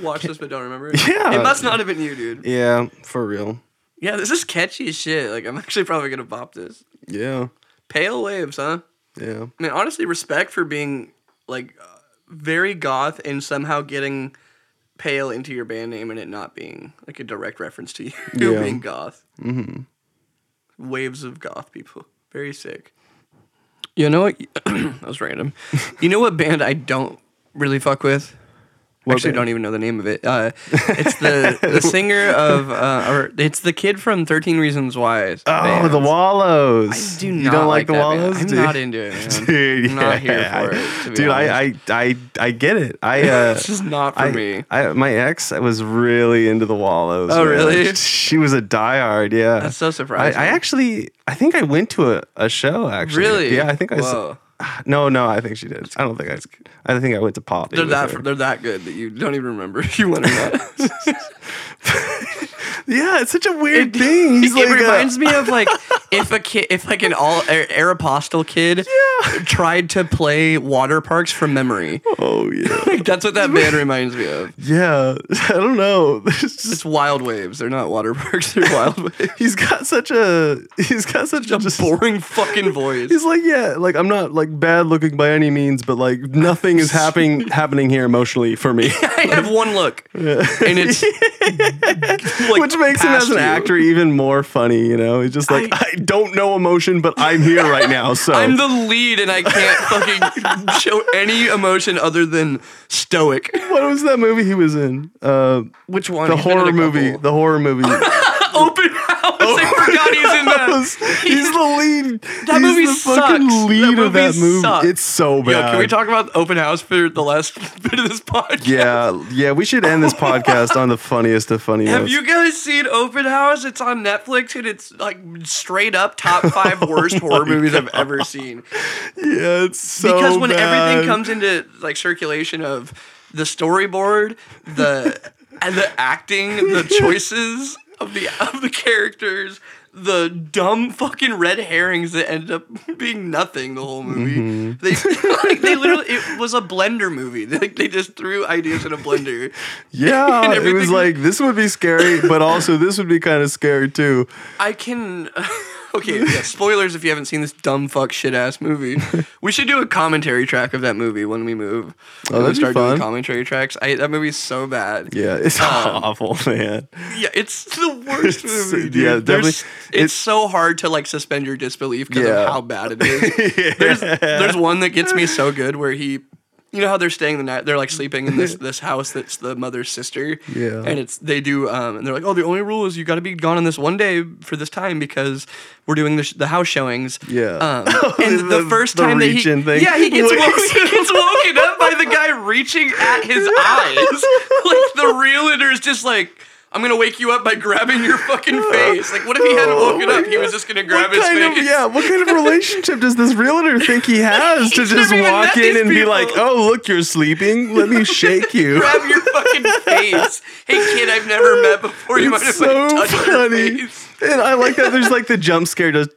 [SPEAKER 3] Watch this but don't remember it.
[SPEAKER 2] Yeah.
[SPEAKER 3] It must not have been you, dude.
[SPEAKER 2] Yeah, for real.
[SPEAKER 3] Yeah, this is catchy as shit. Like I'm actually probably gonna bop this.
[SPEAKER 2] Yeah.
[SPEAKER 3] Pale waves, huh?
[SPEAKER 2] Yeah.
[SPEAKER 3] I mean, honestly, respect for being like uh, very goth and somehow getting pale into your band name and it not being like a direct reference to you
[SPEAKER 2] Yeah.
[SPEAKER 3] being goth. Mm-hmm. Waves of goth people, very sick. You know what? that was random. You know what band I don't really fuck with? Actually,
[SPEAKER 2] band?
[SPEAKER 3] don't even know the name of it. Uh, it's the the singer of, uh, or it's the kid from Thirteen Reasons Why.
[SPEAKER 2] Oh, the Wallows.
[SPEAKER 3] I do
[SPEAKER 2] you
[SPEAKER 3] not
[SPEAKER 2] don't like, the
[SPEAKER 3] that band.
[SPEAKER 2] Wallows?
[SPEAKER 3] I'm
[SPEAKER 2] dude?
[SPEAKER 3] not into it, man.
[SPEAKER 2] Dude,
[SPEAKER 3] I'm not here
[SPEAKER 2] yeah.
[SPEAKER 3] for it. To be
[SPEAKER 2] Dude, I, I I I get it. I uh
[SPEAKER 3] It's just not for
[SPEAKER 2] I,
[SPEAKER 3] me.
[SPEAKER 2] I my ex was really into the Wallows.
[SPEAKER 3] Oh,
[SPEAKER 2] man.
[SPEAKER 3] really?
[SPEAKER 2] She was a diehard, yeah.
[SPEAKER 3] That's so
[SPEAKER 2] I,
[SPEAKER 3] surprising.
[SPEAKER 2] I actually I think I went to a, a show actually.
[SPEAKER 3] Really?
[SPEAKER 2] Yeah, I think I s-
[SPEAKER 3] Whoa.
[SPEAKER 2] No, no, I think she did. I don't think I I think I went to pop.
[SPEAKER 3] They're that they're that good that you don't even remember if you went or not.
[SPEAKER 2] uh, Yeah, it's such a weird thing. He's like
[SPEAKER 3] it reminds
[SPEAKER 2] a,
[SPEAKER 3] me of like if a kid, if like an all Air- Aeropostale kid tried to play water parks from memory.
[SPEAKER 2] Oh yeah.
[SPEAKER 3] Like that's what that band reminds me of.
[SPEAKER 2] Yeah. I don't know. There's just
[SPEAKER 3] It's Wild Waves. They're not water parks. They're Wild Waves.
[SPEAKER 2] he's got such a he's got such a just
[SPEAKER 3] Boring fucking voice.
[SPEAKER 2] He's like, yeah, like I'm not like bad looking by any means, but like nothing is happening happening here emotionally for me,
[SPEAKER 3] I have one look, and it's like,
[SPEAKER 2] which makes him as
[SPEAKER 3] past
[SPEAKER 2] an
[SPEAKER 3] you.
[SPEAKER 2] actor even more funny. You know, he's just like, I, don't know emotion, but I'm here right now. So
[SPEAKER 3] I'm the lead, and I can't fucking show any emotion other than stoic.
[SPEAKER 2] what was that movie he was in? Uh,
[SPEAKER 3] Which one?
[SPEAKER 2] the
[SPEAKER 3] He's been in a
[SPEAKER 2] horror movie.
[SPEAKER 3] couple.
[SPEAKER 2] The Oh. horror movie.
[SPEAKER 3] open house. I forgot he's in that.
[SPEAKER 2] he's, the lead.
[SPEAKER 3] That
[SPEAKER 2] he's
[SPEAKER 3] movie
[SPEAKER 2] the fucking
[SPEAKER 3] sucks.
[SPEAKER 2] lead
[SPEAKER 3] That
[SPEAKER 2] of that
[SPEAKER 3] movie
[SPEAKER 2] movie.
[SPEAKER 3] sucks.
[SPEAKER 2] It's so bad.
[SPEAKER 3] Yo, can we talk about open house for the last bit of this podcast?
[SPEAKER 2] Yeah, yeah. We should end this podcast on the funniest of funny.
[SPEAKER 3] Have
[SPEAKER 2] notes.
[SPEAKER 3] you guys seen Open House? It's on Netflix and it's like straight up top five
[SPEAKER 2] Oh
[SPEAKER 3] worst horror movies I've ever seen.
[SPEAKER 2] Yeah, it's so
[SPEAKER 3] because when everything
[SPEAKER 2] bad.
[SPEAKER 3] comes into like circulation of the storyboard, the and the acting, the choices of the of the characters, the dumb fucking red herrings that end up being nothing the whole movie.
[SPEAKER 2] Mm-hmm.
[SPEAKER 3] They like they literally it was a blender movie. Like they just threw ideas in a blender.
[SPEAKER 2] Yeah,
[SPEAKER 3] and
[SPEAKER 2] it was
[SPEAKER 3] everything-
[SPEAKER 2] like this would be scary, but also this would be kind of scary too.
[SPEAKER 3] I can Okay, yeah, spoilers if you haven't seen this dumb fuck shit ass movie. we should do a commentary track of that movie when we move.
[SPEAKER 2] Oh,
[SPEAKER 3] When we
[SPEAKER 2] that'd be
[SPEAKER 3] start
[SPEAKER 2] fun.
[SPEAKER 3] doing commentary tracks. I, that movie's so bad.
[SPEAKER 2] Yeah, it's
[SPEAKER 7] awful, man.
[SPEAKER 3] Yeah, it's the worst
[SPEAKER 2] It's-
[SPEAKER 3] movie. Dude.
[SPEAKER 2] yeah, definitely.
[SPEAKER 3] There's- It's, so hard to like suspend your disbelief because
[SPEAKER 2] Yeah.
[SPEAKER 3] of how bad it is. There's there's one that gets me so good where he, you know how they're staying the night, they're like sleeping in this this house that's the mother's sister.
[SPEAKER 2] Yeah.
[SPEAKER 3] and it's they do um and they're like, oh, the only rule is you got to be gone on this one day for this time because we're doing the, sh- the house showings.
[SPEAKER 2] Yeah.
[SPEAKER 3] um, and the,
[SPEAKER 2] The-
[SPEAKER 3] first
[SPEAKER 2] the
[SPEAKER 3] time that he
[SPEAKER 2] reach-in thing.
[SPEAKER 3] yeah he gets
[SPEAKER 2] Wait.
[SPEAKER 3] woke, he gets woken up by the guy reaching at his eyes like the realtor is just like. I'm gonna wake you up by grabbing your fucking face. Like, what if he hadn't
[SPEAKER 2] Oh
[SPEAKER 3] woken
[SPEAKER 2] my
[SPEAKER 3] up? He
[SPEAKER 2] God.
[SPEAKER 3] was just gonna grab
[SPEAKER 2] what
[SPEAKER 3] his
[SPEAKER 2] kind
[SPEAKER 3] face.
[SPEAKER 2] of yeah? What kind of relationship does this realtor think he has to
[SPEAKER 3] never
[SPEAKER 2] just
[SPEAKER 3] even
[SPEAKER 2] walk
[SPEAKER 3] met
[SPEAKER 2] in
[SPEAKER 3] these
[SPEAKER 2] and be like,
[SPEAKER 3] people.
[SPEAKER 2] "Oh, look, you're sleeping. Let me shake you."
[SPEAKER 3] grab your fucking face. Hey kid, I've never met before. You might have
[SPEAKER 2] It's so
[SPEAKER 3] touched your
[SPEAKER 2] funny,
[SPEAKER 3] face.
[SPEAKER 2] and I like that. There's like the jump scare does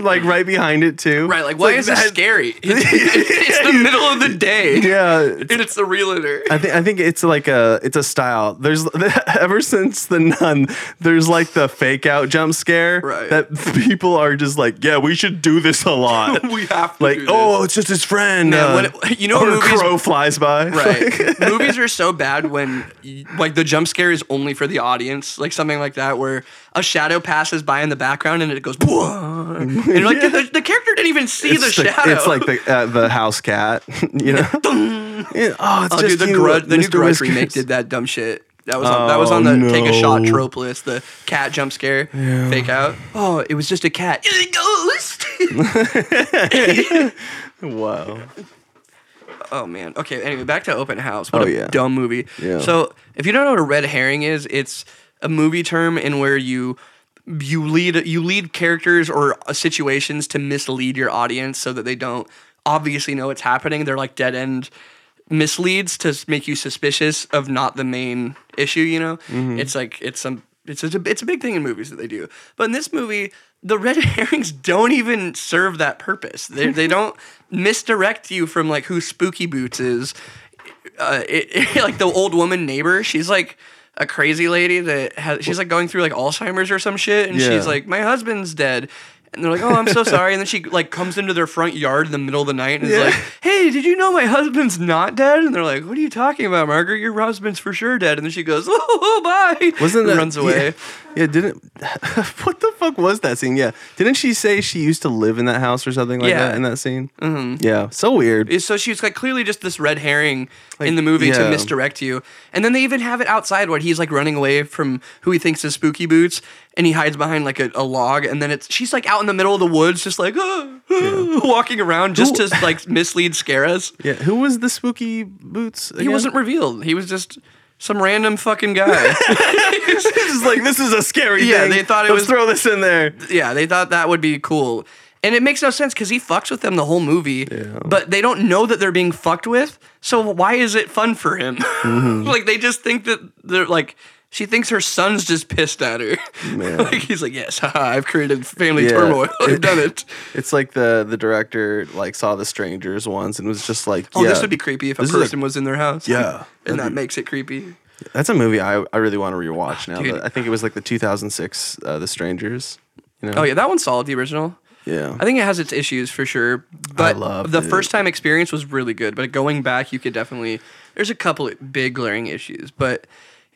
[SPEAKER 2] like right behind it too.
[SPEAKER 3] Right, like why
[SPEAKER 2] It's
[SPEAKER 3] is this
[SPEAKER 2] that-
[SPEAKER 3] scary? It's, it's the middle of the day.
[SPEAKER 2] Yeah,
[SPEAKER 3] And it's the realtor.
[SPEAKER 2] I think I think it's like a it's a style. There's ever since the nun, there's like the fake out jump scare
[SPEAKER 3] Right.
[SPEAKER 2] that people are just like, yeah, we should do this a lot.
[SPEAKER 3] We have to
[SPEAKER 2] like,
[SPEAKER 3] do this.
[SPEAKER 2] oh, it's just his friend.
[SPEAKER 3] Man,
[SPEAKER 2] uh,
[SPEAKER 3] when it- you know
[SPEAKER 2] or
[SPEAKER 3] what movies-
[SPEAKER 2] crow flies by.
[SPEAKER 3] Right. Movies are so bad when y- like the jump scare is only for the audience, like something like that where a shadow passes by in the background and it goes "Whoa." and you're like "Dude, the, the character didn't even see
[SPEAKER 2] It's
[SPEAKER 3] the,
[SPEAKER 2] the-
[SPEAKER 3] shadow.
[SPEAKER 2] It's like the uh, the house cat. You know. Yeah, oh, it's
[SPEAKER 3] Oh,
[SPEAKER 2] just
[SPEAKER 3] dude, the
[SPEAKER 2] you,
[SPEAKER 3] grudge, the new
[SPEAKER 2] Mr.
[SPEAKER 3] grudge
[SPEAKER 2] Whiskers.
[SPEAKER 3] remake did that dumb shit. That was on, that was on the
[SPEAKER 2] Oh,
[SPEAKER 3] take a shot
[SPEAKER 2] no.
[SPEAKER 3] trope list, the cat jump scare, fake out. Oh, it was just a cat. It's a ghost.
[SPEAKER 2] Wow.
[SPEAKER 3] oh man. Okay. Anyway, back to open house. What
[SPEAKER 2] Oh,
[SPEAKER 3] a
[SPEAKER 2] yeah.
[SPEAKER 3] dumb movie.
[SPEAKER 2] Yeah.
[SPEAKER 3] So if you don't know what a red herring is, it's a movie term in where you you lead you lead characters or uh, situations to mislead your audience so that they don't obviously know what's happening. They're like dead end misleads to s- make you suspicious of not the main issue. You know, it's like it's some it's a, it's a big thing in movies that they do. But in this movie, the red herrings don't even serve that purpose. They they don't misdirect you from like who Spooky Boots is. Uh, it, it- like the old woman neighbor, she's like a crazy lady that has she's like going through like Alzheimer's or some shit, and
[SPEAKER 2] Yeah.
[SPEAKER 3] she's like, my husband's dead. And they're like, oh, I'm so sorry. And then she like comes into their front yard in the middle of the night and is like, hey, did you know my husband's not dead? And they're like, what are you talking about, Margaret? Your husband's for sure dead. And then she goes, oh, bye.
[SPEAKER 2] Wasn't
[SPEAKER 3] and
[SPEAKER 2] that
[SPEAKER 3] runs away.
[SPEAKER 2] Yeah, yeah didn't what the fuck was that scene? Yeah, didn't she say she used to live in that house or something like
[SPEAKER 3] Yeah.
[SPEAKER 2] that in that scene? Mm-hmm. Yeah, so weird.
[SPEAKER 3] is- so she's like clearly just this red herring in the movie
[SPEAKER 2] yeah.
[SPEAKER 3] to misdirect you. And then they even have it outside where he's like running away from who he thinks is Spooky Boots, and he hides behind like a, a log. And then it's she's like out in the middle of the woods, just like "Ah, ah," walking around just to like mislead, scare us.
[SPEAKER 2] yeah, who was the spooky boots?
[SPEAKER 3] He
[SPEAKER 2] again?
[SPEAKER 3] wasn't revealed. He was just some random fucking guy.
[SPEAKER 2] It's like this is a scary.
[SPEAKER 3] Yeah,
[SPEAKER 2] thing.
[SPEAKER 3] they thought it
[SPEAKER 2] Let's
[SPEAKER 3] was-
[SPEAKER 2] throw this in there.
[SPEAKER 3] yeah, they thought that would be cool. And it makes no sense because he fucks with them the whole movie, but they don't know that they're being fucked with. So why is it fun for him?
[SPEAKER 2] Mm-hmm.
[SPEAKER 3] like they just think that they're like she thinks her son's just pissed at her. like he's like, yes, haha, I've created family
[SPEAKER 2] Yeah.
[SPEAKER 3] turmoil. I've done it.
[SPEAKER 2] It's like the the director like saw the strangers once and was just like,
[SPEAKER 3] Oh,
[SPEAKER 2] yeah,
[SPEAKER 3] this would be creepy if a
[SPEAKER 2] This is a-
[SPEAKER 3] person was in their house.
[SPEAKER 2] Yeah.
[SPEAKER 3] and that makes it creepy.
[SPEAKER 2] That's a movie I, I really want to rewatch now.
[SPEAKER 3] Ah, Dude.
[SPEAKER 2] but I think it was like the 2006 uh, The Strangers. You know?
[SPEAKER 3] Oh yeah, that one solid the original.
[SPEAKER 2] yeah.
[SPEAKER 3] I think it has its issues for sure, but
[SPEAKER 2] loved
[SPEAKER 3] the
[SPEAKER 2] it.
[SPEAKER 3] first time experience was really good. But going back, you could definitely there's a couple of big glaring issues, but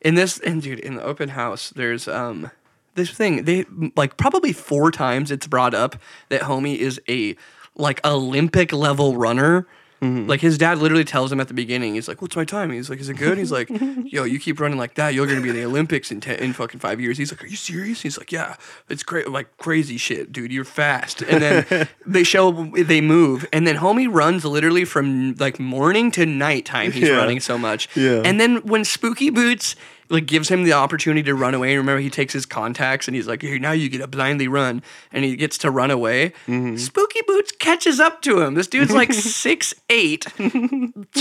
[SPEAKER 3] in this and dude in the open house, there's um this thing they like probably four times it's brought up that homie is a like Olympic level runner. Like his dad literally tells him at the beginning, he's like, "What's my time?" He's like, "Is it good?" He's like, "Yo, you keep running like that, you're gonna be in the Olympics in ten, in fucking five years." He's like, "Are you serious?" He's like, "Yeah, it's great, like crazy shit, dude. You're fast." And then they show they move, and then homie runs literally from like morning to nighttime. He's
[SPEAKER 2] Yeah.
[SPEAKER 3] running so much,
[SPEAKER 2] Yeah.
[SPEAKER 3] And then when Spooky Boots like gives him the opportunity to run away, remember he takes his contacts and he's like, "Here, now you get a blindly run," and he gets to run away.
[SPEAKER 2] Mm-hmm.
[SPEAKER 3] Spooky Boots catches up to him. This dude's like six eight.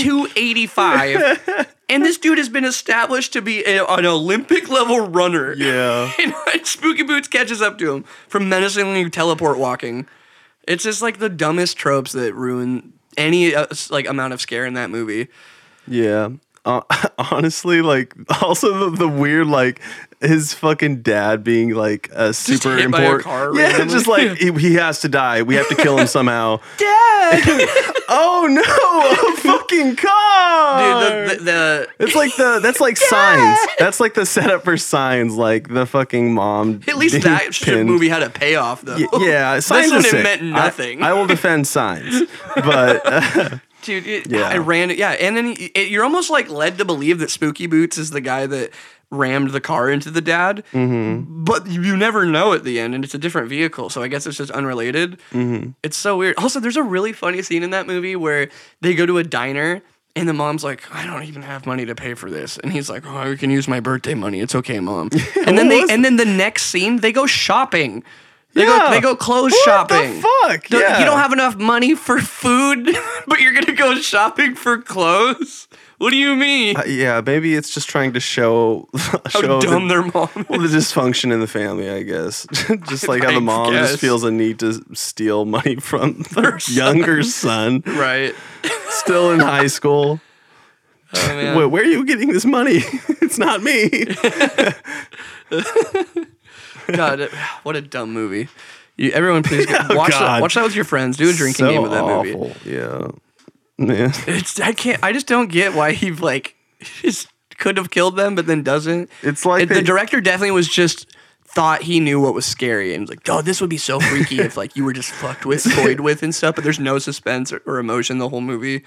[SPEAKER 3] 285. and this dude has been established to be a, an Olympic level runner.
[SPEAKER 2] yeah.
[SPEAKER 3] And Spooky Boots catches up to him from menacingly teleport walking. It's just like the dumbest tropes that ruin any uh, s- like amount of scare in that movie.
[SPEAKER 2] Yeah. Uh, honestly, like also the, the weird like his fucking dad being like a super
[SPEAKER 3] hit by a
[SPEAKER 2] important.
[SPEAKER 3] car
[SPEAKER 2] yeah,
[SPEAKER 3] randomly.
[SPEAKER 2] just like he, he has to die. We have to kill him somehow. Dad! oh no! A fucking car!
[SPEAKER 3] Dude, the, the, the
[SPEAKER 2] it's like the that's like signs. That's like the setup for signs. Like the fucking mom.
[SPEAKER 3] At least
[SPEAKER 2] being
[SPEAKER 3] that shit
[SPEAKER 2] pinned.
[SPEAKER 3] movie had a payoff, though.
[SPEAKER 2] Y- Yeah, signs
[SPEAKER 3] one,
[SPEAKER 2] is
[SPEAKER 3] it
[SPEAKER 2] sick.
[SPEAKER 3] meant
[SPEAKER 2] I-
[SPEAKER 3] nothing.
[SPEAKER 2] I, will defend signs, but
[SPEAKER 3] dude. It,
[SPEAKER 2] Yeah.
[SPEAKER 3] I ran. Yeah, and then he- it, you're almost like led to believe that Spooky Boots is the guy that rammed the car into the dad,
[SPEAKER 2] Mm-hmm.
[SPEAKER 3] but you never know at the end, and it's a different vehicle, so I guess it's just unrelated.
[SPEAKER 2] Mm-hmm.
[SPEAKER 3] It's so weird. Also, there's a really funny scene in that movie where they go to a diner. And the mom's like, I don't even have money to pay for this. And he's like, Oh, I can use my birthday money. It's okay, mom. And then they and then the next scene, they go shopping. They
[SPEAKER 2] Yeah.
[SPEAKER 3] go they go clothes
[SPEAKER 2] What the
[SPEAKER 3] shopping.
[SPEAKER 2] fuck?
[SPEAKER 3] Don't-
[SPEAKER 2] Yeah.
[SPEAKER 3] You don't have enough money for food, but you're gonna go shopping for clothes. What do you mean?
[SPEAKER 2] yeah, maybe it's just trying to show
[SPEAKER 3] How
[SPEAKER 2] show
[SPEAKER 3] dumb
[SPEAKER 2] the,
[SPEAKER 3] their mom.
[SPEAKER 2] well, the dysfunction in the family, I guess. just like how
[SPEAKER 3] I
[SPEAKER 2] the mom
[SPEAKER 3] guess.
[SPEAKER 2] just feels a need to steal money from their younger son,
[SPEAKER 3] Right.
[SPEAKER 2] still in high school.
[SPEAKER 3] Oh, man.
[SPEAKER 2] Wait, where are you getting this money? it's not me.
[SPEAKER 3] God, it- what a dumb movie. You, everyone, please go, watch that.
[SPEAKER 2] Oh, God.
[SPEAKER 3] Watch that with your friends. Do a drinking game with that movie.
[SPEAKER 2] movie. Yeah. Yeah.
[SPEAKER 3] It's I can't. I just don't get why he like just could have killed them, but then doesn't.
[SPEAKER 2] It's like
[SPEAKER 3] It- the
[SPEAKER 2] they-
[SPEAKER 3] director definitely was just thought he knew what was scary and was like, "Oh, this would be so freaky if like you were just fucked with, toyed with, and stuff." But there's no suspense or, or emotion the whole movie.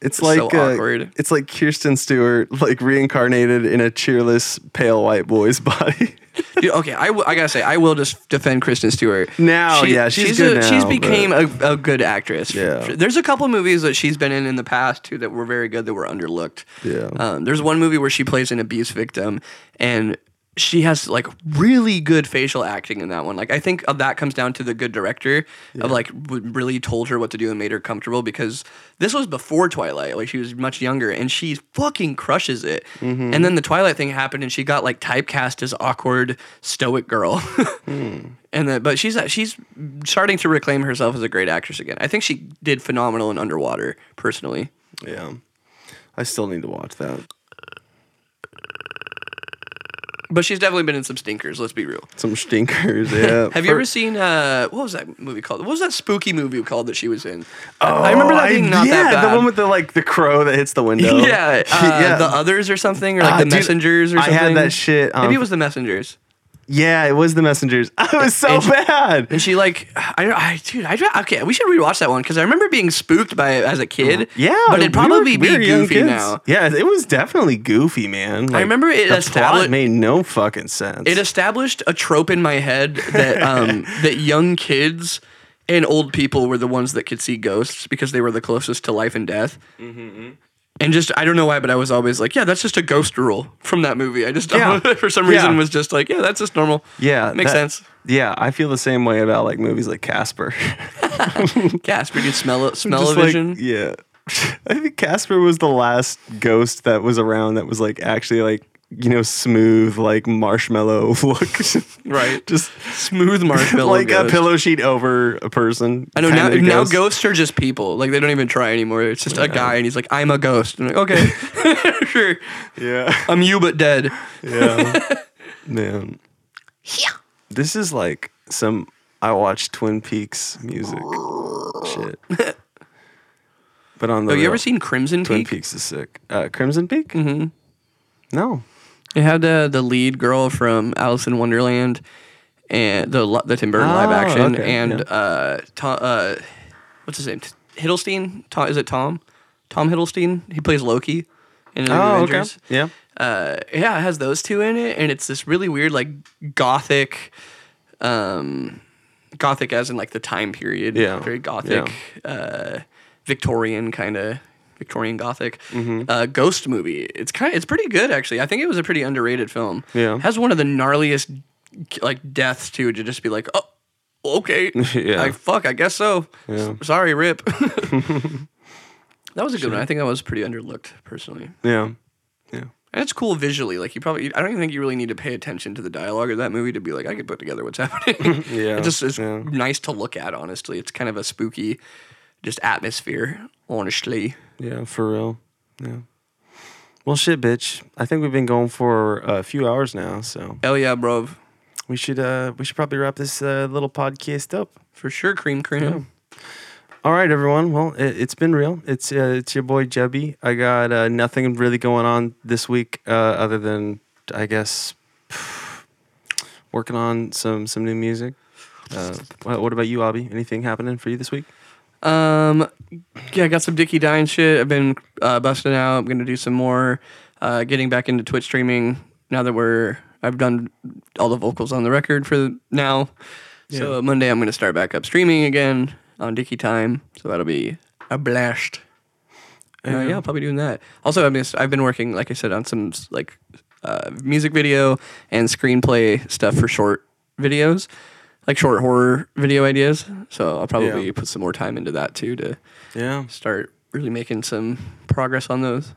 [SPEAKER 2] It's
[SPEAKER 3] so
[SPEAKER 2] like uh,
[SPEAKER 3] awkward.
[SPEAKER 2] it's like Kirsten Stewart like reincarnated in a cheerless pale white boy's body.
[SPEAKER 3] Dude, okay, I, w- I gotta say, I will just defend Kristen Stewart.
[SPEAKER 2] Now, yeah, she's good
[SPEAKER 3] a,
[SPEAKER 2] now,
[SPEAKER 3] she's
[SPEAKER 2] but-
[SPEAKER 3] became a, a good actress.
[SPEAKER 2] Yeah.
[SPEAKER 3] There's a couple movies that she's been in in the past too that were very good that were underlooked.
[SPEAKER 2] Yeah.
[SPEAKER 3] Um, there's one movie where she plays an abuse victim, and she has like really good facial acting in that one. Like I think of that comes down to the good director of like w- really told her what to do and made her comfortable because this was before Twilight. Like she was much younger and she fucking crushes it. And then the Twilight thing happened and she got like typecast as awkward stoic girl. And then, but she's she's starting to reclaim herself as a great actress again. I think she did phenomenal in Underwater. Personally,
[SPEAKER 2] yeah. I still need to watch that.
[SPEAKER 3] but she's definitely been in some stinkers. Let's be real.
[SPEAKER 2] Some stinkers, yeah.
[SPEAKER 3] Have you
[SPEAKER 2] Fir-
[SPEAKER 3] ever seen uh what was that movie called? What was that spooky movie called that she was in? I remember
[SPEAKER 2] Oh,
[SPEAKER 3] that being not
[SPEAKER 2] yeah,
[SPEAKER 3] that bad.
[SPEAKER 2] the one with the like the crow that hits the window.
[SPEAKER 3] yeah, uh,
[SPEAKER 2] Yeah.
[SPEAKER 3] the others or something, or like
[SPEAKER 2] Ah,
[SPEAKER 3] the
[SPEAKER 2] dude,
[SPEAKER 3] messengers or
[SPEAKER 2] I
[SPEAKER 3] something.
[SPEAKER 2] had that shit, um,
[SPEAKER 3] Maybe it was the messengers.
[SPEAKER 2] yeah, it was the messengers. I was so
[SPEAKER 3] And-
[SPEAKER 2] bad.
[SPEAKER 3] And she like, I, I dude, I okay. We should rewatch that one because I remember being spooked by it as a kid.
[SPEAKER 2] Mm-hmm. Yeah,
[SPEAKER 3] but it'd
[SPEAKER 2] we were-
[SPEAKER 3] probably
[SPEAKER 2] we were
[SPEAKER 3] be
[SPEAKER 2] young
[SPEAKER 3] goofy
[SPEAKER 2] kids.
[SPEAKER 3] now.
[SPEAKER 2] Yeah, it was definitely goofy, man. Like,
[SPEAKER 3] remember it
[SPEAKER 2] the
[SPEAKER 3] establi-
[SPEAKER 2] plot made no fucking sense.
[SPEAKER 3] It established a trope in my head that um, that young kids and old people were the ones that could see ghosts because they were the closest to life and death.
[SPEAKER 2] Mm-hmm,
[SPEAKER 3] And just I don't know why, but I was always like, yeah, that's just a ghost rule from that movie. I just
[SPEAKER 2] Yeah.
[SPEAKER 3] for some
[SPEAKER 2] Yeah.
[SPEAKER 3] reason was just like, yeah, that's just normal.
[SPEAKER 2] yeah,
[SPEAKER 3] makes
[SPEAKER 2] that-
[SPEAKER 3] sense.
[SPEAKER 2] Yeah, I feel the same way about like movies like Casper.
[SPEAKER 3] Gasp, you could smell it, smell
[SPEAKER 2] Just
[SPEAKER 3] a
[SPEAKER 2] like-
[SPEAKER 3] vision.
[SPEAKER 2] yeah. I think Casper was the last ghost that was around that was like actually like, you know, smooth, like marshmallow look.
[SPEAKER 3] Right.
[SPEAKER 2] Just
[SPEAKER 3] Smooth marshmallow.
[SPEAKER 2] like a
[SPEAKER 3] ghost.
[SPEAKER 2] pillow sheet over a person.
[SPEAKER 3] I know now,
[SPEAKER 2] kinda
[SPEAKER 3] now
[SPEAKER 2] ghost.
[SPEAKER 3] ghosts are just people. Like they don't even try anymore. It's just a guy and he's like, I'm a ghost. And I'm like, okay. sure.
[SPEAKER 2] Yeah.
[SPEAKER 3] I'm you but dead.
[SPEAKER 2] Yeah. Man. This is like some I watch Twin Peaks music shit. But on the
[SPEAKER 3] Have you
[SPEAKER 2] real,
[SPEAKER 3] ever seen Crimson
[SPEAKER 2] Twin
[SPEAKER 3] Peak?
[SPEAKER 2] Peaks is sick. Uh, Crimson Peak? Mm-hmm. No.
[SPEAKER 3] It had uh, the lead girl from Alice in Wonderland and the li- the Tim Burton live
[SPEAKER 2] Oh,
[SPEAKER 3] action
[SPEAKER 2] okay,
[SPEAKER 3] and
[SPEAKER 2] yeah.
[SPEAKER 3] uh, Tom, uh, what's his name? T- Hiddleston? Tom, is it Tom? Tom Hiddleston. He plays Loki in
[SPEAKER 2] Oh,
[SPEAKER 3] the new Avengers.
[SPEAKER 2] Yeah.
[SPEAKER 3] Uh, yeah, it has those two in it, and it's this really weird like gothic, um, gothic as in like the time period.
[SPEAKER 2] Yeah,
[SPEAKER 3] very gothic, uh, Victorian kind of. Victorian Gothic,
[SPEAKER 2] Mm-hmm.
[SPEAKER 3] uh, ghost movie. It's kind, it's pretty good actually. I think it was a pretty underrated film.
[SPEAKER 2] Yeah.
[SPEAKER 3] has one of the gnarliest like deaths too. To just be like, oh, okay,
[SPEAKER 2] Yeah.
[SPEAKER 3] like fuck, I guess so. S-
[SPEAKER 2] Yeah.
[SPEAKER 3] sorry, rip. that was a good one. I think that was pretty underlooked personally.
[SPEAKER 2] Yeah.
[SPEAKER 3] And it's cool visually. Like you probably, I don't even think you really need to pay attention to the dialogue of that movie to be like, I could put together what's happening.
[SPEAKER 2] Yeah,
[SPEAKER 3] it just is
[SPEAKER 2] yeah.
[SPEAKER 3] nice to look at. Honestly, it's kind of a spooky, just atmosphere. Honestly,
[SPEAKER 2] Yeah, for real. Yeah. Well, shit, bitch. I think we've been going for uh, a few hours now, so
[SPEAKER 3] Hell yeah, bro.
[SPEAKER 2] we should uh we should probably wrap this uh, little podcast up.
[SPEAKER 3] For sure, cream cream.
[SPEAKER 2] All right, everyone. Well, it, it's been real. It's uh, it's your boy Jebby. I got uh, nothing really going on this week uh, other than I guess working on some some new music. Uh, what, what about you, Abby? Anything happening for you this week?
[SPEAKER 3] Um, yeah, I got some Dicky Dine shit. I've been uh, busting out. I'm gonna do some more. Uh, getting back into Twitch streaming now that we're I've done all the vocals on the record for now. So Monday I'm gonna start back up streaming again on Dicky Time. So that'll be a blast. Uh, yeah, I'll probably doing that. Also, I've been I've been working like I said on some s- like uh, music video and screenplay stuff for short videos, like short horror video ideas. So I'll probably
[SPEAKER 2] Yeah.
[SPEAKER 3] put some more time into that too to
[SPEAKER 2] Yeah,
[SPEAKER 3] start really making some progress on those.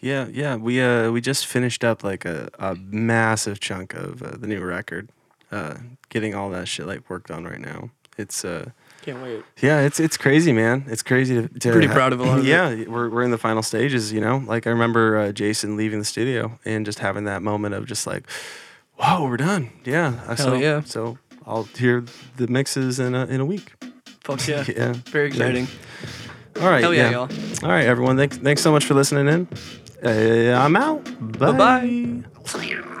[SPEAKER 2] yeah, yeah. We uh we just finished up like a, a massive chunk of uh, the new record. Uh, getting all that shit like worked on right now. It's uh
[SPEAKER 3] Can't wait.
[SPEAKER 2] Yeah, it's it's crazy, man. It's crazy to, to
[SPEAKER 3] Pretty proud of a lot of it.
[SPEAKER 2] yeah, we're we're in the final stages, you know. Like I remember uh, Jason leaving the studio and just having that moment of just like, "Wow, we're done." Yeah, Hell so,
[SPEAKER 3] yeah.
[SPEAKER 2] So I'll hear the mixes in a, in a week.
[SPEAKER 3] Fuck yeah.
[SPEAKER 2] Yeah.
[SPEAKER 3] Very exciting.
[SPEAKER 2] All right.
[SPEAKER 3] Hell
[SPEAKER 2] yeah,
[SPEAKER 3] yeah, y'all.
[SPEAKER 2] All right, everyone. Thanks thanks so much for listening in. Uh, I'm out.
[SPEAKER 3] Bye-bye.
[SPEAKER 2] Bye.
[SPEAKER 5] Clear.